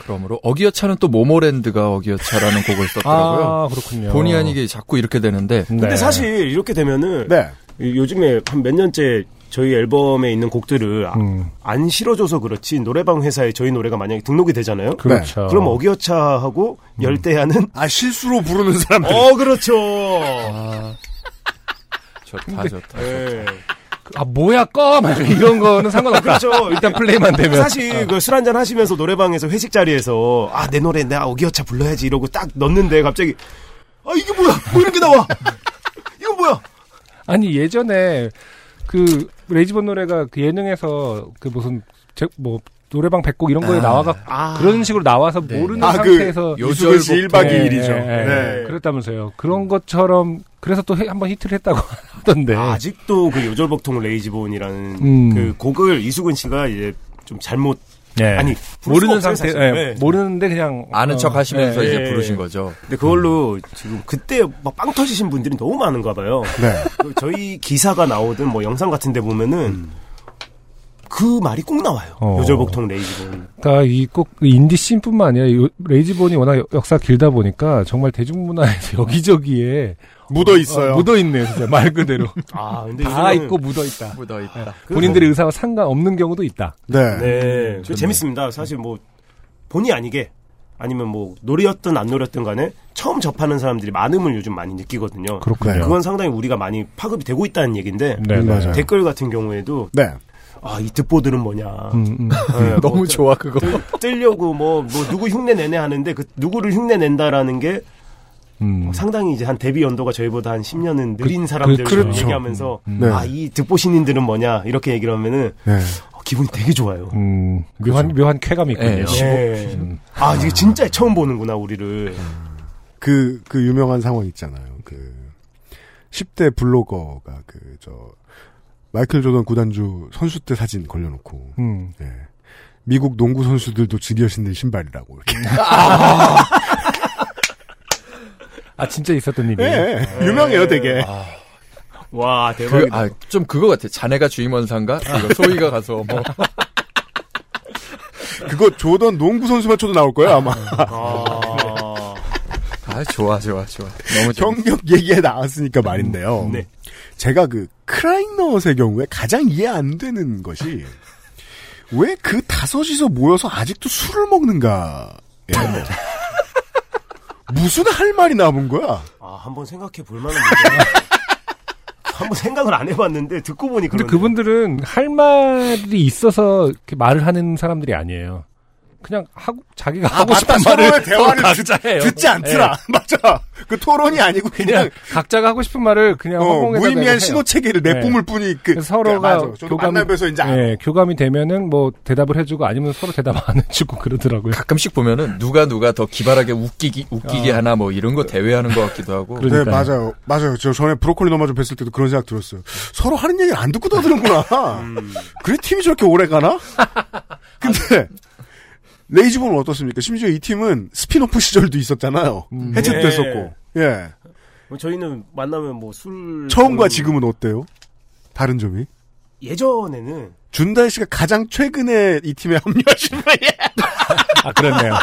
S8: 그러므로 어기어차는 또 모모랜드가 어기어차라는 곡을 썼더라고요.
S2: 아, 그렇군요. 네.
S8: 본의 아니게 자꾸 이렇게 되는데
S4: 근데 사실 이렇게 되면은
S3: 네.
S4: 이- 요즘에 한 몇 년째 저희 앨범에 있는 곡들을 아-
S2: 음.
S4: 안 실어줘서 그렇지 노래방 회사에 저희 노래가 만약에 등록이 되잖아요. 그,
S2: 그렇죠. 음.
S4: 럼 어기어차하고 열대야는
S3: 아, 실수로 부르는 사람들.
S4: 어 그렇죠.
S8: 좋다 좋다.
S4: 예.
S2: 아 뭐야 꺼! 막 이런 거는 상관없다.
S4: 그렇죠.
S2: 일단 플레이만 되면.
S4: 사실 그 술 한잔 하시면서 노래방에서 회식 자리에서 아 내 노래 내가 어기어차 불러야지 이러고 딱 넣는데 갑자기 아 이게 뭐야 뭐 이런 게 나와 이거 뭐야
S2: 아니 예전에 그 레이지본 노래가 그 예능에서 그 무슨 제, 뭐 노래방 백곡 이런 거에 나와가
S4: 아.
S2: 그런 식으로 나와서
S8: 아. 네.
S2: 모르는
S3: 아, 그
S2: 상태에서
S8: 요즘
S3: 유수근 씨 1박
S2: 예,
S3: 2일이죠.
S2: 예, 예.
S3: 네.
S2: 그랬다면서요. 그런 것처럼 그래서 또 해- 한번 히트를 했다고 하던데.
S4: 아직도 그 요절복통 레이지본이라는
S2: 네. 음.
S4: 그 곡을 이수근 씨가 이제 좀 잘못
S2: 예.
S4: 아니 부를
S2: 모르는
S4: 수가
S2: 상태,
S4: 없어요, 사실.
S2: 예,
S4: 네.
S2: 모르는데 그냥
S8: 네. 아는
S2: 어,
S8: 척
S2: 예,
S8: 하시면서
S2: 예.
S8: 이제
S4: 예.
S8: 부르신 거죠.
S4: 근데 그걸로 지금 그때 막 빵 터지신 분들이 너무 많은가 봐요.
S3: 네.
S4: 그 저희 기사가 나오든 뭐 영상 같은 데 보면은 그 말이 꼭 나와요.
S2: 음. 어.
S4: 요절복통 레이지본.
S2: 그러니까 이 꼭 인디 씬뿐만 아니라 요- 레이지본이 워낙 역사 길다 보니까 정말 대중문화에서 여기저기에
S3: 묻어 있어요. 네,
S2: 묻어 있네요, 진짜 말 그대로.
S4: 아, 근데
S2: 다
S4: 이거는-
S2: 있고 묻어 있다.
S3: 뭐,
S8: 묻어 있다.
S2: 본인들의 의사와 상관없는 경우도 있다.
S3: 네.
S2: 음.
S4: 네. 그 재밌습니다. 사실 뭐 본의 아니게 아니면 뭐 노렸든 안 노렸든 간에 처음 접하는 사람들이 많음을 요즘 많이 느끼거든요.
S3: 그렇군요.
S4: 건 상당히 우리가 많이 파급이 되고 있다는 얘기인데
S2: 네,
S3: 음,
S2: 네.
S3: 맞아요.
S4: 댓글 같은 경우에도
S3: 네.
S4: 아, 이 듣보들은 뭐냐.
S2: 음, 음.
S4: 네, 뭐
S3: 어,
S8: 너무 좋아 그거.
S4: 뜨려고 뭐, 뭐 누구 흉내 내내 하는데 그 누구를 흉내 낸다라는 게
S2: 음.
S4: 어, 상당히 이제 한 데뷔 연도가 저희보다 한 10년은 느린 사람들
S2: 그- 그렇죠.
S4: 얘기하면서
S3: 음. 네.
S4: 아, 이 듣보신인들은 뭐냐 이렇게 얘기를 하면은
S3: 네.
S4: 어, 기분이 되게 좋아요.
S2: 음, 묘한 묘한 쾌감이 있군요.
S8: 예,
S4: 예. 아, 이게 진짜 처음 보는구나 우리를.
S3: 그, 그 유명한 상황 있잖아요. 그, 10대 블로거가 그, 저, 마이클 조던 구단주 선수 때 사진 걸려놓고,
S2: 음.
S3: 예. 미국 농구 선수들도 즐겨 신는 신발이라고, 이렇게.
S2: 아 진짜 있었던 일이에요.
S3: 예. 유명해요, 되게.
S2: 아.
S4: 와,
S8: 그,
S4: 대박이다.
S8: 아, 좀 그거 같아. 자네가 주임원상가? 이거 소희가 가서 뭐.
S3: 그거 조던 농구 선수만 쳐도 나올 거예요, 아마.
S2: 네.
S4: 아.
S8: 아, 좋아, 좋아, 좋아. 너무 좋아.
S3: 경력 얘기에 나왔으니까 말인데요.
S2: 음,
S4: 네.
S3: 제가 그 크라이너스의 경우에 가장 이해 안 되는 것이 왜 그 다섯이서 모여서 아직도 술을 먹는가? 예. 무슨 할 말이 남은 거야?
S4: 아, 한번 생각해 볼 만한 문제. 한번 생각을 안 해봤는데 듣고 보니
S2: 근데
S4: 그런.
S2: 그분들은 할 말이 있어서 이렇게 말을 하는 사람들이 아니에요. 그냥 하고 자기가 하고 싶은 말을
S3: 서로의 대화를
S2: 서로
S3: 듣,
S2: 각자 해요. 예. 네.
S3: 듣지 않더라. 맞아. 그 토론이 아니고 그냥,
S2: 그냥 각자가 하고 싶은 말을 그냥
S3: 어,
S2: 허공에다
S3: 무의미한
S2: 해요. 네.
S3: 신호 체계를 내뿜을 뿐이 그
S2: 그래서 서로가
S3: 맞아. 저도 만나 뵈서 이제 알아.
S2: 예, 교감이 되면은 뭐 대답을 해주고 아니면 서로 대답 안 해주고 그러더라고요.
S8: 가끔씩 보면은 누가 누가 더 기발하게 웃기기, 웃기게 하나 뭐 이런 거 대회하는 것 같기도 하고.
S2: 그래. 그러니까요.
S3: 네, 맞아요. 맞아요. 저 전에 브로콜리 넘어좀 뵀을 때도 그런 생각 들었어요. 서로 하는 얘기를 안 듣고 떠드는구나.
S2: 음.
S3: 그래, 팀이 저렇게 오래 가나? 근데, 레이지본은 어떻습니까? 심지어 이 팀은 스피노프 시절도 있었잖아요.
S2: 음. 네.
S3: 해체됐었고. 예.
S4: 뭐 저희는 만나면 뭐 술
S3: 처음과 지금은 어때요? 다른 점이?
S4: 예전에는
S3: 준달 씨가 가장 최근에 이 팀에 합류하신 분이에요.
S2: 아 그렇네요.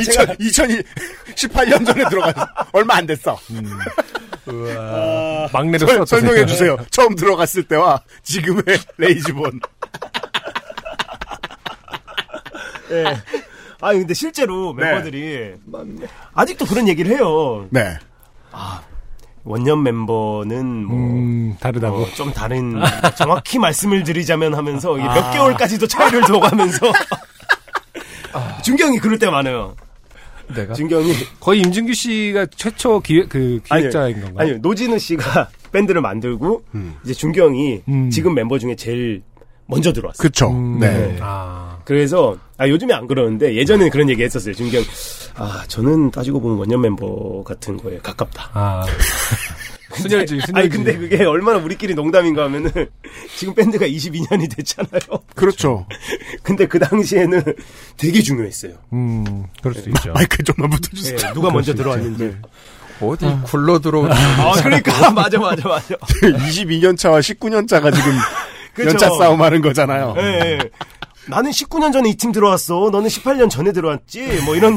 S3: 2000, 2018년 전에 들어가서 얼마 안 됐어.
S2: 막내로
S3: 아, 설-
S2: 서
S3: 설명해 주세요. 네. 처음 들어갔을 때와 지금의 레이지본.
S4: 예. 아 근데 실제로
S2: 네.
S4: 멤버들이 아직도 그런 얘기를 해요.
S3: 네.
S4: 원년 멤버는 뭐.
S2: 음 다르다고.
S4: 어, 좀 다른 정확히 말씀을 드리자면 하면서 이게
S2: 아.
S4: 몇 개월까지도 차이를 줘가면서
S2: 아.
S4: 준경이 그럴 때 많아요.
S8: 내가.
S4: 준경이
S2: 거의 임준규 씨가 최초 기획 그 기획자인 건가요?
S4: 아니 노진우 씨가 밴드를 만들고 이제 준경이
S2: 음.
S4: 지금 멤버 중에 제일 먼저 들어왔어요.
S3: 그쵸.
S2: 음,
S3: 네.
S2: 아.
S4: 그래서 아 요즘에 안 그러는데 예전에는 그런 얘기 했었어요. 준경 아 저는 따지고 보면 원년 멤버 같은 거에 가깝다.
S2: 아. 순혈지, 순혈지.
S4: 아니 근데 그게 얼마나 우리끼리 농담인가 하면은 지금 밴드가 22년이 됐잖아요.
S3: 그렇죠.
S4: 근데 그 당시에는 되게 중요했어요.
S2: 음, 그럴 수 있죠.
S3: 마이크 좀만 붙여주세요.
S4: 예, 누가 먼저 들어왔는지.
S8: 어디 굴러 들어오지?
S4: 아 그러니까 맞아 맞아 맞아.
S3: 네. 22년 차와 19년 차가 지금
S4: 그쵸.
S3: 연차 싸움하는 거잖아요.
S4: 예, 예. 나는 19년 전에 이 팀 들어왔어. 너는 18년 전에 들어왔지. 뭐 이런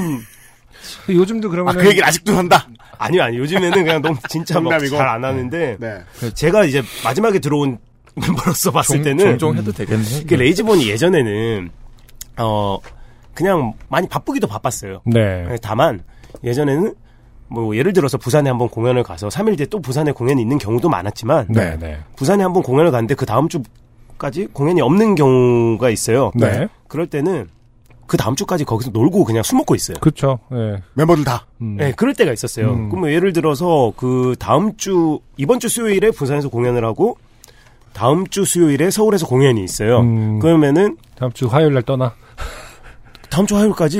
S2: 요즘도
S3: 아,
S2: 그러면.
S3: 그 얘기를 아직도 한다.
S4: 아니요 아니 요즘에는 그냥 너무 진짜 막
S3: 농담이고.
S4: 잘 안 하는데 그
S3: 네.
S4: 제가 이제 마지막에 들어온 멤버로서 봤을
S8: 종,
S4: 때는
S8: 종종 해도 되겠네.
S4: 그 레이즈본이 예전에는 어 그냥 많이 바쁘기도 바빴어요.
S2: 네.
S4: 예, 다만 예전에는 뭐 예를 들어서 부산에 한번 공연을 가서 3일 뒤에 또 부산에 공연이 있는 경우도 많았지만
S2: 네, 네.
S4: 부산에 한번 공연을 갔는데 그 다음 주까지 공연이 없는 경우가 있어요.
S2: 네.
S4: 그럴 때는 그 다음 주까지 거기서 놀고 그냥 술 먹고 있어요.
S2: 그렇죠. 예.
S3: 멤버들 다.
S2: 음.
S4: 네, 그럴 때가 있었어요.
S2: 음.
S4: 그럼 뭐 예를 들어서 그 다음 주 이번 주 수요일에 부산에서 공연을 하고 다음 주 수요일에 서울에서 공연이 있어요.
S2: 음.
S4: 그러면은
S2: 다음 주 화요일 날 떠나.
S4: 다음 주 화요일까지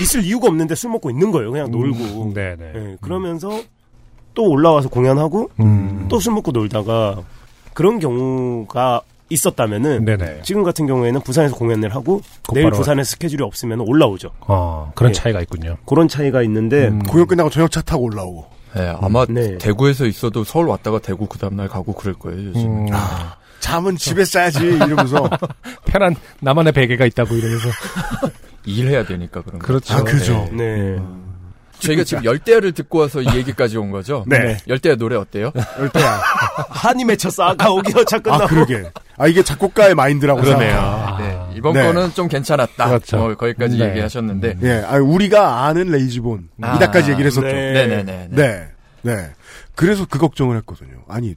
S4: 있을 이유가 없는데 술 먹고 있는 거예요. 그냥 놀고.
S2: 네, 네.
S4: 예, 그러면서 또 올라와서 공연하고
S2: 음.
S4: 또 술 먹고 놀다가 그런 경우가 있었다면은
S2: 네네.
S4: 지금 같은 경우에는 부산에서 공연을 하고 내일
S2: 곧바로.
S4: 부산에 스케줄이 없으면 올라오죠.
S2: 어, 그런
S4: 예.
S2: 차이가 있군요.
S4: 그런 차이가 있는데
S2: 음.
S3: 공연 끝나고 저녁 차 타고 올라오고.
S8: 네, 아마
S4: 네.
S8: 대구에서 있어도 서울 왔다가 대구 그 다음날 가고 그럴 거예요. 아, 요즘.
S2: 음,
S3: 잠은 집에서 자야지 이러면서.
S2: 편한 나만의 베개가 있다고 이러면서.
S8: 일해야 되니까 그런 거.
S2: 그렇죠.
S3: 아, 그죠.
S4: 네.
S8: 저희가 지금 열대야를 듣고 와서 이 얘기까지 온 거죠?
S3: 그러니까. 네.
S8: 열대야 노래 어때요?
S3: 열대야.
S4: 한이 맺혔어. 아까 오기어차 끝나고.
S3: 아, 그러게. 아, 이게 작곡가의 마인드라고 생각해요.
S8: 네, 이번
S3: 네.
S8: 거는 좀 괜찮았다.
S2: 그렇죠.
S8: 뭐 거기까지
S2: 네.
S8: 얘기하셨는데.
S3: 예, 아, 우리가 아는 레이지본.
S8: 아,
S3: 이다까지 얘기를 했었죠.
S4: 네.
S8: 네네네.
S3: 네. 네. 그래서 그 걱정을 했거든요. 아니,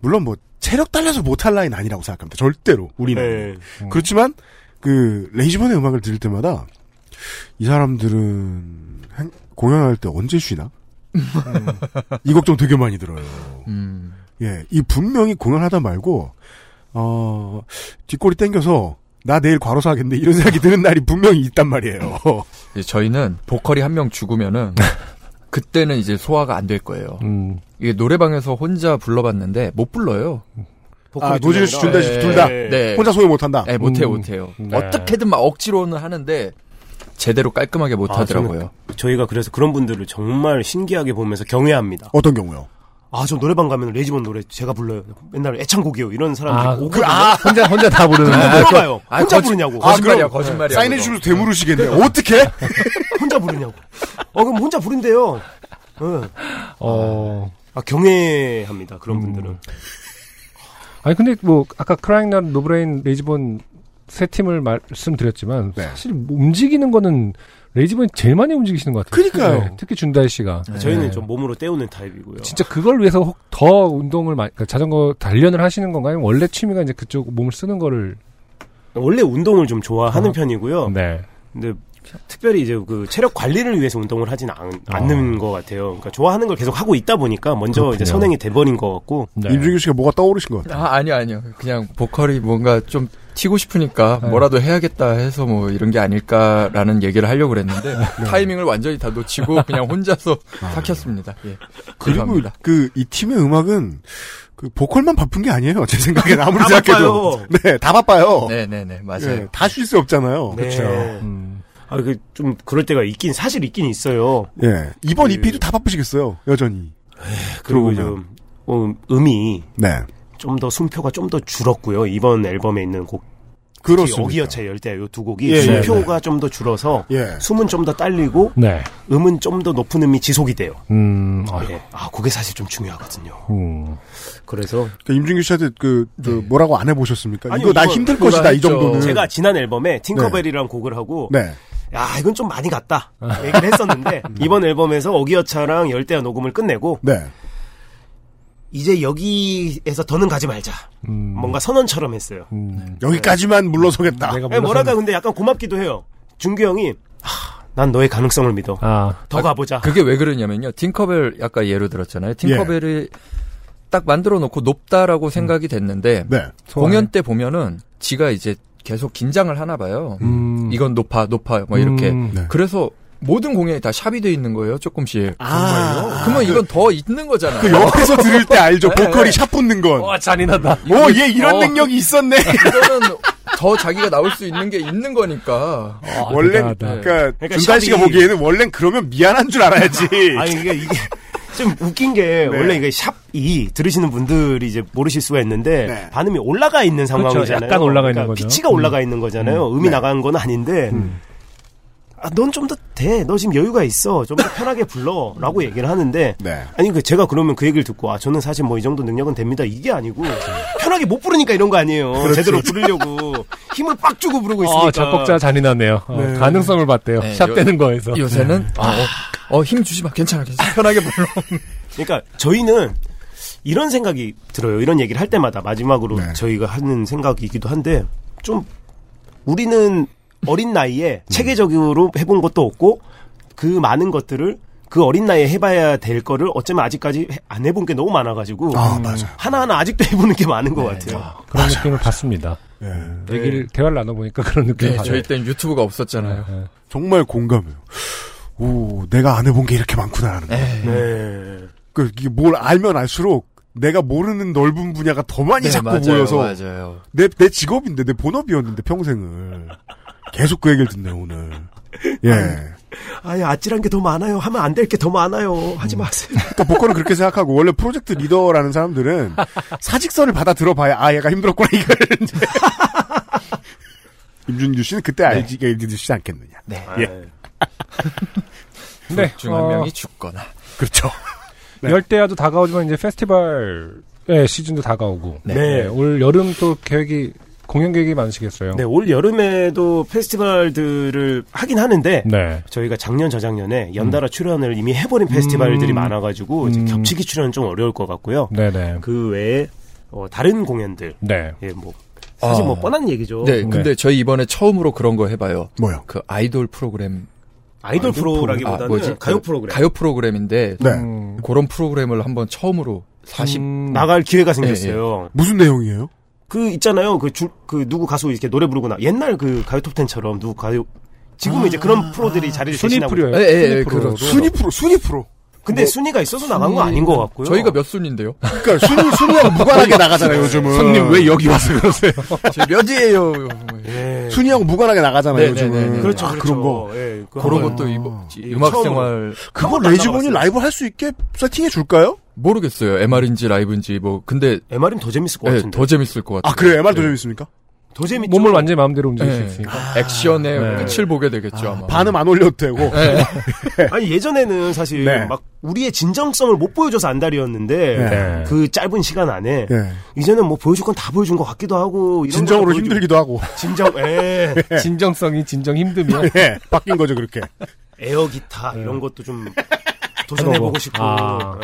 S3: 물론 뭐, 체력 달려서 못할 라인 아니라고 생각합니다. 절대로, 우리는. 음.
S4: 네.
S3: 그렇지만, 그, 레이지본의 음악을 들을 때마다, 이 사람들은, 행- 공연할 때 언제 쉬나? 음. 이 걱정 되게 많이 들어요.
S8: 음.
S3: 예, 이 분명히 공연하다 말고, 어, 뒷골이 땡겨서, 나 내일 과로사 하겠네, 이런 생각이 드는 날이 분명히 있단 말이에요.
S8: 이제 저희는 보컬이 한 명 죽으면은 그때는 이제 소화가 안 될 거예요.
S2: 음.
S8: 이게 노래방에서 혼자 불러봤는데 못 불러요.
S3: 아, 노진우 씨, 준다 씨, 둘 다.
S4: 네.
S8: 네.
S3: 혼자 소유 못한다.
S8: 네, 못해요,
S2: 음.
S8: 못해요.
S2: 네.
S8: 어떻게든 막 억지로는 하는데 제대로 깔끔하게
S4: 아,
S8: 못하더라고요.
S4: 저는 저희가 그래서 그런 분들을 정말 신기하게 보면서 경외합니다.
S3: 어떤 경우요?
S4: 아, 저 노래방 가면 레지본 노래 제가 불러요. 맨날 애창곡이요. 이런 사람들이
S2: 아,
S4: 오거든요.
S2: 혼자, 혼자 다 부르는.
S4: 아,
S2: 데
S4: 물어봐요.
S8: 아,
S4: 혼자
S8: 거짓-
S4: 부르냐고.
S8: 거짓말이야,
S3: 아, 그럼
S8: 거짓말이야.
S3: 사인해
S8: 그거.
S3: 주로 되물으시겠네요. 어떻게?
S4: 혼자 부르냐고. 어, 그럼 혼자 부른대요. 어.
S2: 어.
S4: 아, 경외합니다.
S2: 음.
S4: 그런 분들은.
S2: 아니 근데 뭐 아까 크라잉넛 노브레인 레이지본 세 팀을 말씀드렸지만
S3: 네.
S2: 사실 뭐 움직이는 거는 레이지본이 제일 많이 움직이시는 것 같아요. 네,
S3: 그러니까요.
S2: 특히 준다이 씨가
S4: 저희는
S2: 네.
S4: 좀 몸으로 때우는 타입이고요.
S2: 진짜 그걸 위해서 혹- 더 운동을 많이 그러니까 자전거 단련을 하시는 건가요? 아니면 원래 취미가 이제 그쪽 몸을 쓰는 거를
S4: 원래 운동을 좀 좋아하는
S2: 어.
S4: 편이고요.
S2: 네.
S4: 근데 특별히 이제 그 체력 관리를 위해서 운동을 하진 않, 않는 것 같아요. 그러니까 좋아하는 걸 계속 하고 있다 보니까 먼저 이제
S2: 그렇군요.
S4: 선행이 돼버린 것 같고.
S2: 네.
S3: 임중규 씨가 뭐가 떠오르신 것 같아요.
S8: 아, 아니요, 아니요. 그냥 보컬이 뭔가 좀 튀고 싶으니까
S3: 네.
S8: 뭐라도 해야겠다 해서 뭐 이런 게 아닐까라는 얘기를 하려고 그랬는데
S3: 네.
S8: 타이밍을 완전히 다 놓치고 그냥 혼자서 삭혔습니다. 예.
S3: 아. 그리고
S8: 죄송합니다.
S3: 그 이 팀의 음악은 그 보컬만 바쁜 게 아니에요. 제 생각엔 아무리
S4: 다
S3: 생각해도
S4: 바빠요.
S3: 네, 다 바빠요. 예,
S8: 네네네, 맞아요.
S3: 다 쉴 수 없잖아요.
S4: 그렇죠.
S2: 네. 음.
S4: 아, 그 좀 그럴 때가 있긴 사실 있긴 있어요.
S3: 예. 이번
S4: 그-
S3: EP도 다 바쁘시겠어요. 여전히.
S4: 그리고
S3: 그러고요.
S4: 좀 어, 음이
S3: 네.
S4: 좀 더 순표가 좀 더 줄었고요. 이번 앨범에 있는 곡,
S3: 그렇습니다.
S4: 어기어차 열대 요두 곡이
S3: 예,
S4: 순표가 좀 더 줄어서
S3: 예.
S4: 숨은 좀 더 딸리고
S2: 네.
S4: 음은 좀 더 높은 음이 지속이 돼요.
S2: 음. 아,
S4: 예. 아, 그게 사실 좀 중요하거든요.
S2: 음.
S4: 그래서
S3: 그 임중규 씨한테 그, 그 뭐라고 안 해보셨습니까?
S4: 아니요,
S3: 이거 나
S4: 이거-
S3: 힘들
S8: 그거
S3: 것이다 이
S8: 했죠.
S3: 정도는.
S4: 제가 지난 앨범에 팅커벨이라는 곡을 하고
S3: 네.
S4: 야, 이건 좀 많이 갔다. 얘기를 했었는데, 이번 앨범에서 어기어차랑 열대야 녹음을 끝내고,
S3: 네.
S4: 이제 여기에서 더는 가지 말자.
S2: 음.
S4: 뭔가 선언처럼 했어요.
S2: 음.
S3: 여기까지만 물러서겠다.
S2: 내가
S4: 예, 뭐랄까,
S2: 몰라서-
S4: 근데 약간 고맙기도 해요. 준규 형이, 하, 난 너의 가능성을 믿어.
S2: 아.
S4: 더 가보자.
S8: 그게 왜 그러냐면요. 팅커벨 아까 예로 들었잖아요. 팅커벨이 딱 만들어 놓고 높다라고 생각이 됐는데
S3: 네.
S8: 공연 때 보면은 지가 이제 계속 긴장을 하나 봐요.
S2: 음.
S8: 이건 높아, 높아, 뭐 이렇게.
S2: 음.
S3: 네.
S8: 그래서 모든 공연이 다 샵이 돼 있는 거예요, 조금씩.
S4: 아,
S8: 그러면 이건 더 있는 거잖아요.
S3: 그 옆에서 들을 때 알죠.
S8: 네,
S3: 보컬이
S8: 네.
S3: 샵 붙는 건.
S2: 와 잔인하다.
S3: 오, 얘 이런
S8: 어.
S3: 능력이 있었네.
S8: 이거는 더 자기가 나올 수 있는 게 있는 거니까.
S3: 원래
S2: 대단하다.
S3: 그러니까
S4: 그러니까
S3: 준단 씨가
S4: 샵이-
S3: 보기에는 원래 그러면 미안한 줄 알아야지.
S4: 아니 이게 이게 좀 웃긴 게
S3: 네.
S4: 원래 이게 샵이 들으시는 분들이 이제 모르실 수가 있는데
S3: 네.
S4: 반음이 올라가 있는 상황이잖아요.
S2: 그렇죠.
S4: 그러니까
S2: 약간 올라가 있는 거죠. 음.
S4: 피치가 올라가 있는 거잖아요.
S3: 네.
S4: 음이 나간 건 아닌데. 아, 넌 좀 더 돼. 너 지금 여유가 있어. 좀 더 편하게 불러. 라고 얘기를 하는데.
S3: 음. 네.
S4: 아니, 그, 제가 그러면 그 얘기를 듣고, 아, 저는 사실 뭐 이 정도 능력은 됩니다. 이게 아니고, 편하게 못 부르니까 이런 거 아니에요. 제대로 부르려고. 힘을 빡 주고 부르고 있으니까.
S2: 아, 작곡자 잔인하네요. 어, 가능성을 봤대요.
S8: 네,
S2: 샵
S8: 요-
S2: 되는 거에서.
S8: 요새는, 아, 어, 어, 힘 주지 마. 괜찮아, 괜찮아. 편하게 불러.
S4: 그러니까 저희는 이런 생각이 들어요. 이런 얘기를 할 때마다 마지막으로
S3: 네.
S4: 저희가 하는 생각이기도 한데 좀 우리는 어린 나이에 체계적으로 해본 것도 없고 그 많은 것들을 그 어린 나이에 해봐야 될 거를 어쩌면 아직까지 해- 안 해본 게 너무 많아가지고
S3: 아, 맞아.
S4: 하나하나 아직도 해보는 게 많은 것 같아요.
S2: 그런 느낌을 받습니다.
S3: 네.
S2: 얘기를 대화를 나눠 보니까 그런 느낌이
S8: 네,
S2: 받아요.
S8: 저희 땐 유튜브가 없었잖아요.
S3: 정말 공감해요. 오, 내가 안 해본 게 이렇게 많구나라는. 거.
S4: 네.
S3: 그, 이게 뭘 알면 알수록 내가 모르는 넓은 분야가 더 많이 자꾸
S8: 네, 맞아요,
S3: 보여서
S8: 맞아요.
S3: 내, 내 직업인데, 내 본업이었는데, 평생을. 계속 그 얘기를 듣네, 오늘. 예.
S4: 아예 아찔한 게 더 많아요. 하면 안 될 게 더 많아요. 하지 마세요.
S3: 그러니까 보컬은 그렇게 생각하고, 원래 프로젝트 리더라는 사람들은 사직서를 받아 들어봐야, 아, 얘가 힘들었구나, 이걸. 이제. 임준규 씨는 그때 알지, 네. 알지 않겠느냐. 네. 예.
S2: 네,
S8: 중한
S2: 어,
S8: 명이 죽거나.
S3: 그렇죠. 네.
S2: 열대야도 다가오지만 이제 페스티벌의 시즌도 다가오고.
S8: 네.
S2: 올 여름 또 계획이 공연 계획이 많으시겠어요.
S4: 네, 올 여름에도 페스티벌들을 하긴 하는데
S2: 네.
S4: 저희가 작년 저작년에 연달아 출연을 이미 해버린 페스티벌들이
S2: 음.
S4: 많아가지고 이제
S2: 음.
S4: 겹치기 출연은 좀 어려울 것 같고요.
S2: 네, 네.
S4: 그 외에 어, 다른 공연들
S2: 네.
S4: 예, 뭐 사실
S8: 아.
S4: 뭐 뻔한 얘기죠.
S8: 네, 근데 저희 이번에 처음으로 그런 거 해봐요.
S3: 뭐요?
S8: 그 아이돌 프로그램.
S4: 아이돌
S8: 아,
S4: 프로라기보다는
S8: 뭐지?
S4: 가요
S8: 그
S4: 프로그램
S8: 가요 프로그램인데,
S3: 네.
S2: 음,
S8: 그런 프로그램을 한번 처음으로 40,
S2: 음,
S4: 나갈 기회가 생겼어요.
S3: 무슨 내용이에요?
S4: 그 있잖아요. 그, 줄- 그 누구 가수 이렇게 노래 부르거나 옛날 그 가요 톱텐처럼 누구 가요 지금은 이제 그런 프로들이 자리를
S2: 순위
S4: 대신하고 있어요.
S2: 프로예요.
S8: 예, 예, 예,
S2: 순위 프로로.
S8: 그렇죠.
S3: 순위 프로, 순위 프로.
S4: 근데 순위가 있어서 나간 건 아닌 것 같고요.
S8: 저희가 몇 순인데요?
S3: 그러니까 순위, 순위하고 무관하게 나가잖아요, 요즘은.
S2: 손님 왜 여기 와서 그러세요?
S8: 저희 몇이에요?
S4: 예.
S3: 순위하고 무관하게 나가잖아요,
S8: 네,
S3: 요즘은.
S8: 네, 네, 네.
S4: 그렇죠,
S3: 아,
S4: 그렇죠.
S3: 그런 거.
S4: 예, 그거
S8: 그런
S4: 한번
S8: 것도 이번
S4: 예,
S8: 음악
S4: 처음으로.
S8: 생활
S3: 그거
S4: 한번
S3: 레지본이
S4: 만나봤어요.
S3: 라이브 할 수 있게 세팅해 줄까요?
S8: 모르겠어요. MR인지 라이브인지 뭐 근데
S4: MR이면 더 재밌을 것
S8: 예,
S4: 같은데.
S8: 더 재밌을 것 같아요.
S3: 아, 그래요? MR 더 재밌습니까?
S4: 더 재밌죠.
S2: 몸을 완전히 마음대로 움직일
S3: 네.
S2: 수
S8: 예.
S2: 있으니까.
S8: 액션의
S2: 네.
S8: 끝을 보게 되겠죠 아마.
S3: 반음 안 올려도 되고.
S4: 아니 예전에는 사실
S3: 네.
S4: 막 우리의 진정성을 못 보여줘서 안달이었는데
S2: 네.
S4: 그 짧은 시간 안에
S3: 예.
S4: 이제는 뭐 보여줄 건 다 보여준 것 같기도 하고 네. 이런
S3: 진정으로
S4: 걸 보여주-
S3: 힘들기도 하고.
S4: 진정 예. 에
S3: 네.
S2: 진정성이 진정 힘듦이요.
S3: 예. 바뀐 거죠, 그렇게.
S4: 에어 기타 이런 것도 좀 도전해보고
S2: 네. 해보고.
S4: 싶고
S2: 아.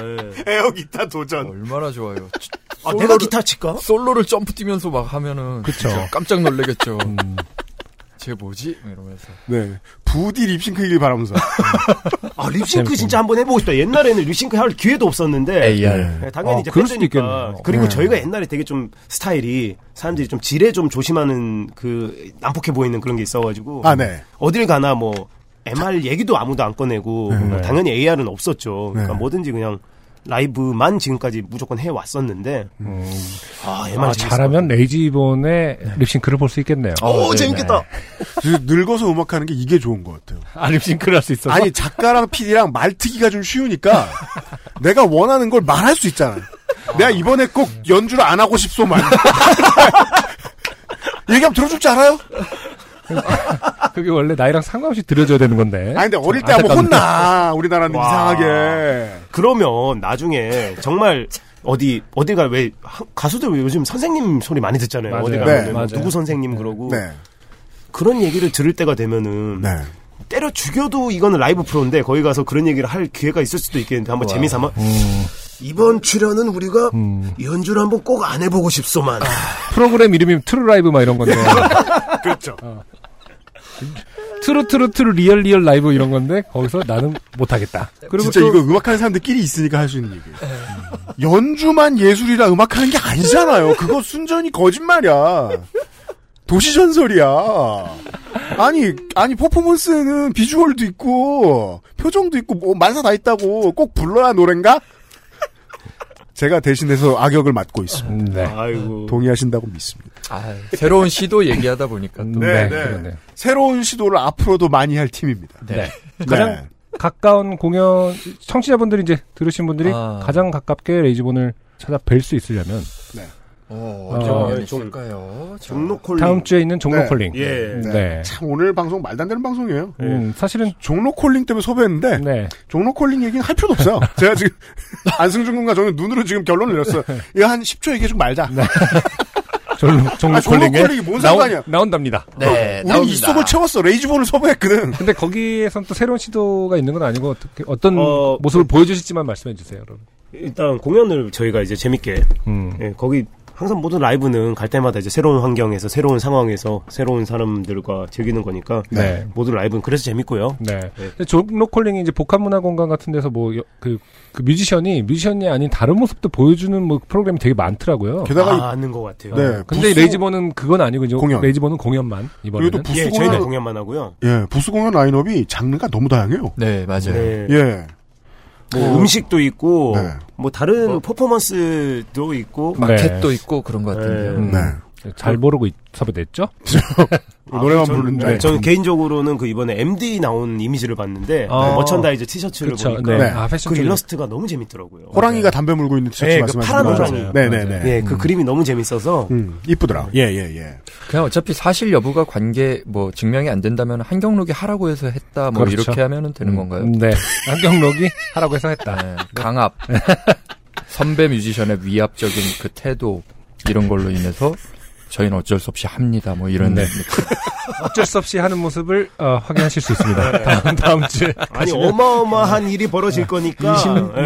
S4: 예.
S3: 에어 기타 도전.
S8: 얼마나 좋아요. 치-
S4: 아, 내가 기타 칠까?
S8: 솔로를 점프 뛰면서 막 하면은
S2: 그쵸.
S8: 진짜 깜짝 놀라겠죠. 쟤 뭐지? 막 이러면서.
S3: 네. 부디 립싱크이길 바라면서.
S4: 아 립싱크 진짜 한번 해보고 싶다. 옛날에는 립싱크 할 기회도 없었는데
S8: AR.
S4: 네, 당연히
S2: 아,
S4: 이제
S2: 그럴 수도
S4: 밴드니까.
S2: 있겠네요.
S4: 그리고 저희가 옛날에 되게 좀 스타일이 사람들이 좀 질에 좀 조심하는 그 난폭해 보이는 그런 게 있어가지고
S3: 아, 네.
S4: 어딜 가나 뭐 MR 얘기도 아무도 안 꺼내고 뭐
S3: 네.
S4: 당연히 AR은 없었죠. 그러니까
S3: 네.
S4: 뭐든지 그냥 라이브만 지금까지 무조건 해 왔었는데 아 MR
S2: 음. 아, 잘하면 레이지본의
S3: 네.
S2: 립싱크를 볼 수 있겠네요.
S4: 오
S3: 어,
S2: 네,
S4: 재밌겠다.
S3: 그래서 늙어서 음악하는 게 이게 좋은 것 같아요.
S2: 네. 아, 립싱크를 할 수 있어서.
S3: 아니, 작가랑 PD랑 말트기가 좀 쉬우니까 내가 원하는 걸 말할 수 있잖아. 내가 이번에 꼭 연주를 안 하고 싶소만. 얘기하면 들어줄 줄 알아요?
S2: 그게 원래 나이랑 상관없이 들어줘야 되는 건데.
S3: 아니, 근데 어릴 때 하면
S2: 안타깝네.
S3: 혼나. 우리나라는
S4: 와.
S3: 이상하게.
S4: 그러면 나중에 정말 어디 어디가 왜 하- 가수들 왜 요즘 선생님 소리 많이 듣잖아요.
S2: 맞아요.
S4: 어디
S3: 네,
S4: 가면 뭐
S2: 맞아요.
S4: 누구 선생님 그러고
S3: 네.
S4: 그런 얘기를 들을 때가 되면은
S3: 네.
S4: 때려 죽여도 이거는 라이브 프로인데 거기 가서 그런 얘기를 할 기회가 있을 수도 있겠는데 한번 재미삼아 이번 출연은 우리가 연주를 한번 꼭 안 해보고 싶소만
S2: 프로그램 이름이 트루라이브 막 이런 건데. 그렇죠. 트루 트루 트루 리얼 리얼 라이브 이런 건데 거기서 나는 못하겠다. 그리고
S3: 진짜
S2: 또 네.
S3: 이거 음악하는 사람들끼리 있으니까 할 수 있는 얘기예요. 연주만 예술이라 음악하는 게 아니잖아요. 그거 순전히 거짓말이야. 도시 전설이야. 아니 아니 퍼포먼스는 비주얼도 있고 표정도 있고 뭐 만사 다 있다고 꼭 불러야 노랜가? 제가 대신해서 악역을 맡고 있습니다.
S2: 네.
S4: 아이고.
S3: 동의하신다고 믿습니다.
S8: 아, 새로운 시도 얘기하다 보니까 또.
S3: 네, 네.
S2: 그러네요.
S3: 새로운 시도를 앞으로도 많이 할 팀입니다.
S8: 네.
S2: 가장 가까운 공연 청취자분들이 이제 들으신 분들이
S8: 아.
S2: 가장 가깝게 레이지본을 찾아뵐 수 있으려면
S8: 어,
S2: 어,
S8: 어떤 어,
S4: 종-
S8: 있을까요? 자,
S4: 종로콜리.
S2: 다음 주에 있는 종로
S3: 네.
S2: 콜링.
S4: 예.
S2: 네.
S3: 네. 예. 참 오늘 방송 말도 안 되는 방송이에요.
S2: 음, 사실은
S3: 종로 콜링 때문에 섭외했는데
S2: 네.
S3: 종로 콜링 얘기는 할 필요도 없어요. 제가 지금 안승준 군과 저는 눈으로 지금 결론을 내렸어요.
S4: 네.
S3: 이거 한 10초 얘기 좀 말자.
S2: 종로, 종로
S3: 아, 종로
S2: 콜링에
S3: 콜링이 뭔 상관이야.
S2: 나온답니다.
S8: 네,
S3: 우린 이 속을 채웠어. 레이지본을 섭외했거든.
S2: 근데 거기에선 또 새로운 시도가 있는 건 아니고 어떻게 어떤
S4: 어,
S2: 모습을 보여주실지만 말씀해 주세요, 여러분.
S4: 일단 공연을 저희가 이제 재밌게
S2: 음.
S4: 예, 거기 항상 모든 라이브는 갈 때마다 이제 새로운 환경에서 새로운 상황에서 새로운 사람들과 즐기는 거니까
S2: 네.
S4: 모든 라이브는 그래서 재밌고요.
S2: 네. 근데 종로 콜링이 이제 복합문화공간 같은 데서 뭐그그 뮤지션이 뮤지션이 아닌 다른 모습도 보여주는 뭐 프로그램이 되게 많더라고요.
S3: 게다가 이-
S4: 아, 는것 같아요.
S3: 네.
S2: 근데
S3: 부스-
S2: 레이지본은 그건 아니고 이제
S3: 공연.
S2: 레이지본은 공연만 이번에는.
S3: 그리고 또 부스
S4: 예,
S3: 공연
S4: 저희는 공연만 하고요.
S3: 예, 부스 공연 라인업이 장르가 너무 다양해요.
S8: 네, 맞아요.
S4: 네.
S3: 예.
S4: 뭐 음식도 있고
S3: 네.
S4: 뭐 다른 퍼포먼스도 있고
S2: 네.
S8: 마켓도 있고 그런 것 같은데요.
S4: 네.
S2: 음.
S3: 네.
S2: 잘 모르고 있- 섭외됐죠?
S3: 노래만
S4: 저는-
S3: 부르는데.
S4: 네, 저는 개인적으로는 그 이번에 MD 나온 이미지를 봤는데
S2: 아.
S4: 어, 머천다이즈 티셔츠를
S2: 그쵸.
S4: 보니까
S2: 네.
S3: 네.
S2: 아, 패션
S4: 그
S2: 쪽으로.
S4: 일러스트가 너무 재밌더라고요.
S3: 호랑이가 담배 물고 있는 티셔츠
S4: 예, 그
S3: 말씀하시는
S4: 파란
S3: 거죠?
S4: 호랑이.
S3: 네네네.
S4: 예,
S2: 음.
S4: 그 그림이 너무 재밌어서
S3: 음, 이쁘더라. 예, 예, 예.
S8: 그냥 어차피 사실 여부가 관계 뭐 증명이 안 된다면 한경록이 하라고 해서 했다 뭐
S2: 그렇죠.
S8: 이렇게 하면은 되는 건가요?
S2: 음, 네. 안경록이 하라고 해서 했다.
S8: 네, 강압 선배 뮤지션의 위압적인 그 태도 이런 걸로 인해서 저희는 어쩔 수 없이 합니다 뭐 이런
S2: 네.
S8: 느낌.
S2: 어쩔 수 없이 하는 모습을 어, 확인하실 수 있습니다. 다음, 다음 주에.
S4: 네. 아니 어,
S2: 음.
S4: 어마어마한 일이 벌어질 거니까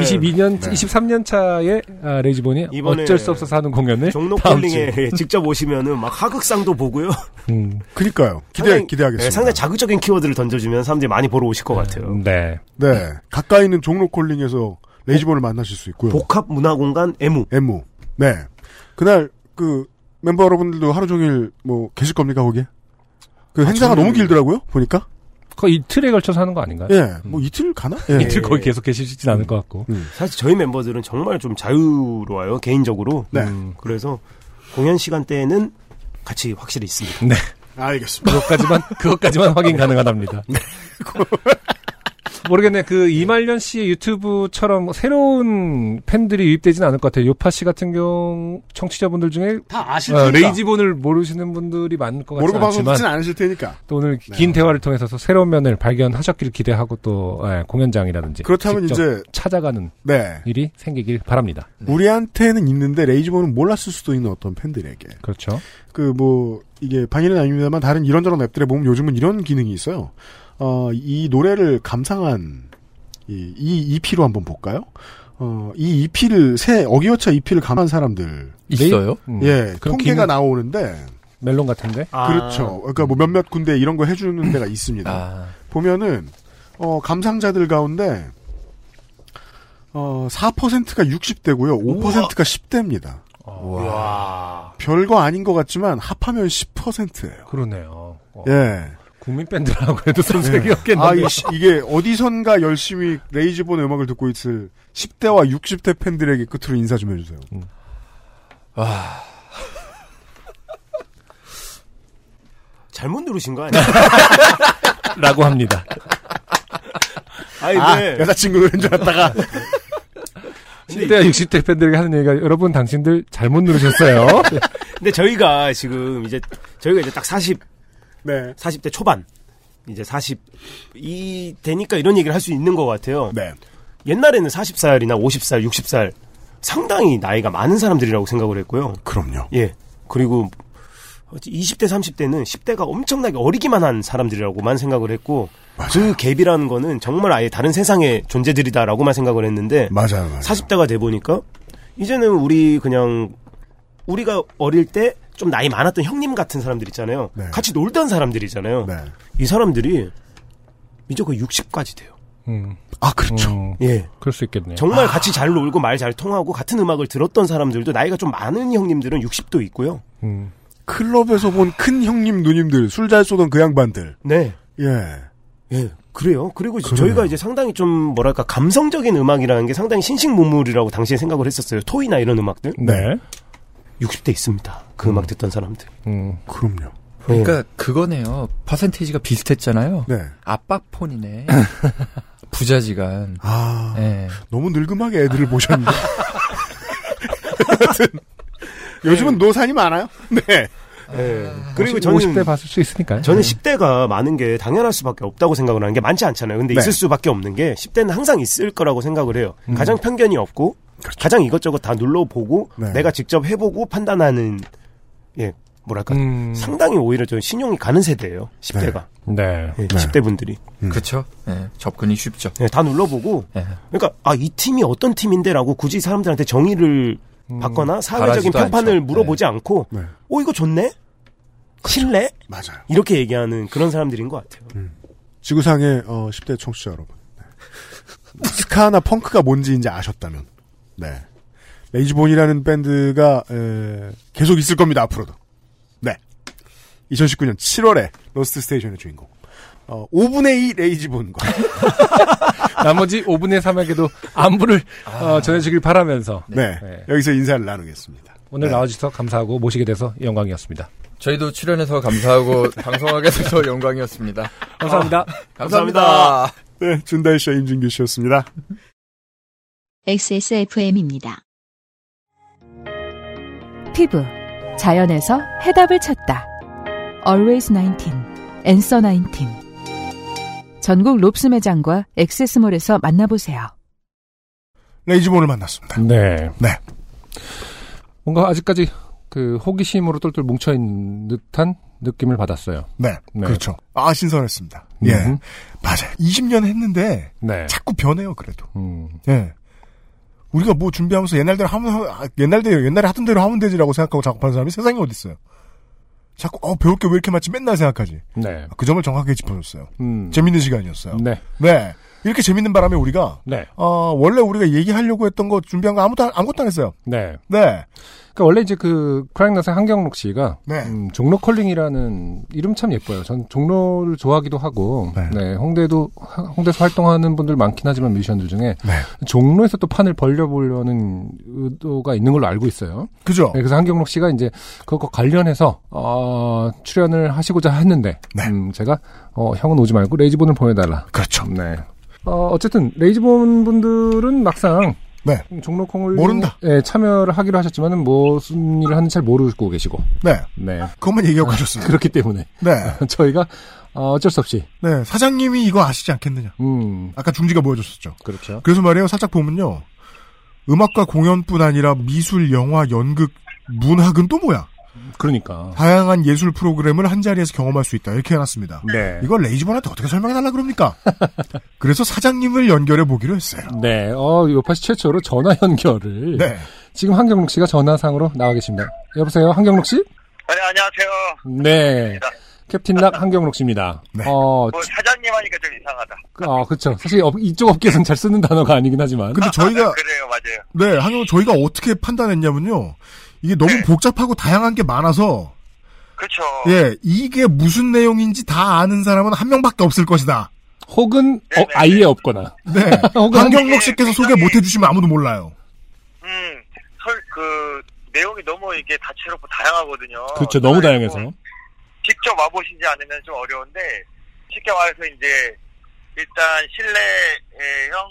S2: 20,
S4: 예.
S2: 22년, 23년 차에 아, 레이지본이
S4: 이번에
S2: 어쩔 수 없어서 하는 공연을
S4: 종로
S2: 다음 주에.
S4: 컬링에 예, 직접 오시면은 막 하극상도 보고요.
S2: 음,
S3: 그니까요. 기대,
S4: 상당히-
S3: 기대하겠습니다.
S4: 네, 상당히 자극적인 키워드를 던져주면 사람들이 많이 보러 오실 것 같아요.
S2: 네.
S3: 네. 가까이 있는 종로 콜링에서 레이지본을 만나실 수 있고요.
S4: 복합 문화 공간 애무.
S3: 엠무. 네. 그날 그 멤버 여러분들도 하루 종일 뭐 계실 겁니까 거기에? 그 행사가 너무 길더라고요. 보니까.
S2: 거의 이틀에 걸쳐서 하는 거 아닌가요?
S3: 예. 뭐 이틀 가나? 예.
S2: 이틀 거의 계속 계시진 않을 것 같고.
S4: 사실 저희 멤버들은 정말 좀 자유로워요 개인적으로.
S3: 네.
S4: 음, 그래서 공연 시간대에는 같이 확실히 있습니다.
S3: 알겠습니다.
S2: 그것까지만, 그것까지만 확인 가능하답니다. 모르겠네. 그 이말년 씨의 유튜브처럼 새로운 팬들이 유입되진 않을 것 같아요. 요파 씨 같은 경우 청취자분들 중에
S3: 다 아실
S2: 어,
S3: 테니까.
S2: 레이지본을 모르시는 분들이 많을 것 같지
S3: 모르고 네. 방송
S2: 않지만
S3: 듣진 않으실 테니까.
S2: 또 오늘 긴 대화를 통해서 또 새로운 면을 발견하셨길 기대하고 또 예, 공연장이라든지
S3: 그렇다면
S2: 직접 네.
S3: 이제
S2: 찾아가는
S3: 네.
S2: 일이 생기길 바랍니다.
S3: 우리한테는 있는데 레이지본은 몰랐을 수도 있는 어떤 팬들에게
S2: 그렇죠.
S3: 그 뭐 이게 반일은 아닙니다만 다른 이런저런 앱들에 보면 요즘은 이런 기능이 있어요. 어, 이 노래를 감상한 이, 이 EP로 한번 볼까요? 어, 이 EP를 새 어기어차 EP를 감한 사람들
S8: 있어요?
S2: 음,
S3: 예
S2: 그런
S3: 통계가
S2: 기능-
S3: 나오는데
S2: 멜론 같은데
S3: 그렇죠. 그러니까 뭐 몇몇 군데 이런 거 해주는 데가 있습니다.
S8: 아,
S3: 보면은 어, 감상자들 가운데 어, 4%가 60대고요, 5%가 10대입니다.
S4: 와.
S3: 별거 아닌 것 같지만 합하면 10%예요.
S2: 그러네요. 어,
S3: 예.
S2: 국민 밴드라고 해도 손색이 없겠네요.
S3: 아, 이, 시- 이게 어디선가 열심히 레이지본 음악을 듣고 있을 10대와 60대 팬들에게 끝으로 인사 좀 해주세요.
S4: 잘못 누르신 거 아니에요?
S2: 라고 합니다.
S4: 아니, 네.
S3: 아,
S4: 근데
S3: 여자친구 노래인 줄 알았다가.
S2: 10대와 60대 팬들에게 하는 얘기가 여러분 당신들 잘못 누르셨어요. 네,
S4: 근데 저희가 지금 이제 저희가 이제 딱 40,
S3: 네.
S4: 40대 초반 이제 40이 되니까 이런 얘기를 할 수 있는 것 같아요.
S3: 네.
S4: 옛날에는 40살이나 50살, 60살 상당히 나이가 많은 사람들이라고 생각을 했고요.
S3: 그럼요.
S4: 예. 그리고 20대, 30대는 10대가 엄청나게 어리기만 한 사람들이라고만 생각을 했고
S3: 맞아요.
S4: 그 갭이라는 거는 정말 아예 다른 세상의 존재들이다라고만 생각을 했는데
S3: 맞아요. 맞아요.
S4: 40대가 돼 보니까 이제는 우리 그냥 우리가 어릴 때 좀 나이 많았던 형님 같은 사람들 있잖아요.
S3: 네.
S4: 같이 놀던 사람들이잖아요.
S3: 네.
S4: 이 사람들이 이제 거의 60까지 돼요.
S2: 음,
S3: 아, 그렇죠.
S2: 음,
S4: 예.
S2: 그럴 수 있겠네요.
S4: 정말 같이 잘 놀고 말 잘 통하고 같은 음악을 들었던 사람들도 나이가 좀 많은 형님들은 60도 있고요.
S2: 음,
S3: 클럽에서 본 큰 형님 누님들 술 잘 쏘던 그 양반들
S4: 네.
S3: 예
S4: 예, 그래요. 그리고 이제
S3: 그래요.
S4: 저희가 이제 상당히 좀 뭐랄까 감성적인 음악이라는 게 상당히 신식문물이라고 당시에 생각을 했었어요. 토이나 이런 음악들.
S2: 네.
S4: 60대 있습니다. 그 음악 듣던 사람들.
S2: 음.
S3: 그럼요
S4: 예.
S8: 그러니까 그거네요. 퍼센테이지가 비슷했잖아요.
S3: 네
S8: 압박폰이네. 부자지간.
S3: 아
S8: 예.
S3: 너무 늙음하게 애들을 보셨는데 여튼 요즘은 노산이 많아요 네
S4: 예. 그리고
S2: 50,
S4: 저는
S2: 50대 네. 봤을 수 있으니까요.
S4: 저는 10대가 많은 게 당연할 수밖에 없다고 생각을 하는 게 많지 않잖아요. 근데
S3: 네.
S4: 있을 수밖에 없는 게 10대는 항상 있을 거라고 생각을 해요. 가장 편견이 없고 가장 이것저것 다 눌러보고
S3: 네.
S4: 내가 직접 해보고 판단하는 예 뭐랄까
S2: 음.
S4: 상당히 오히려 저 신용이 가는 세대예요. 10대가
S2: 네.
S4: 예, 10대 분들이
S2: 음.
S8: 그렇죠. 예. 접근이 쉽죠.
S4: 예, 다 눌러보고
S8: 예.
S4: 그러니까 아 이 팀이 어떤 팀인데라고 굳이 사람들한테 정의를 받거나 사회적인
S8: 음, 바라지도
S4: 평판을
S8: 않죠.
S4: 물어보지 않고
S3: 네.
S4: 어 이거 좋네 신뢰
S3: 맞아요
S4: 이렇게 얘기하는 그런 사람들인 것 같아요.
S3: 지구상의 어, 10대 청취자 여러분 네. 스카나 펑크가 뭔지 이제 아셨다면 네 레이즈본이라는 밴드가 에, 계속 있을 겁니다 앞으로도 네 2019년 7월에 로스트 스테이션의 주인공 어, 5분의 2 레이지본과
S2: 나머지 5분의 3에게도 안부를
S4: 아.
S2: 어, 전해주길 바라면서
S3: 네.
S2: 네.
S3: 여기서 인사를 나누겠습니다.
S2: 오늘
S3: 네.
S2: 나와주셔서 감사하고 모시게 돼서 영광이었습니다.
S8: 저희도 출연해서 감사하고 방송하게 돼서 영광이었습니다.
S2: 감사합니다.
S4: 아.
S8: 감사합니다.
S3: 네, 준달 씨와 임준규 씨였습니다.
S6: XSFM입니다.
S7: 피부 자연에서 해답을 찾다. Always 19 Answer 19 전국 롭스 매장과 액세스몰에서 만나보세요.
S3: 레이지본을 만났습니다.
S2: 네.
S3: 네.
S2: 뭔가 아직까지 그 호기심으로 똘똘 뭉쳐있는 듯한 느낌을 받았어요.
S3: 네,
S2: 네.
S3: 그렇죠. 아, 신선했습니다. 예.
S2: 음.
S3: 맞아요. 20년 했는데
S2: 네.
S3: 자꾸 변해요, 그래도.
S2: 음.
S3: 예. 우리가 뭐 준비하면서 옛날대로 하면, 하- 옛날대로, 옛날에 하던 대로 하면 되지라고 생각하고 작업하는 사람이 세상에 어딨어요. 자꾸, 어, 배울 게 왜 이렇게 많지? 맨날 생각하지.
S2: 네.
S3: 그 점을 정확하게 짚어줬어요.
S2: 음.
S3: 재밌는 시간이었어요.
S2: 네.
S3: 네. 이렇게 재밌는 바람에 우리가,
S2: 네.
S3: 어, 원래 우리가 얘기하려고 했던 거 준비한 거 아무도, 아무것도 안 했어요.
S2: 네.
S3: 네.
S2: 그러니까 원래 이제 그 크라잉넛의 한경록 씨가
S3: 네.
S2: 음, 종로 컬링이라는 이름 참 예뻐요. 전 종로를 좋아하기도 하고
S3: 네.
S2: 네. 홍대도 하- 홍대에서 활동하는 분들 많긴 하지만 뮤지션들 중에
S3: 네.
S2: 종로에서 또 판을 벌려보려는 의도가 있는 걸로 알고 있어요.
S3: 그죠?
S2: 네, 그래서 한경록 씨가 이제 그거 관련해서 어, 출연을 하시고자 했는데
S3: 네.
S2: 음, 제가 어, 형은 오지 말고 레이지본을 보내달라.
S3: 그렇죠.
S2: 네. 어, 어쨌든 레이지본 분들은 막상
S3: 네.
S2: 음, 종로콩을
S3: 모른다.
S2: 예, 참여를 하기로 하셨지만은 무슨 일을 하는지 잘 모르고 계시고
S3: 네.
S2: 네
S3: 그것만 얘기하고 가셨어요.
S2: 그렇기 때문에
S3: 네.
S2: 저희가 어, 어쩔 수 없이
S3: 네. 사장님이 이거 아시지 않겠느냐.
S2: 음
S3: 아까 중지가 보여줬었죠.
S2: 그렇죠.
S3: 그래서 말이에요. 살짝 보면요. 음악과 공연뿐 아니라 미술, 영화, 연극, 문학은 또 뭐야?
S2: 그러니까
S3: 다양한 예술 프로그램을 한 자리에서 경험할 수 있다. 이렇게 해놨습니다.
S2: 네.
S3: 이걸 레이지본한테 어떻게 설명해달라 그럽니까? 그래서 사장님을 연결해 보기로 했어요.
S2: 네, 어, 요파시 최초로 전화 연결을.
S3: 네.
S2: 지금 한경록 씨가 전화상으로 나와 계십니다. 여보세요, 한경록 씨?
S10: 아니, 안녕하세요.
S2: 네. 캡틴 락 한경록 씨입니다.
S3: 네.
S2: 어,
S10: 뭐 사장님 하니까 좀 이상하다.
S2: 그, 어, 그쵸. 사실 업- 이쪽 업계에서는 잘 쓰는 단어가 아니긴 하지만.
S3: 근데 저희가,
S10: 그래요, 맞아요.
S3: 네. 한경 저희가 어떻게 판단했냐면요. 이게 너무 복잡하고 다양한 게 많아서,
S10: 그렇죠.
S3: 예. 이게 무슨 내용인지 다 아는 사람은 한 명밖에 없을 것이다.
S2: 혹은, 어,
S10: 네네네.
S2: 아예 없거나.
S3: 네.
S2: 혹은
S3: 한경록 씨께서 소개 못 해주시면 아무도 몰라요.
S10: 음, 설, 그, 내용이 너무 이게 다채롭고 다양하거든요.
S2: 그쵸, 그렇죠. 너무
S10: 그래가지고
S2: 다양해서.
S10: 직접 와보시지 않으면 좀 어려운데, 쉽게 말해서 이제, 일단 실내형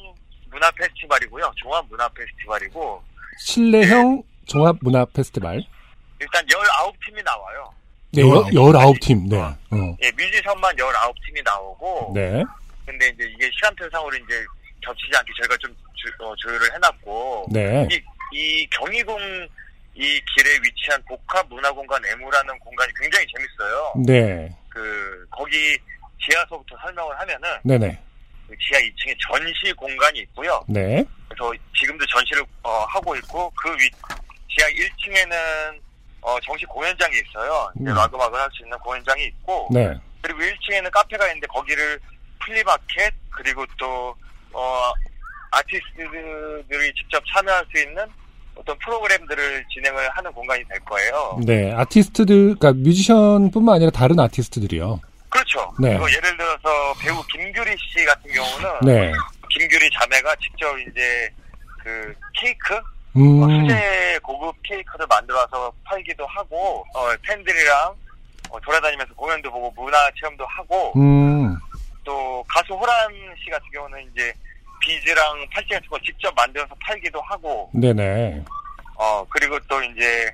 S10: 문화 페스티벌이고요. 종합 문화 페스티벌이고,
S2: 실내형 종합문화 페스티벌.
S10: 일단 19팀이 나와요.
S2: 네, 여, 19팀. 네. 어.
S10: 예, 뮤지션만 19팀이 나오고,
S2: 네.
S10: 근데 이제 이게 시간표상으로 이제 겹치지 않게 저희가 좀 조, 어, 조율을 해놨고,
S2: 네.
S10: 이, 이 경희궁 이 길에 위치한 복합문화공간 에무라는 공간이 굉장히 재밌어요.
S2: 네.
S10: 그 거기 지하서부터 설명을 하면은
S2: 네네.
S10: 그 지하 2층에 전시 공간이 있고요.
S2: 네.
S10: 그래서 지금도 전시를 어, 하고 있고 그 위, 지하 1층에는 어, 정식 공연장이 있어요. 이제
S2: 음.
S10: 락음악을 할 수 있는 공연장이 있고
S2: 네.
S10: 그리고 1층에는 카페가 있는데 거기를 플리마켓 그리고 또 어, 아티스트들이 직접 참여할 수 있는 어떤 프로그램들을 진행을 하는 공간이 될 거예요.
S2: 네, 아티스트들, 그러니까 뮤지션뿐만 아니라 다른 아티스트들이요.
S10: 그렇죠.
S2: 네.
S10: 그리고 예를 들어서 배우 김규리 씨 같은 경우는
S2: 네.
S10: 김규리 자매가 직접 이제 그 케이크 어,
S2: 음,
S10: 수제 고급 케이크를 만들어서 팔기도 하고 어, 팬들이랑 어, 돌아다니면서 공연도 보고 문화 체험도 하고
S2: 음,
S10: 또 가수 호란 씨 같은 경우는 이제 비즈랑 팔찌 같은 거 직접 만들어서 팔기도 하고
S2: 네네.
S10: 어 그리고 또 이제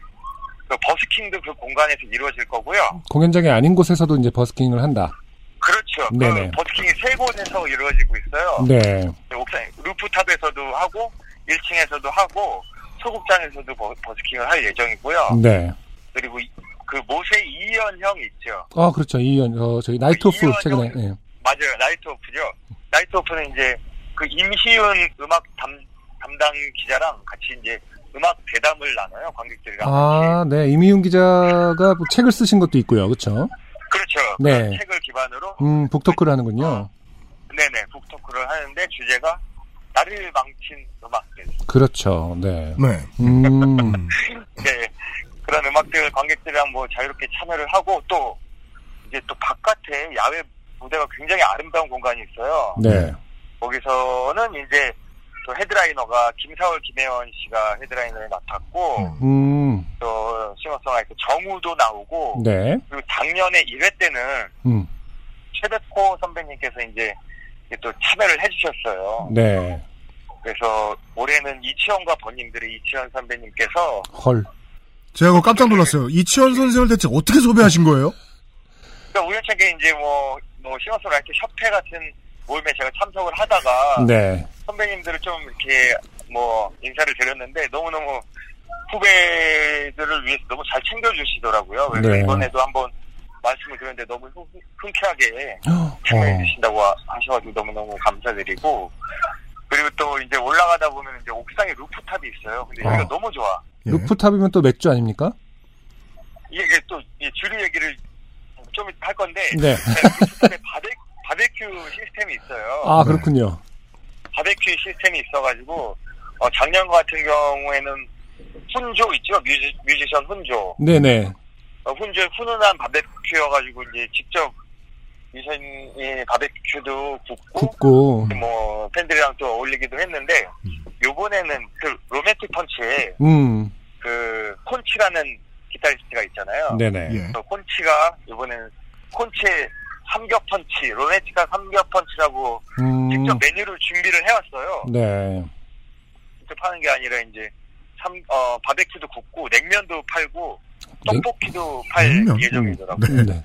S10: 그 버스킹도 그 공간에서 이루어질 거고요.
S2: 공연장이 아닌 곳에서도 이제 버스킹을 한다.
S10: 그렇죠. 그
S2: 네네.
S10: 버스킹이 세 곳에서 이루어지고 있어요.
S2: 네.
S10: 옥상 루프탑에서도 하고 1층에서도 하고 소극장에서도 버, 버스킹을 할 예정이고요.
S2: 네.
S10: 그리고 이- 그 모세 이현형 있죠.
S2: 아, 그렇죠. 이현, 어, 저희 나이트 오프
S10: 이현영-
S2: 최근에, 예.
S10: 맞아요. 나이트 오프죠. 나이트 오프는 이제 그 임시윤 음악 담, 담당 기자랑 같이 이제 음악 대담을 나눠요. 관객들이랑. 같이.
S2: 아, 네. 이미윤 기자가 뭐 책을 쓰신 것도 있고요. 그렇죠.
S10: 그렇죠.
S2: 네.
S10: 그 책을 기반으로
S2: 음, 북토크를 하는군요.
S10: 네네 북토크를 하는데 주제가 나를 망친 음악들.
S2: 그렇죠. 네.
S3: 네.
S2: 음,
S10: 네, 그런 음악들 관객들이랑 뭐 자유롭게 참여를 하고 또 이제 또 바깥에 야외 무대가 굉장히 아름다운 공간이 있어요.
S2: 네.
S10: 거기서는 이제 또 헤드라이너가 김사월 김혜원 씨가 헤드라이너를 맡았고
S2: 음,
S10: 또 싱어송라이터 정우도 나오고
S2: 네.
S10: 그리고 작년에 1회 때는
S2: 음,
S10: 최백호 선배님께서 이제 이게 또 참여를 해주셨어요.
S2: 네.
S10: 그래서 올해는 이치현과 번님들이 이치현 선배님께서
S2: 헐.
S11: 제가 그거 깜짝 놀랐어요. 이치현 선생을 대체 어떻게 섭외하신 거예요?
S10: 그러니까 우연찮게 이제 뭐, 뭐, 싱어송라이터 협회 같은 모임에 제가 참석을 하다가
S2: 네.
S10: 선배님들을 좀 이렇게 뭐 인사를 드렸는데 너무너무 후배들을 위해서 너무 잘 챙겨주시더라고요. 그래서
S2: 네.
S10: 이번에도 한번 말씀을 드렸는데 너무 흔, 흔쾌하게
S2: 어,
S10: 참여해 주신다고 하- 하셔가지고 너무너무 감사드리고 그리고 또 이제 올라가다 보면 이제 옥상에 루프탑이 있어요. 근데 여기가
S2: 어.
S10: 너무 좋아.
S3: 예.
S2: 루프탑이면 또 맥주 아닙니까?
S10: 이게 이게 또 이 주류 얘기를 좀 이따 할 건데
S2: 네.
S10: 루프탑에 바베, 바베큐 시스템이 있어요.
S2: 아,
S3: 네.
S2: 그렇군요.
S10: 바베큐 시스템이 있어가지고 어, 작년 같은 경우에는 훈조 있죠 뮤지, 뮤지션 훈조
S2: 네네.
S10: 어, 훈조 훈훈한 바베큐여가지고 이제 직접 뮤지션이 예, 바베큐도 굽고
S2: 굽고.
S10: 뭐 팬들이랑 또 어울리기도 했는데 요번에는 그 로맨틱 펀치에
S2: 음,
S10: 그 콘치라는 기타리스트가 있잖아요
S2: 네네.
S3: 예.
S10: 그 콘치가 이번에는 콘치의 삼겹 펀치 로맨틱한 삼겹 펀치라고
S2: 음,
S10: 직접 메뉴를 준비를 해왔어요
S2: 네.
S10: 직접 하는 게 아니라 이제 삼, 어, 바베큐도 굽고 냉면도 팔고 떡볶이도 팔
S3: 냉면?
S10: 예정이더라고요.
S3: 네.
S2: 네.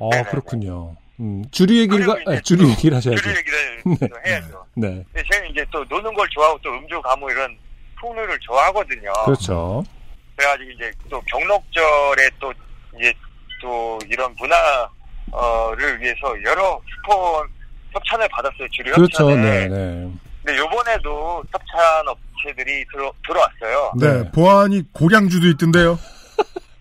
S2: 아,
S10: 네네네.
S2: 그렇군요. 음, 주류 얘기를,
S10: 그리고
S2: 가-
S10: 이제
S2: 아, 주류
S10: 또
S2: 얘기를 하셔야죠.
S10: 주류 얘기를 또 해야죠.
S2: 네.
S10: 근데 저는 이제 또 노는 걸 좋아하고 또 음주 가무 이런 풍류를 좋아하거든요.
S2: 그렇죠.
S10: 그래가지고 이제 또 경록절에 또 이제 또 이런 문화를 위해서 여러 스폰 협찬을 받았어요. 주류
S2: 그렇죠. 네,
S10: 협찬을.
S2: 네.
S10: 근데 요번에도 협찬 업체들이 들어, 들어왔어요.
S11: 네, 보안이 고량주도 있던데요.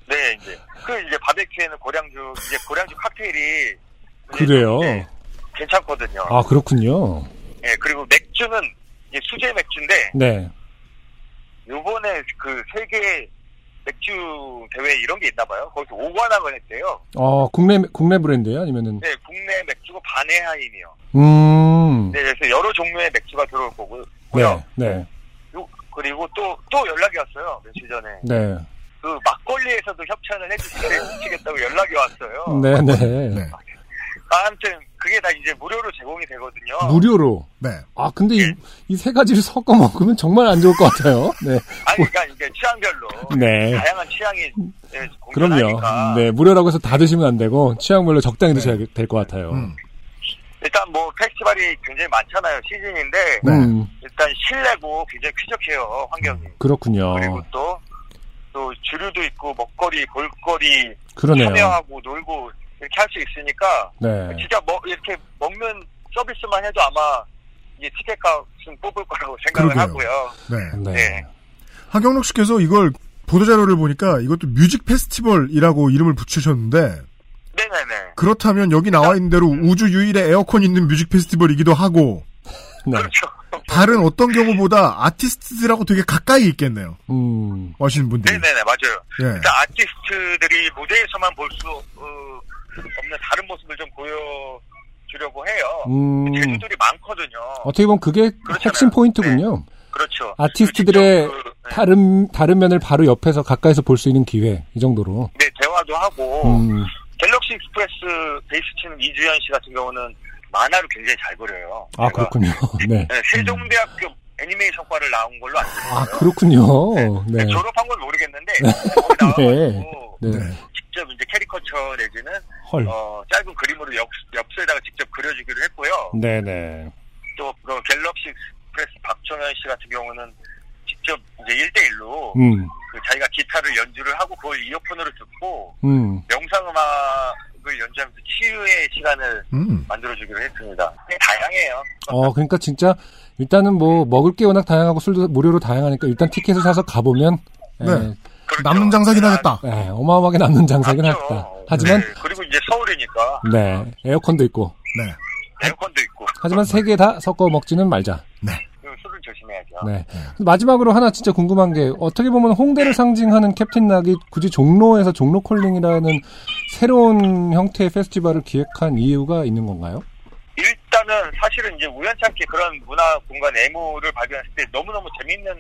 S10: 네, 이제. 그 이제 바베큐에는 고량주, 이제 고량주 칵테일이. 이제
S2: 그래요.
S10: 네, 괜찮거든요.
S2: 아, 그렇군요.
S10: 예, 그리고 맥주는 이제 수제 맥주인데,
S2: 네.
S10: 요번에 그 세계 맥주 대회 이런 게 있나 봐요. 거기서 5관왕을 했대요.
S2: 어, 국내, 국내 브랜드예요 아니면은?
S10: 네, 국내 맥주가 반의 하인이요.
S2: 음.
S10: 네, 그래서 여러 종류의 맥주가 들어올 거고요.
S2: 네. 네.
S10: 요- 그리고 또, 또 연락이 왔어요. 며칠 전에.
S2: 네.
S10: 그 막걸리에서도 협찬을 해주시겠다고 연락이 왔어요.
S2: 네, 네.
S3: 네.
S10: 아, 아무튼 그게 다 이제 무료로 제공이 되거든요.
S2: 무료로.
S3: 네.
S2: 아, 근데
S10: 예.
S2: 이, 이 세 가지를 섞어 먹으면 정말 안 좋을 것 같아요. 네.
S10: 아니 그러니까 이게 취향별로
S2: 네.
S10: 다양한 취향이 예,
S2: 그럼요.
S10: 공존하니까 네.
S2: 네, 무료라고 해서 다 드시면 안 되고, 취향별로 적당히 드셔야 될 것 같아요.
S3: 음.
S10: 일단 뭐 페스티벌이 굉장히 많잖아요 시즌인데
S3: 네.
S2: 음,
S10: 일단 실내고 굉장히 쾌적해요 환경이
S2: 그렇군요.
S10: 네. 그리고 또 또 주류도 있고 먹거리 볼거리
S2: 그러네요.
S10: 참여하고 놀고 이렇게 할 수 있으니까
S2: 네.
S10: 진짜 먹 이렇게 먹는 서비스만 해도 아마 이게 티켓 값은 뽑을 거라고 생각을
S3: 그러게요.
S10: 하고요.
S2: 네.
S3: 네.
S10: 네.
S11: 하경록 씨께서 이걸 보도자료를 보니까 이것도 뮤직 페스티벌이라고 이름을 붙이셨는데
S10: 네네네.
S11: 그렇다면 여기 나와 있는 대로 우주 유일의 에어컨 있는 뮤직 페스티벌이기도 하고
S2: 네.
S10: 그렇죠.
S11: 다른 어떤 경우보다 아티스트들하고 되게 가까이 있겠네요.
S2: 음.
S11: 와시는 분들이.
S10: 네네네 맞아요.
S11: 예.
S10: 일단 아티스트들이 무대에서만 볼 수 어, 없는 다른 모습을 좀 보여주려고 해요.
S2: 음.
S10: 재주들이 많거든요.
S2: 어떻게 보면 그게
S10: 그렇잖아요.
S2: 핵심 포인트군요.
S10: 그렇죠.
S2: 아티스트들의
S10: 직접 그, 네,
S2: 다른 다른 면을 바로 옆에서 가까이서 볼 수 있는 기회 이 정도로.
S10: 네, 대화도 하고
S2: 음.
S10: 갤럭시 익스프레스 베이스 치는 이주연 씨 같은 경우는 만화를 굉장히 잘 그려요.
S2: 아
S10: 제가
S2: 그렇군요. 네.
S10: 네, 세종대학교 애니메이션과를 나온 걸로 알고 있어요.
S2: 아 그렇군요. 네.
S10: 졸업한 건 모르겠는데 거기 나와가지고
S2: 네.
S10: 직접 이제 캐리커처 내지는
S2: 헐.
S10: 어, 짧은 그림으로 엽, 엽서에다가 직접 그려주기로
S2: 음.
S10: 했고요.
S2: 네네.
S10: 또 그 갤럭시 익스프레스 박종현 씨 같은 경우는 직접 이제 일대일로
S2: 음.
S10: 그 자기가 기타를 연주를 하고 그걸 이어폰으로 듣고
S2: 음.
S10: 명상음악을 연주하면서 치유의 시간을
S11: 음.
S10: 만들어주기로 했습니다. 다양해요.
S2: 어 그러니까 진짜 일단은 뭐 먹을 게 워낙 다양하고 술도 무료로 다양하니까 일단 티켓을 사서 가보면 에,
S11: 네.
S10: 그렇죠.
S11: 남는 장사긴 하겠다.
S2: 에, 어마어마하게 남는 장사긴
S10: 맞죠.
S2: 하다. 하지만
S10: 네, 그리고 이제 서울이니까
S2: 네. 에어컨도 있고.
S11: 네.
S10: 에어컨도 있고
S2: 하지만 세 개 다 섞어 먹지는 말자.
S10: 그리고 술을 조심해야죠.
S2: 네. 마지막으로 하나 진짜 궁금한 게 어떻게 보면 홍대를 상징하는 캡틴 낙이 굳이 종로에서 종로 콜링이라는 새로운 형태의 페스티벌을 기획한 이유가 있는 건가요?
S10: 일단은 사실은 이제 우연찮게 그런 문화 공간 애무를 발견했을 때 너무너무 재밌는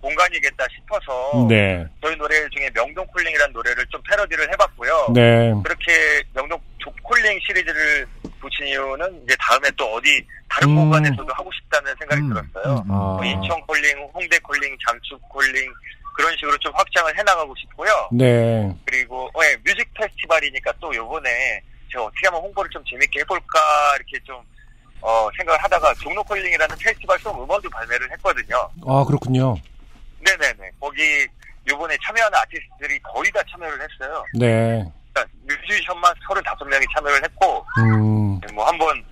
S10: 공간이겠다 싶어서
S2: 네.
S10: 저희 노래 중에 명동 콜링이라는 노래를 좀 패러디를 해봤고요.
S2: 네.
S10: 그렇게 명동 조- 콜링 시리즈를 붙인 이유는 이제 다음에 또 어디 다른
S2: 음.
S10: 공간에서도 하고 싶다는 생각이
S11: 음,
S10: 들었어요.
S11: 음,
S2: 아.
S10: 뭐 인천 콜링, 홍대 콜링, 장축 콜링 그런 식으로 좀 확장을 해나가고 싶고요.
S2: 네.
S10: 그리고 어, 예, 뮤직 페스티벌이니까 또 요번에 제가 어떻게 하면 홍보를 좀 재밌게 해볼까 이렇게 좀 어, 생각을 하다가 종로 콜링이라는 페스티벌 송 음원도 발매를 했거든요.
S2: 아, 그렇군요.
S10: 네네네. 거기 요번에 참여하는 아티스트들이 거의 다 참여를 했어요.
S2: 네.
S10: 그러니까 뮤지션만 35명이 참여를 했고
S2: 음.
S10: 뭐 한번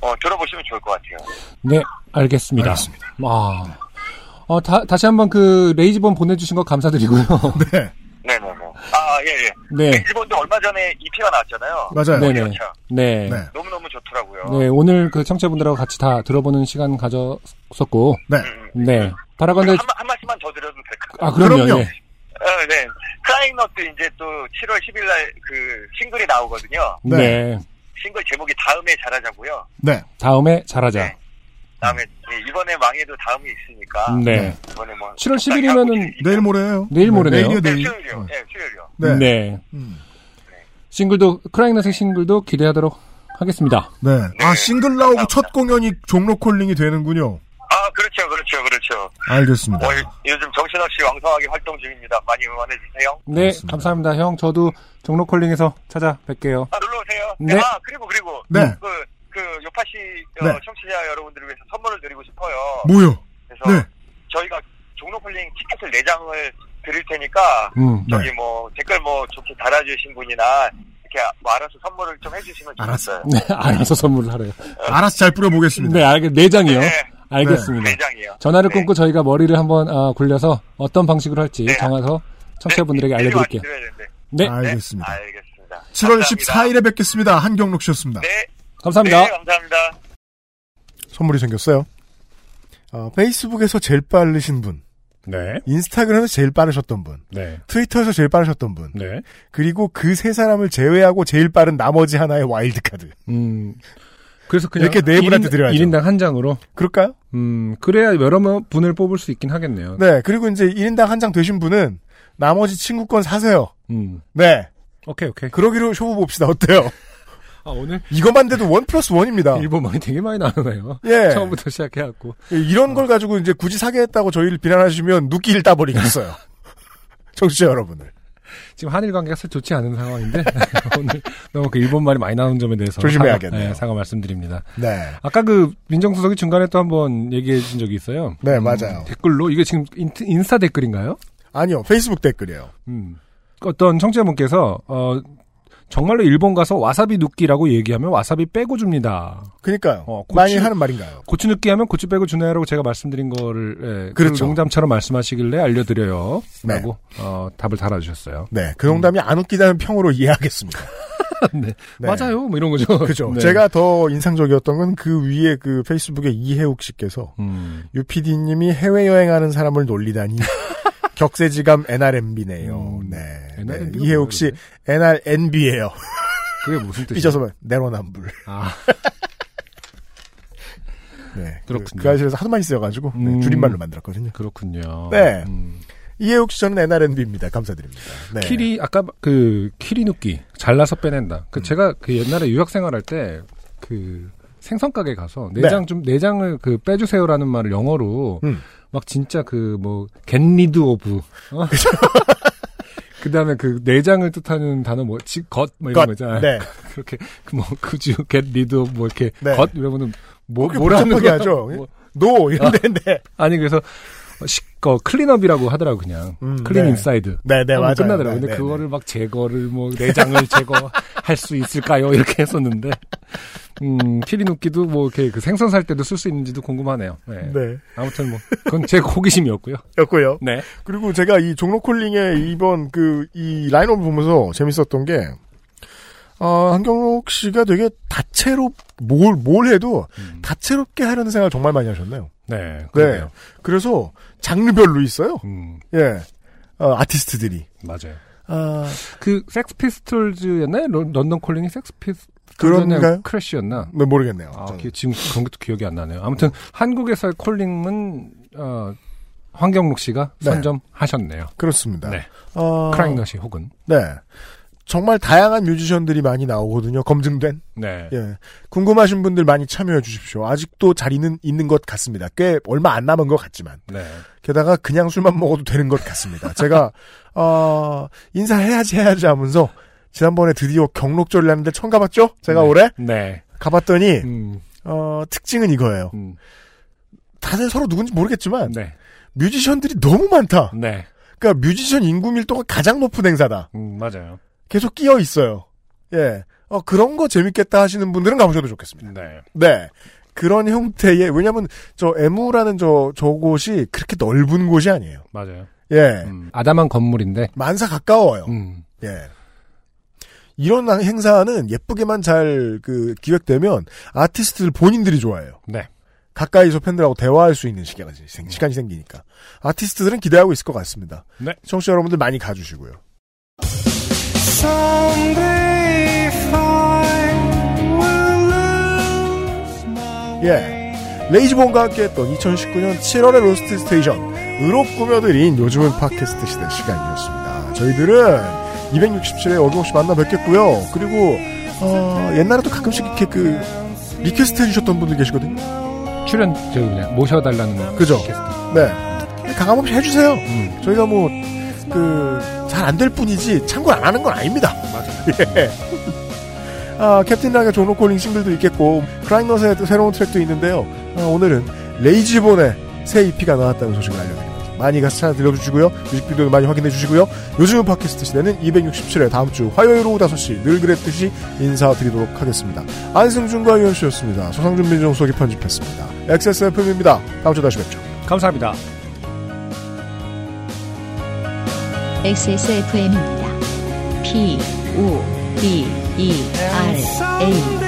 S10: 어, 들어보시면 좋을 것 같아요.
S2: 네, 알겠습니다.
S11: 알겠습니다.
S2: 아. 어, 다, 다시 한번 그 레이지본 보내주신 거 감사드리고요.
S11: 네.
S10: 네네네. 아 예예.
S2: 네.
S10: 일본도 얼마 전에 EP가 나왔잖아요.
S11: 맞아요.
S2: 네네.
S10: 그렇죠.
S2: 네.
S11: 네.
S10: 너무너무 좋더라고요.
S2: 네, 오늘 그 청취자분들하고 같이 다 들어보는 시간 가졌었고,
S11: 네.
S10: 음.
S2: 네.
S10: 한,
S2: 바라건대,
S10: 마- 한 말씀만 더 드려도 될까요?
S2: 아, 그럼요.
S11: 그럼요.
S2: 예.
S10: 어, 네. 크라잉넛도 이제 또 7월 10일 날 그 싱글이 나오거든요.
S2: 네.
S10: 싱글 제목이 다음에 잘하자고요.
S11: 네.
S2: 다음에 잘하자.
S10: 다음에 네, 이번에 망해도 다음이 있으니까.
S2: 네.
S10: 이번에 뭐
S2: 7월
S10: 적당히
S2: 11일 면은
S10: 하고 있으니까.
S11: 내일 모레예요.
S2: 내일 모레네요.
S11: 내일이요,
S10: 네,
S11: 내일.
S10: 수요일이요. 네, 수요일이요.
S11: 네.
S2: 네.
S11: 네.
S2: 음. 싱글도, 크라잉넛의 싱글도 기대하도록 하겠습니다.
S11: 아,
S10: 네.
S11: 싱글 나오고 첫 공연이 종로 콜링이 되는군요.
S10: 아, 그렇죠, 그렇죠, 그렇죠.
S11: 알겠습니다.
S10: 어, 요- 요즘 정신없이 왕성하게 활동 중입니다. 많이 응원해주세요.
S2: 네, 감사합니다. 형, 저도 종로콜링에서 찾아뵐게요.
S10: 아, 놀러오세요.
S2: 네.
S10: 아, 그리고, 그리고.
S11: 네.
S10: 그, 그, 요파 씨, 어,
S11: 네.
S10: 청취자 여러분들을 위해서 선물을 드리고 싶어요.
S11: 뭐요?
S10: 그래서
S11: 네.
S10: 저희가 종로 폴링 티켓을 4장을 드릴 테니까
S2: 음.
S11: 네.
S10: 저기 뭐 댓글 뭐 좋게 달아주신 분이나 이렇게 뭐 알아서 선물을 좀 해주시면
S11: 알았어요.
S10: 좋겠어요.
S2: 네, 알아서 선물을 하래요.
S11: 알아서 잘 뿌려보겠습니다.
S2: 네, 알겠, 네 장이요.
S10: 네.
S2: 알겠습니다.
S10: 네 장이요.
S2: 음. 전화를
S10: 네.
S2: 끊고 저희가 머리를 한번 아, 굴려서 어떤 방식으로 할지
S10: 네.
S2: 정해서 청취자분들에게
S10: 네,
S2: 알려드릴게요.
S10: 드려야 되는데.
S2: 네,
S11: 알겠습니다.
S10: 네, 알겠습니다.
S11: 7월
S10: 감사합니다.
S11: 14일에 뵙겠습니다. 한경록 씨였습니다.
S10: 네,
S2: 감사합니다.
S10: 네, 감사합니다.
S11: 선물이 생겼어요.
S3: 어, 페이스북에서 제일 빠르신 분,
S2: 네,
S3: 인스타그램에서 제일 빠르셨던 분,
S2: 네,
S3: 트위터에서 제일 빠르셨던 분,
S2: 네.
S3: 그리고 그 세 사람을 제외하고 제일 빠른 나머지 하나의 와일드 카드.
S2: 음, 그래서 그냥
S3: 이렇게 네 분한테
S2: 일인-
S3: 드려야죠.
S2: 일인당 한 장으로.
S3: 그럴까요?
S2: 음, 그래야 여러 명- 분을 뽑을 수 있긴 하겠네요.
S3: 네. 그리고 이제 1인당 한 장 되신 분은 나머지 친구 건 사세요.
S2: 음,
S3: 네.
S2: 오케이, 오케이.
S3: 그러기로 쇼부 봅시다. 어때요?
S2: 아, 오늘
S3: 이것만 돼도 원 플러스 원입니다.
S2: 일본말이 되게 많이 나오네요.
S3: 아. 예.
S2: 처음부터 시작해갖고.
S3: 이런 걸 가지고 이제 굳이 사게 했다고 저희를 비난하시면 누끼를 따버리겠어요. 청취자 여러분을.
S2: 지금 한일 관계가 사실 좋지 않은 상황인데, 오늘 너무 그 일본말이 많이 나오는 점에 대해서.
S3: 조심해야겠네요.
S2: 사과, 네, 사과 말씀드립니다.
S3: 네.
S2: 아까 그 민정수석이 중간에 또 한번 얘기해 준 적이 있어요.
S3: 네, 맞아요.
S2: 댓글로 이게 지금 인- 인스타 댓글인가요?
S3: 아니요. 페이스북 댓글이에요.
S2: 음. 어떤 청취자분께서 어 정말로 일본 가서 와사비 눕기라고 얘기하면 와사비 빼고 줍니다.
S3: 그니까요.
S2: 어, 고추-
S3: 많이 하는 말인가요?
S2: 고추 눕기 하면 고추 빼고 주네요라고 제가 말씀드린 거를 예, 그
S3: 그렇죠.
S2: 농담처럼 말씀하시길래 알려드려요.
S3: 네.
S2: 라고 어, 답을 달아주셨어요.
S3: 네. 그 농담이 안 웃기다는 평으로 이해하겠습니다.
S2: 네.
S3: 네.
S2: 맞아요. 뭐 이런 거죠.
S3: 그죠.
S2: 네.
S3: 제가 더 인상적이었던 건 그 위에 그 페이스북에 이해욱 씨께서
S2: 음.
S3: 유피디님이 해외 여행하는 사람을 놀리다니 격세지감 NRNB네요.
S2: 음,
S3: 네.
S2: NRNB 가
S3: 네. 이해욱 씨
S2: 뭐예요,
S3: NRNB예요.
S2: 그게 무슨 뜻이죠?
S3: 삐져서 말- 내로남불.
S2: 아,
S3: 네.
S2: 그렇군요.
S3: 그 아실에서 하도 많이 쓰여가지고 네,
S2: 음.
S3: 줄임말로 만들었거든요.
S2: 그렇군요.
S3: 네.
S2: 음.
S3: 이해욱 씨 저는 NRNB입니다. 감사드립니다. 네.
S2: 키리 아까 그 키리 눕기 잘라서 빼낸다.
S3: 음.
S2: 그 제가 그 옛날에 유학 생활할 때 그 생선 가게 가서 내장 좀 내장을 그 빼주세요라는 말을 영어로
S3: 네. 음.
S2: 막 진짜 그 뭐 겟리드 오브 어? 그다음에 그 내장을 뜻하는 단어 뭐것뭐 이런
S3: 것.
S2: 거 있잖아요.
S3: 네.
S2: 그렇게 뭐 그지 겟리드 오브 뭐 이렇게
S3: 네.
S2: 것 이러면은 뭐
S3: 그렇게
S2: 뭐라는
S3: 복잡하게
S2: 거야?
S3: 하죠.
S2: 뭐,
S3: 노! 이런데, 네.
S2: 아니 그래서 시, 어, 클린업이라고 하더라고 그냥
S3: 음,
S2: 클린
S3: 네.
S2: 인사이드.
S3: 네, 네,
S2: 하면
S3: 맞아요.
S2: 끝나더라고요.
S3: 네,
S2: 근데
S3: 네,
S2: 그거를 막 제거를 뭐 내장을 제거할 수 있을까요? 이렇게 했었는데 음 피리눕기도 뭐 이렇게 그 생선 살 때도 쓸 수 있는지도 궁금하네요. 네.
S3: 네.
S2: 아무튼 뭐 그건 제 호기심이었고요.
S3: 였고요.
S2: 네.
S3: 그리고 제가 이 종로콜링의 이번 그 이 라인업을 보면서 재밌었던 게 어, 한경록 씨가 되게 다채롭 뭘 뭘 해도 다채롭게 하려는 생각 을 정말 많이 하셨네요.
S2: 네.
S3: 네.
S2: 음. 그래요.
S3: 그래서 장르별로 있어요.
S2: 음
S3: 예. 어, 아티스트들이.
S2: 맞아요.
S3: 아,
S2: 그 섹스피스톨즈였나요? 런- 런던 콜링이
S3: 그런가요?
S2: 섹스피스톨즈였나요? 크래쉬였나?
S3: 네, 모르겠네요.
S2: 아,
S3: 저는.
S2: 기- 지금 그런 것도 기억이 안 나네요. 아무튼 한국에서의 콜링은 어, 황경록 씨가
S3: 네.
S2: 선점하셨네요.
S3: 그렇습니다.
S2: 네.
S3: 어,
S2: 크라잉너 씨 혹은
S3: 네. 정말 다양한 뮤지션들이 많이 나오거든요. 검증된.
S2: 네.
S3: 예. 궁금하신 분들 많이 참여해 주십시오. 아직도 자리는 있는 것 같습니다. 꽤 얼마 안 남은 것 같지만.
S2: 네.
S3: 게다가 그냥 술만 먹어도 되는 것 같습니다. 제가 어, 인사해야지 해야지 하면서 지난번에 드디어 경록절을 하는데 처음 가봤죠? 제가
S2: 네.
S3: 올해
S2: 네.
S3: 가봤더니
S2: 음,
S3: 어, 특징은 이거예요.
S2: 음,
S3: 다들 서로 누군지 모르겠지만
S2: 네.
S3: 뮤지션들이 너무 많다.
S2: 네.
S3: 그러니까 뮤지션 인구 밀도가 가장 높은 행사다.
S2: 음, 맞아요.
S3: 계속 끼어 있어요. 예. 어, 그런 거 재밌겠다 하시는 분들은 가보셔도 좋겠습니다.
S2: 네.
S3: 네. 그런 형태의 왜냐면 저 에무라는 저 저곳이 그렇게 넓은 곳이 아니에요.
S2: 맞아요.
S3: 예.
S2: 음, 아담한 건물인데
S3: 만사 가까워요.
S2: 음.
S3: 예. 이런 행사는 예쁘게만 잘 그 기획되면 아티스트들 본인들이 좋아해요.
S2: 네.
S3: 가까이서 팬들하고 대화할 수 있는 시간이, 생, 시간이 생기니까. 아티스트들은 기대하고 있을 것 같습니다.
S2: 네.
S3: 청취자 여러분들 많이 가주시고요. 예. 레이지본과 함께했던 2019년 7월의 로스트 스테이션. 으로 꾸며드린 요즘은 팟캐스트 시대 시간이었습니다. 저희들은 267회 어김없이 만나 뵙겠고요. 그리고, 어, 옛날에도 가끔씩 이렇게 그, 리퀘스트 해주셨던 분들 계시거든요.
S2: 출연 저 그냥 모셔달라는
S3: 그죠?
S2: 게스트.
S3: 네. 강함없이 해주세요. 저희가 뭐, 그, 잘 안 될 뿐이지, 참고를 안 하는 건 아닙니다. 맞아요. 예. 아, 캡틴 락의 존 로콜링 싱글도 있겠고, 크라잉넛의 새로운 트랙도 있는데요. 아, 오늘은 레이지본의 새 EP가 나왔다는 소식을 알려드립니다. 많이 가서 찾아 들려주시고요. 뮤직비디오도 많이 확인해 주시고요. 요즘은 팟캐스트 시대는 267회 다음 주 화요일 오후 5시 늘 그랬듯이 인사드리도록 하겠습니다. 안승준과 유현수였습니다. 소상준 민정수석이 편집했습니다. XSFM입니다. 다음 주 다시 뵙죠.
S2: 감사합니다.
S6: XSFM입니다. P, O, D, E, R, A.